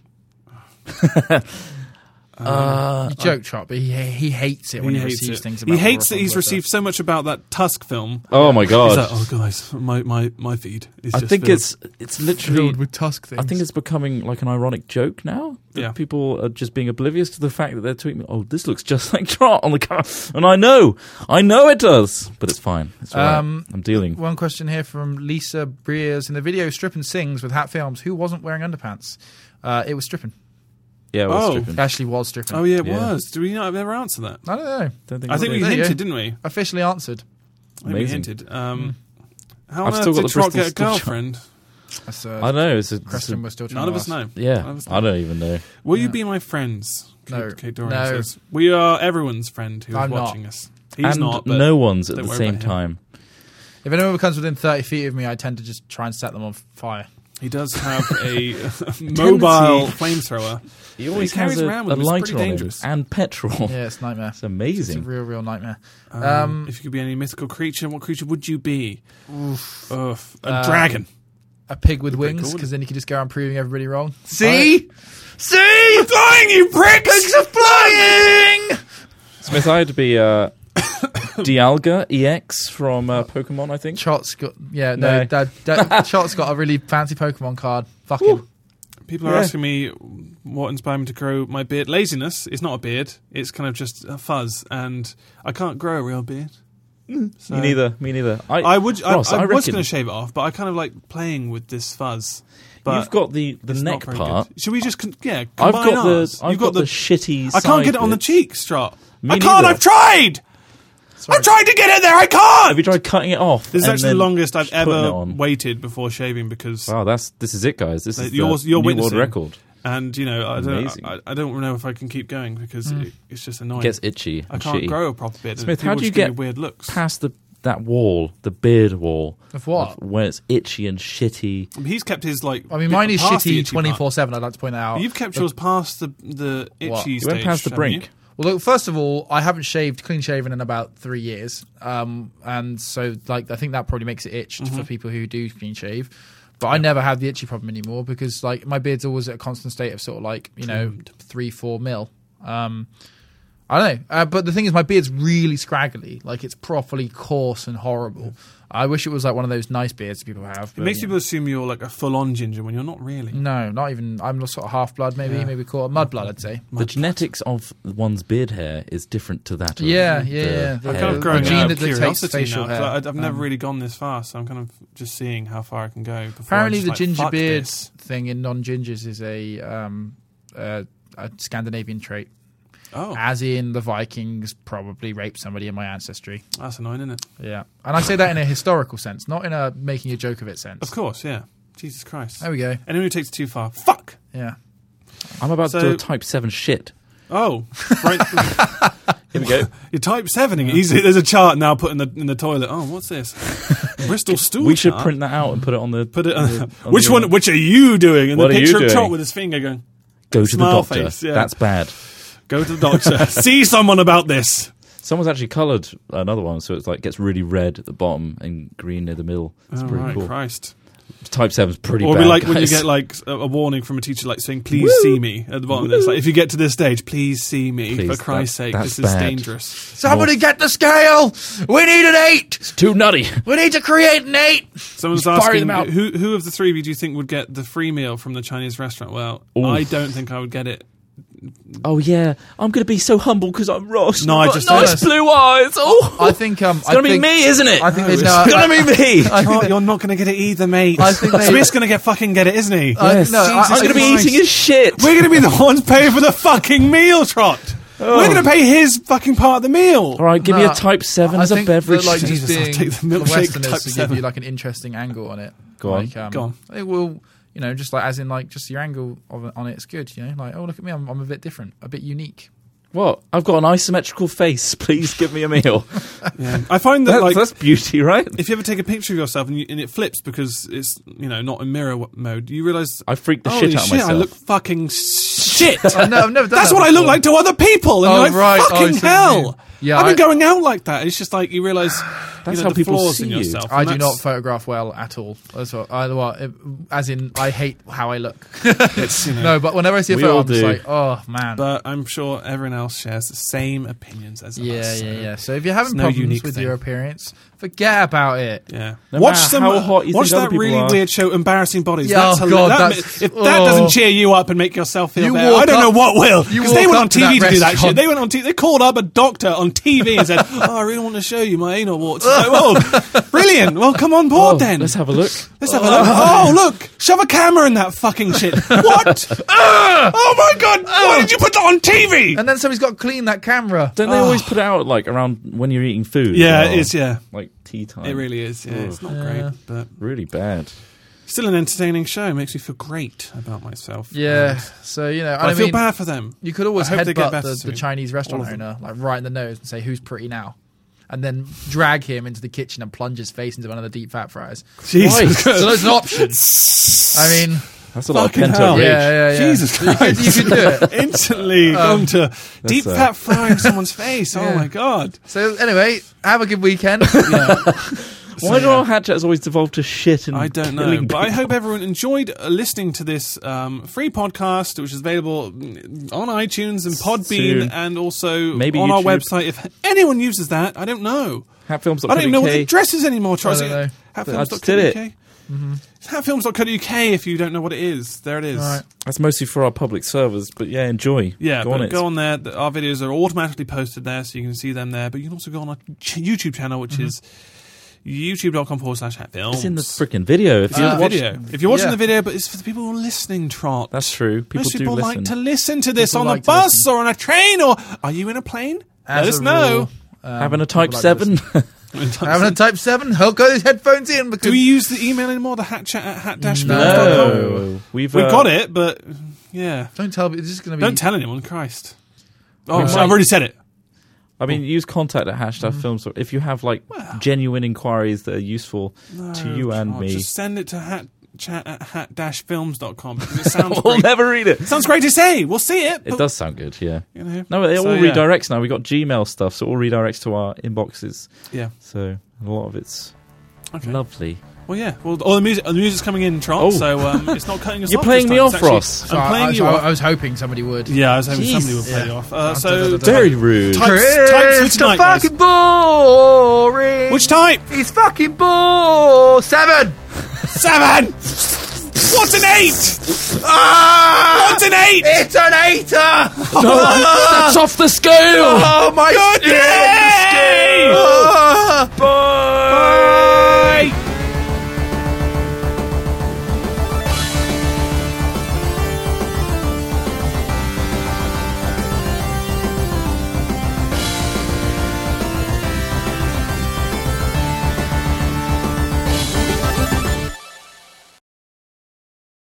[SPEAKER 1] Uh, You joke, Chop, but he, he hates it when he,
[SPEAKER 3] he hates
[SPEAKER 1] receives
[SPEAKER 3] it.
[SPEAKER 1] things. About
[SPEAKER 3] He hates that
[SPEAKER 1] Warcraft
[SPEAKER 3] he's
[SPEAKER 1] Warcraft.
[SPEAKER 3] received so much about that Tusk film.
[SPEAKER 2] Oh my
[SPEAKER 3] He's
[SPEAKER 2] god.
[SPEAKER 3] like, oh guys, my my my feed is.
[SPEAKER 2] I
[SPEAKER 3] just
[SPEAKER 2] think
[SPEAKER 3] filled."
[SPEAKER 2] it's it's literally.
[SPEAKER 1] filled with tusk things.
[SPEAKER 2] I think it's becoming like an ironic joke now. That
[SPEAKER 3] Yeah.
[SPEAKER 2] People are just being oblivious to the fact that they're tweeting, "Oh, this looks just like Trot on the cover," and I know, I know it does, but it's fine. It's all right.
[SPEAKER 1] Um,
[SPEAKER 2] I'm dealing.
[SPEAKER 1] One question here from Lisa Breers in the video "Strip and Sings" with Hat Films. Who wasn't wearing underpants? Uh, it was stripping.
[SPEAKER 2] Yeah, well,
[SPEAKER 3] oh.
[SPEAKER 2] stripping.
[SPEAKER 1] Ashley was stripping.
[SPEAKER 3] Oh yeah, it
[SPEAKER 2] Yeah.
[SPEAKER 3] was. Do we not ever answer that?
[SPEAKER 1] I don't know.
[SPEAKER 2] Don't think
[SPEAKER 3] I think
[SPEAKER 2] we
[SPEAKER 3] we
[SPEAKER 1] did.
[SPEAKER 3] hinted, didn't we?
[SPEAKER 1] Officially answered.
[SPEAKER 3] I think we
[SPEAKER 2] Amazing.
[SPEAKER 3] hinted. Um,
[SPEAKER 1] Hmm.
[SPEAKER 3] How
[SPEAKER 2] I've
[SPEAKER 3] on
[SPEAKER 2] still got
[SPEAKER 3] earth did
[SPEAKER 2] the
[SPEAKER 3] Trot
[SPEAKER 2] Bristol
[SPEAKER 3] get a
[SPEAKER 2] Stitch on.
[SPEAKER 3] girlfriend?
[SPEAKER 1] That's a
[SPEAKER 2] I know. It's a, it's
[SPEAKER 1] question
[SPEAKER 2] a
[SPEAKER 1] we're still trying
[SPEAKER 3] None
[SPEAKER 1] to
[SPEAKER 3] of us
[SPEAKER 1] ask.
[SPEAKER 3] know. None
[SPEAKER 2] yeah.
[SPEAKER 3] of us know.
[SPEAKER 2] I don't even know.
[SPEAKER 3] Will you be my friends?
[SPEAKER 1] No.
[SPEAKER 3] Kate, Kate Doran
[SPEAKER 1] No.
[SPEAKER 3] says we are everyone's friend who is
[SPEAKER 1] I'm not.
[SPEAKER 3] watching us. He's
[SPEAKER 2] and
[SPEAKER 3] not. But
[SPEAKER 2] no one's at
[SPEAKER 3] don't
[SPEAKER 2] the
[SPEAKER 3] worry
[SPEAKER 2] same
[SPEAKER 3] about him.
[SPEAKER 2] time.
[SPEAKER 1] If anyone ever comes within thirty feet of me, I tend to just try and set them on fire.
[SPEAKER 3] He does have a mobile flamethrower.
[SPEAKER 2] He
[SPEAKER 3] always
[SPEAKER 2] always
[SPEAKER 3] carries
[SPEAKER 2] has a,
[SPEAKER 3] around
[SPEAKER 2] a
[SPEAKER 3] with him. It's pretty
[SPEAKER 2] lighter on him
[SPEAKER 3] dangerous.
[SPEAKER 2] and petrol.
[SPEAKER 1] Yeah, it's a nightmare.
[SPEAKER 2] It's
[SPEAKER 1] It's a
[SPEAKER 2] amazing.
[SPEAKER 1] real, real nightmare.
[SPEAKER 3] Um,
[SPEAKER 1] Um,
[SPEAKER 3] if you could be any mythical creature, what creature would you be? Oof. A
[SPEAKER 1] Uh,
[SPEAKER 3] dragon.
[SPEAKER 1] a pig with
[SPEAKER 3] pretty
[SPEAKER 1] wings,
[SPEAKER 3] cool.
[SPEAKER 1] because then you can just go around proving everybody wrong. See, see,
[SPEAKER 3] Flying, you pricks!
[SPEAKER 1] pigs are flying.
[SPEAKER 2] Smith, I'd be uh, Dialga EX from uh, Pokemon. I think.
[SPEAKER 1] Chot's got yeah no,
[SPEAKER 2] No.
[SPEAKER 1] Dad, Dad, Chot's got a really fancy Pokemon card. Fuck him.
[SPEAKER 3] People are
[SPEAKER 2] Yeah.
[SPEAKER 3] asking me what inspired me to grow my beard. Laziness. It's not a beard. It's kind of just a fuzz, and I can't grow a real beard. So-
[SPEAKER 2] Me neither. Me neither. I,
[SPEAKER 3] I would. I,
[SPEAKER 2] Ross,
[SPEAKER 3] I
[SPEAKER 2] I
[SPEAKER 3] was
[SPEAKER 2] reckon-
[SPEAKER 3] going to shave it off, but I kind of like playing with this fuzz. But
[SPEAKER 2] You've got the the
[SPEAKER 3] it's not
[SPEAKER 2] neck
[SPEAKER 3] very
[SPEAKER 2] part.
[SPEAKER 3] Good. Should we just con- yeah?
[SPEAKER 2] I've
[SPEAKER 3] Combine
[SPEAKER 2] got
[SPEAKER 3] ours.
[SPEAKER 2] the I've
[SPEAKER 3] You've
[SPEAKER 2] got, the, shitty.
[SPEAKER 3] I can't
[SPEAKER 2] side
[SPEAKER 3] get it on the
[SPEAKER 2] bit.
[SPEAKER 3] cheeks, Trot.
[SPEAKER 2] Me
[SPEAKER 3] I can't.
[SPEAKER 2] neither.
[SPEAKER 3] I've tried. I've tried to get it there. I
[SPEAKER 2] Have you
[SPEAKER 3] can't.
[SPEAKER 2] tried cutting it off?
[SPEAKER 3] This is
[SPEAKER 2] and
[SPEAKER 3] actually the
[SPEAKER 2] then
[SPEAKER 3] longest I've
[SPEAKER 2] just putting it
[SPEAKER 3] ever
[SPEAKER 2] on?
[SPEAKER 3] waited before shaving because,
[SPEAKER 2] Wow, that's this is it, guys. This
[SPEAKER 3] Like,
[SPEAKER 2] is
[SPEAKER 3] yours-
[SPEAKER 2] the
[SPEAKER 3] you're
[SPEAKER 2] new world
[SPEAKER 3] witnessing.
[SPEAKER 2] record.
[SPEAKER 3] and you know, I don't,
[SPEAKER 2] Amazing. Hmm.
[SPEAKER 3] I, I don't know if I can keep going because it, it's just annoying.
[SPEAKER 2] It gets itchy.
[SPEAKER 3] I
[SPEAKER 2] and
[SPEAKER 3] can't
[SPEAKER 2] shitty.
[SPEAKER 3] grow a proper beard. and
[SPEAKER 2] Smith,
[SPEAKER 3] people
[SPEAKER 2] how do you
[SPEAKER 3] just give me
[SPEAKER 2] get
[SPEAKER 3] weird looks?
[SPEAKER 2] past the that wall, the beard wall
[SPEAKER 1] Of what?
[SPEAKER 2] of when it's itchy and shitty.
[SPEAKER 3] He's kept his like.
[SPEAKER 1] I mean, mine is
[SPEAKER 3] past the
[SPEAKER 1] shitty
[SPEAKER 3] itchy part.
[SPEAKER 1] twenty four seven. I'd like to point that out.
[SPEAKER 3] You've kept yours past the the itchy
[SPEAKER 1] What?
[SPEAKER 3] stage.
[SPEAKER 2] You went past the
[SPEAKER 3] haven't you?
[SPEAKER 2] brink.
[SPEAKER 1] Well, look, first of all, I haven't shaved clean shaven in about three years, um, and so like I think that probably makes it itch
[SPEAKER 3] Mm-hmm.
[SPEAKER 1] for people who do clean shave. But I never have the itchy problem anymore because like my beard's always at a constant state of sort of like you know three four mil. Um, I don't know, uh, but the thing is, my beard's really scraggly, like it's properly coarse and horrible. I wish it was like one of those nice beards people have.
[SPEAKER 3] It
[SPEAKER 1] but,
[SPEAKER 3] makes
[SPEAKER 1] you know.
[SPEAKER 3] people assume you're like a full on ginger when you're not really.
[SPEAKER 1] no, not even. I'm sort of half blood, maybe,
[SPEAKER 3] Yeah.
[SPEAKER 1] maybe called mud blood. I'd say.
[SPEAKER 2] The genetics of one's beard hair is different to that. Of
[SPEAKER 1] Yeah,
[SPEAKER 2] the
[SPEAKER 1] yeah, yeah. They're
[SPEAKER 3] I'm
[SPEAKER 2] hair
[SPEAKER 3] kind
[SPEAKER 1] Uh,
[SPEAKER 3] of growing
[SPEAKER 1] gene
[SPEAKER 3] out
[SPEAKER 1] that
[SPEAKER 3] of
[SPEAKER 1] dictates
[SPEAKER 3] curiosity now.
[SPEAKER 1] facial
[SPEAKER 3] 'cause
[SPEAKER 1] hair.
[SPEAKER 3] I, I've never
[SPEAKER 1] Um,
[SPEAKER 3] really gone this far, so I'm kind of just seeing how far I can go. Before
[SPEAKER 1] Apparently,
[SPEAKER 3] i
[SPEAKER 1] the ginger beard
[SPEAKER 3] beards.
[SPEAKER 1] thing in non-gingers is a, um, uh, a Scandinavian trait,
[SPEAKER 3] Oh,
[SPEAKER 1] as in the Vikings probably raped somebody in my ancestry.
[SPEAKER 3] that's annoying, isn't it?
[SPEAKER 1] Yeah, and I say that in a historical sense, not in a making a joke of it sense.
[SPEAKER 3] Of course, yeah. Jesus Christ.
[SPEAKER 1] There we go.
[SPEAKER 3] Anyone who takes it too far, fuck.
[SPEAKER 1] Yeah,
[SPEAKER 2] I'm about
[SPEAKER 3] So-
[SPEAKER 2] to do a type seven shit.
[SPEAKER 3] Oh, right.
[SPEAKER 2] Here we go.
[SPEAKER 3] You're type sevening. it. Easy. There's a chart now put in the in the toilet. Oh, what's this? Bristol stool.
[SPEAKER 2] we should
[SPEAKER 3] chart.
[SPEAKER 2] print that out and put it on the.
[SPEAKER 3] Put it. On,
[SPEAKER 2] on
[SPEAKER 3] which
[SPEAKER 2] the-
[SPEAKER 3] one? Which are you doing? And
[SPEAKER 2] What
[SPEAKER 3] the
[SPEAKER 2] are you
[SPEAKER 3] picture of
[SPEAKER 2] doing?
[SPEAKER 3] Trot with his finger going.
[SPEAKER 2] go to the
[SPEAKER 3] smile
[SPEAKER 2] doctor.
[SPEAKER 3] face, yeah.
[SPEAKER 2] That's bad.
[SPEAKER 3] Go to the doctor. See someone about this.
[SPEAKER 2] Someone's actually coloured another one, so it's like gets really red at the bottom and green near the middle. It's
[SPEAKER 3] oh,
[SPEAKER 2] pretty
[SPEAKER 3] right,
[SPEAKER 2] cool.
[SPEAKER 3] Christ.
[SPEAKER 2] Type seven's pretty
[SPEAKER 3] Or
[SPEAKER 2] bad.
[SPEAKER 3] we like when you
[SPEAKER 2] guys.
[SPEAKER 3] get like a, a warning from a teacher, like saying, "Please see me" at the bottom of this. Like, if you get to this stage, please see me
[SPEAKER 2] Please,
[SPEAKER 3] for Christ's
[SPEAKER 2] that-
[SPEAKER 3] sake.
[SPEAKER 2] that's
[SPEAKER 3] This is
[SPEAKER 2] bad.
[SPEAKER 3] dangerous.
[SPEAKER 1] Somebody get the scale. We need an eight.
[SPEAKER 4] It's too nutty.
[SPEAKER 1] We need to create an eight.
[SPEAKER 3] Someone's
[SPEAKER 4] Just fire
[SPEAKER 3] asking
[SPEAKER 4] them out.
[SPEAKER 3] who who of the three of you do you think would get the free meal from the Chinese restaurant? Well, I don't think I would get it.
[SPEAKER 2] oh yeah, I'm gonna be so humble because I'm Ross.
[SPEAKER 3] No, I just
[SPEAKER 4] Nice blue eyes. Oh,
[SPEAKER 1] I think. Um,
[SPEAKER 4] it's gonna be me, isn't it?
[SPEAKER 1] I think they
[SPEAKER 4] it's gonna be me.
[SPEAKER 1] I think
[SPEAKER 3] Can't-
[SPEAKER 1] they-
[SPEAKER 3] you're not going to get it either, mate.
[SPEAKER 1] I think they-
[SPEAKER 3] Smith's going to get fucking get it, isn't he?
[SPEAKER 1] I- no, I-
[SPEAKER 3] Jesus
[SPEAKER 1] I'm gonna be
[SPEAKER 3] Christ.
[SPEAKER 1] eating
[SPEAKER 4] his shit.
[SPEAKER 3] We're going to be the ones paying for the fucking meal, Trot. We're going to pay his fucking part of the meal.
[SPEAKER 4] All right, give me
[SPEAKER 1] Nah,
[SPEAKER 4] a type seven
[SPEAKER 1] I
[SPEAKER 4] as a
[SPEAKER 1] think that,
[SPEAKER 4] beverage.
[SPEAKER 1] Like just
[SPEAKER 3] Jesus, I'll
[SPEAKER 1] being
[SPEAKER 3] take the milkshake
[SPEAKER 1] Westerners
[SPEAKER 3] type
[SPEAKER 1] to give
[SPEAKER 3] seven.
[SPEAKER 1] you like an interesting angle on it.
[SPEAKER 2] Go on.
[SPEAKER 1] Like, um,
[SPEAKER 3] Go on.
[SPEAKER 1] It will, you know, just like as in like just your angle of, on it's good. You know, like oh look at me, I'm, I'm a bit different, a bit unique.
[SPEAKER 4] what?
[SPEAKER 2] I've got an isometrical face. Please give me a meal.
[SPEAKER 3] Yeah. I find that
[SPEAKER 2] That's,
[SPEAKER 3] like
[SPEAKER 2] that's beauty, right?
[SPEAKER 3] if you ever take a picture of yourself and, you, and it flips because it's you know not in mirror w- mode, you realise
[SPEAKER 2] I freaked the
[SPEAKER 3] holy
[SPEAKER 2] shit out of
[SPEAKER 3] shit,
[SPEAKER 2] myself.
[SPEAKER 3] I look fucking shit.
[SPEAKER 1] Oh, no, I've never done
[SPEAKER 3] That's
[SPEAKER 1] that
[SPEAKER 3] what I look
[SPEAKER 1] before.
[SPEAKER 3] like to other people, and
[SPEAKER 1] Oh,
[SPEAKER 3] you're like
[SPEAKER 1] right. Oh, I
[SPEAKER 3] fucking
[SPEAKER 1] see what you mean.
[SPEAKER 3] hell.
[SPEAKER 1] Yeah,
[SPEAKER 3] I've been
[SPEAKER 1] I-
[SPEAKER 3] going out like that. It's just like you realise you know,
[SPEAKER 2] how
[SPEAKER 3] the
[SPEAKER 2] people
[SPEAKER 3] flaws in
[SPEAKER 2] see you.
[SPEAKER 3] yourself.
[SPEAKER 1] I
[SPEAKER 3] and
[SPEAKER 1] do
[SPEAKER 3] that's-
[SPEAKER 1] not photograph well at all. That's what, I, well, it- as in, I hate how I look.
[SPEAKER 3] It's, you know,
[SPEAKER 1] No, but whenever I see a
[SPEAKER 2] We
[SPEAKER 1] photo,
[SPEAKER 2] all
[SPEAKER 1] I'm just
[SPEAKER 2] do.
[SPEAKER 1] like, oh man.
[SPEAKER 3] But I'm sure everyone else shares the same opinions as
[SPEAKER 1] yeah,
[SPEAKER 3] us.
[SPEAKER 1] yeah, yeah. So if you're having
[SPEAKER 3] uh, no
[SPEAKER 1] problems
[SPEAKER 3] unique
[SPEAKER 1] with
[SPEAKER 3] thing.
[SPEAKER 1] your appearance, forget about it.
[SPEAKER 3] Yeah.
[SPEAKER 2] No
[SPEAKER 3] watch
[SPEAKER 2] matter
[SPEAKER 3] some.
[SPEAKER 2] how hot you
[SPEAKER 3] watch
[SPEAKER 2] think other
[SPEAKER 3] that
[SPEAKER 2] people
[SPEAKER 3] really
[SPEAKER 2] are.
[SPEAKER 3] weird show, embarrassing bodies.
[SPEAKER 1] Yeah,
[SPEAKER 3] that's
[SPEAKER 1] oh
[SPEAKER 3] hil-
[SPEAKER 1] God,
[SPEAKER 3] that,
[SPEAKER 1] that's-
[SPEAKER 3] if that
[SPEAKER 1] oh.
[SPEAKER 3] doesn't cheer you up and make yourself feel
[SPEAKER 1] You
[SPEAKER 3] better, I
[SPEAKER 1] walk
[SPEAKER 3] don't know
[SPEAKER 1] up-
[SPEAKER 3] what will.
[SPEAKER 1] you
[SPEAKER 3] Because they
[SPEAKER 1] walk
[SPEAKER 3] went
[SPEAKER 1] up
[SPEAKER 3] on
[SPEAKER 1] to that
[SPEAKER 3] TV to do that shit.
[SPEAKER 1] restaurant.
[SPEAKER 3] They went on TV. They called up a doctor on TV and said, "Oh, I really want to show you my anal warts." It's like, "Whoa, brilliant! Well, come on board
[SPEAKER 2] Oh,
[SPEAKER 3] then.
[SPEAKER 2] Let's have a look.
[SPEAKER 3] Let's have a look. Oh, look! Shove a camera in that fucking shit. What? oh my god! Why did you put that on TV?
[SPEAKER 1] Ah! And then somebody's got to clean that camera.
[SPEAKER 2] Don't they always put it out like around when you're eating food? as
[SPEAKER 3] Ah. Yeah,
[SPEAKER 2] well?
[SPEAKER 3] it is. Yeah,
[SPEAKER 2] Like tea time.
[SPEAKER 3] it really is. Yeah, it's not great, but
[SPEAKER 2] really bad.
[SPEAKER 3] still an entertaining show. It makes me feel great about myself.
[SPEAKER 1] Yeah.
[SPEAKER 3] And
[SPEAKER 1] So you know,
[SPEAKER 3] I,
[SPEAKER 1] I,
[SPEAKER 3] feel
[SPEAKER 1] mean,
[SPEAKER 3] bad for them.
[SPEAKER 1] you could always
[SPEAKER 3] I hope they get
[SPEAKER 1] headbutt
[SPEAKER 3] better
[SPEAKER 1] the, the
[SPEAKER 3] soon.
[SPEAKER 1] Chinese restaurant
[SPEAKER 3] All of them.
[SPEAKER 1] owner like right in the nose and say, "Who's pretty now?" And then drag him into the kitchen and plunge his face into one of the deep fat fries.
[SPEAKER 3] Jesus
[SPEAKER 1] So
[SPEAKER 3] Christ.
[SPEAKER 1] there's an option. I mean,
[SPEAKER 2] That's a lot
[SPEAKER 3] Fucking
[SPEAKER 2] of pent
[SPEAKER 3] hell.
[SPEAKER 2] up
[SPEAKER 1] yeah,
[SPEAKER 2] rage.
[SPEAKER 1] yeah, yeah.
[SPEAKER 3] Jesus
[SPEAKER 1] You could, you could do it. Um,
[SPEAKER 3] Instantly gone to deep
[SPEAKER 2] uh,
[SPEAKER 3] fat fry in someone's face. Oh my god.
[SPEAKER 1] So anyway, have a good weekend.
[SPEAKER 2] Why do our hatchets always devolve to shit and
[SPEAKER 3] I don't know,
[SPEAKER 2] killing
[SPEAKER 3] but I
[SPEAKER 2] people?
[SPEAKER 3] hope everyone enjoyed uh, listening to this um, free podcast, which is available mm, on iTunes and Podbean,
[SPEAKER 2] Soon.
[SPEAKER 3] and also
[SPEAKER 2] Maybe
[SPEAKER 3] on our
[SPEAKER 2] YouTube.
[SPEAKER 3] website. If anyone uses that, I don't know.
[SPEAKER 2] Hatfilms.co.uk.
[SPEAKER 3] I don't even know what the address is anymore. Try
[SPEAKER 1] I don't know.
[SPEAKER 2] I just did it. Mm-hmm.
[SPEAKER 3] Hatfilms.co.uk. It's hatfilms.co.uk if you don't know what it is. There it is.
[SPEAKER 1] All right.
[SPEAKER 2] That's mostly for our public servers, but yeah, enjoy.
[SPEAKER 3] Yeah,
[SPEAKER 2] go
[SPEAKER 3] but
[SPEAKER 2] on it.
[SPEAKER 3] go on there. Th- Our videos are automatically posted there, so you can see them there. But you can also go on our ch- YouTube channel, which is youtube.com forward slash hatfilms.
[SPEAKER 2] Mm-hmm. It's in the freaking Uh, video. If
[SPEAKER 3] It's
[SPEAKER 2] you
[SPEAKER 3] in the
[SPEAKER 2] watch,
[SPEAKER 3] video. If you're watching
[SPEAKER 1] yeah.
[SPEAKER 3] the video, but it's for the people who are listening, Trot.
[SPEAKER 2] that's true. People
[SPEAKER 3] Most
[SPEAKER 2] do
[SPEAKER 3] people
[SPEAKER 2] listen.
[SPEAKER 3] like to listen to this
[SPEAKER 1] People
[SPEAKER 3] on
[SPEAKER 1] like
[SPEAKER 3] the
[SPEAKER 1] to
[SPEAKER 3] bus
[SPEAKER 1] listen.
[SPEAKER 3] or on a train or are you in a plane? Let
[SPEAKER 1] As
[SPEAKER 3] us
[SPEAKER 1] a
[SPEAKER 3] know.
[SPEAKER 1] rule,
[SPEAKER 3] Uh,
[SPEAKER 1] um,
[SPEAKER 2] Having
[SPEAKER 1] people
[SPEAKER 2] a type
[SPEAKER 1] like this.
[SPEAKER 2] seven.
[SPEAKER 1] Having a type seven. I'll go these headphones in because
[SPEAKER 3] Do we use the email anymore? The hat chat at hat dash
[SPEAKER 2] we've
[SPEAKER 3] We
[SPEAKER 2] uh,
[SPEAKER 3] Oh. got it, but yeah.
[SPEAKER 1] don't tell me. This is going to be.
[SPEAKER 3] Don't tell anyone, Christ. Oh,
[SPEAKER 2] We've-
[SPEAKER 3] I've already said it.
[SPEAKER 2] I mean, use contact at hashtag
[SPEAKER 3] Mm-hmm.
[SPEAKER 2] films if you have like genuine inquiries that are useful to you and
[SPEAKER 3] Oh,
[SPEAKER 2] me.
[SPEAKER 3] Just send it to hat chat at hat dash films.com because it sounds
[SPEAKER 2] we'll
[SPEAKER 3] great.
[SPEAKER 2] never read it.
[SPEAKER 3] sounds great to say. We'll see it.
[SPEAKER 2] It
[SPEAKER 3] but,
[SPEAKER 2] does sound good, yeah.
[SPEAKER 3] You know,
[SPEAKER 2] No, it
[SPEAKER 3] So,
[SPEAKER 2] all
[SPEAKER 3] yeah.
[SPEAKER 2] redirects now. We got Gmail stuff, so it all redirects to our inboxes.
[SPEAKER 3] Yeah.
[SPEAKER 2] So a lot of it's
[SPEAKER 3] Okay.
[SPEAKER 2] lovely.
[SPEAKER 3] Well, yeah. Well, oh, the music. The music's coming in, Trot.
[SPEAKER 2] Oh.
[SPEAKER 3] So um, it's not cutting us
[SPEAKER 2] You're
[SPEAKER 3] off.
[SPEAKER 2] playing
[SPEAKER 3] this
[SPEAKER 2] me
[SPEAKER 3] time.
[SPEAKER 2] off,
[SPEAKER 3] It's actually-
[SPEAKER 2] Ross.
[SPEAKER 1] So
[SPEAKER 3] I'm
[SPEAKER 1] I, I
[SPEAKER 3] playing
[SPEAKER 1] was,
[SPEAKER 3] you
[SPEAKER 1] I,
[SPEAKER 3] off.
[SPEAKER 1] was hoping somebody would.
[SPEAKER 3] Yeah, I was hoping
[SPEAKER 2] Jeez.
[SPEAKER 3] somebody would play
[SPEAKER 1] Yeah.
[SPEAKER 3] you off. Uh,
[SPEAKER 1] Dun,
[SPEAKER 3] so,
[SPEAKER 1] dun, dun, dun, dun.
[SPEAKER 2] Very rude.
[SPEAKER 3] Types- types for tonight, guys.
[SPEAKER 1] boring.
[SPEAKER 3] Which type?
[SPEAKER 1] It's fucking bull seven.
[SPEAKER 3] Seven! What's an eight?
[SPEAKER 1] Ah!
[SPEAKER 3] What's an eight?
[SPEAKER 1] It's an eighter.
[SPEAKER 3] Ah!
[SPEAKER 4] No, that's off the scale.
[SPEAKER 1] Oh my
[SPEAKER 3] Good
[SPEAKER 1] skin.
[SPEAKER 3] day!
[SPEAKER 1] Oh.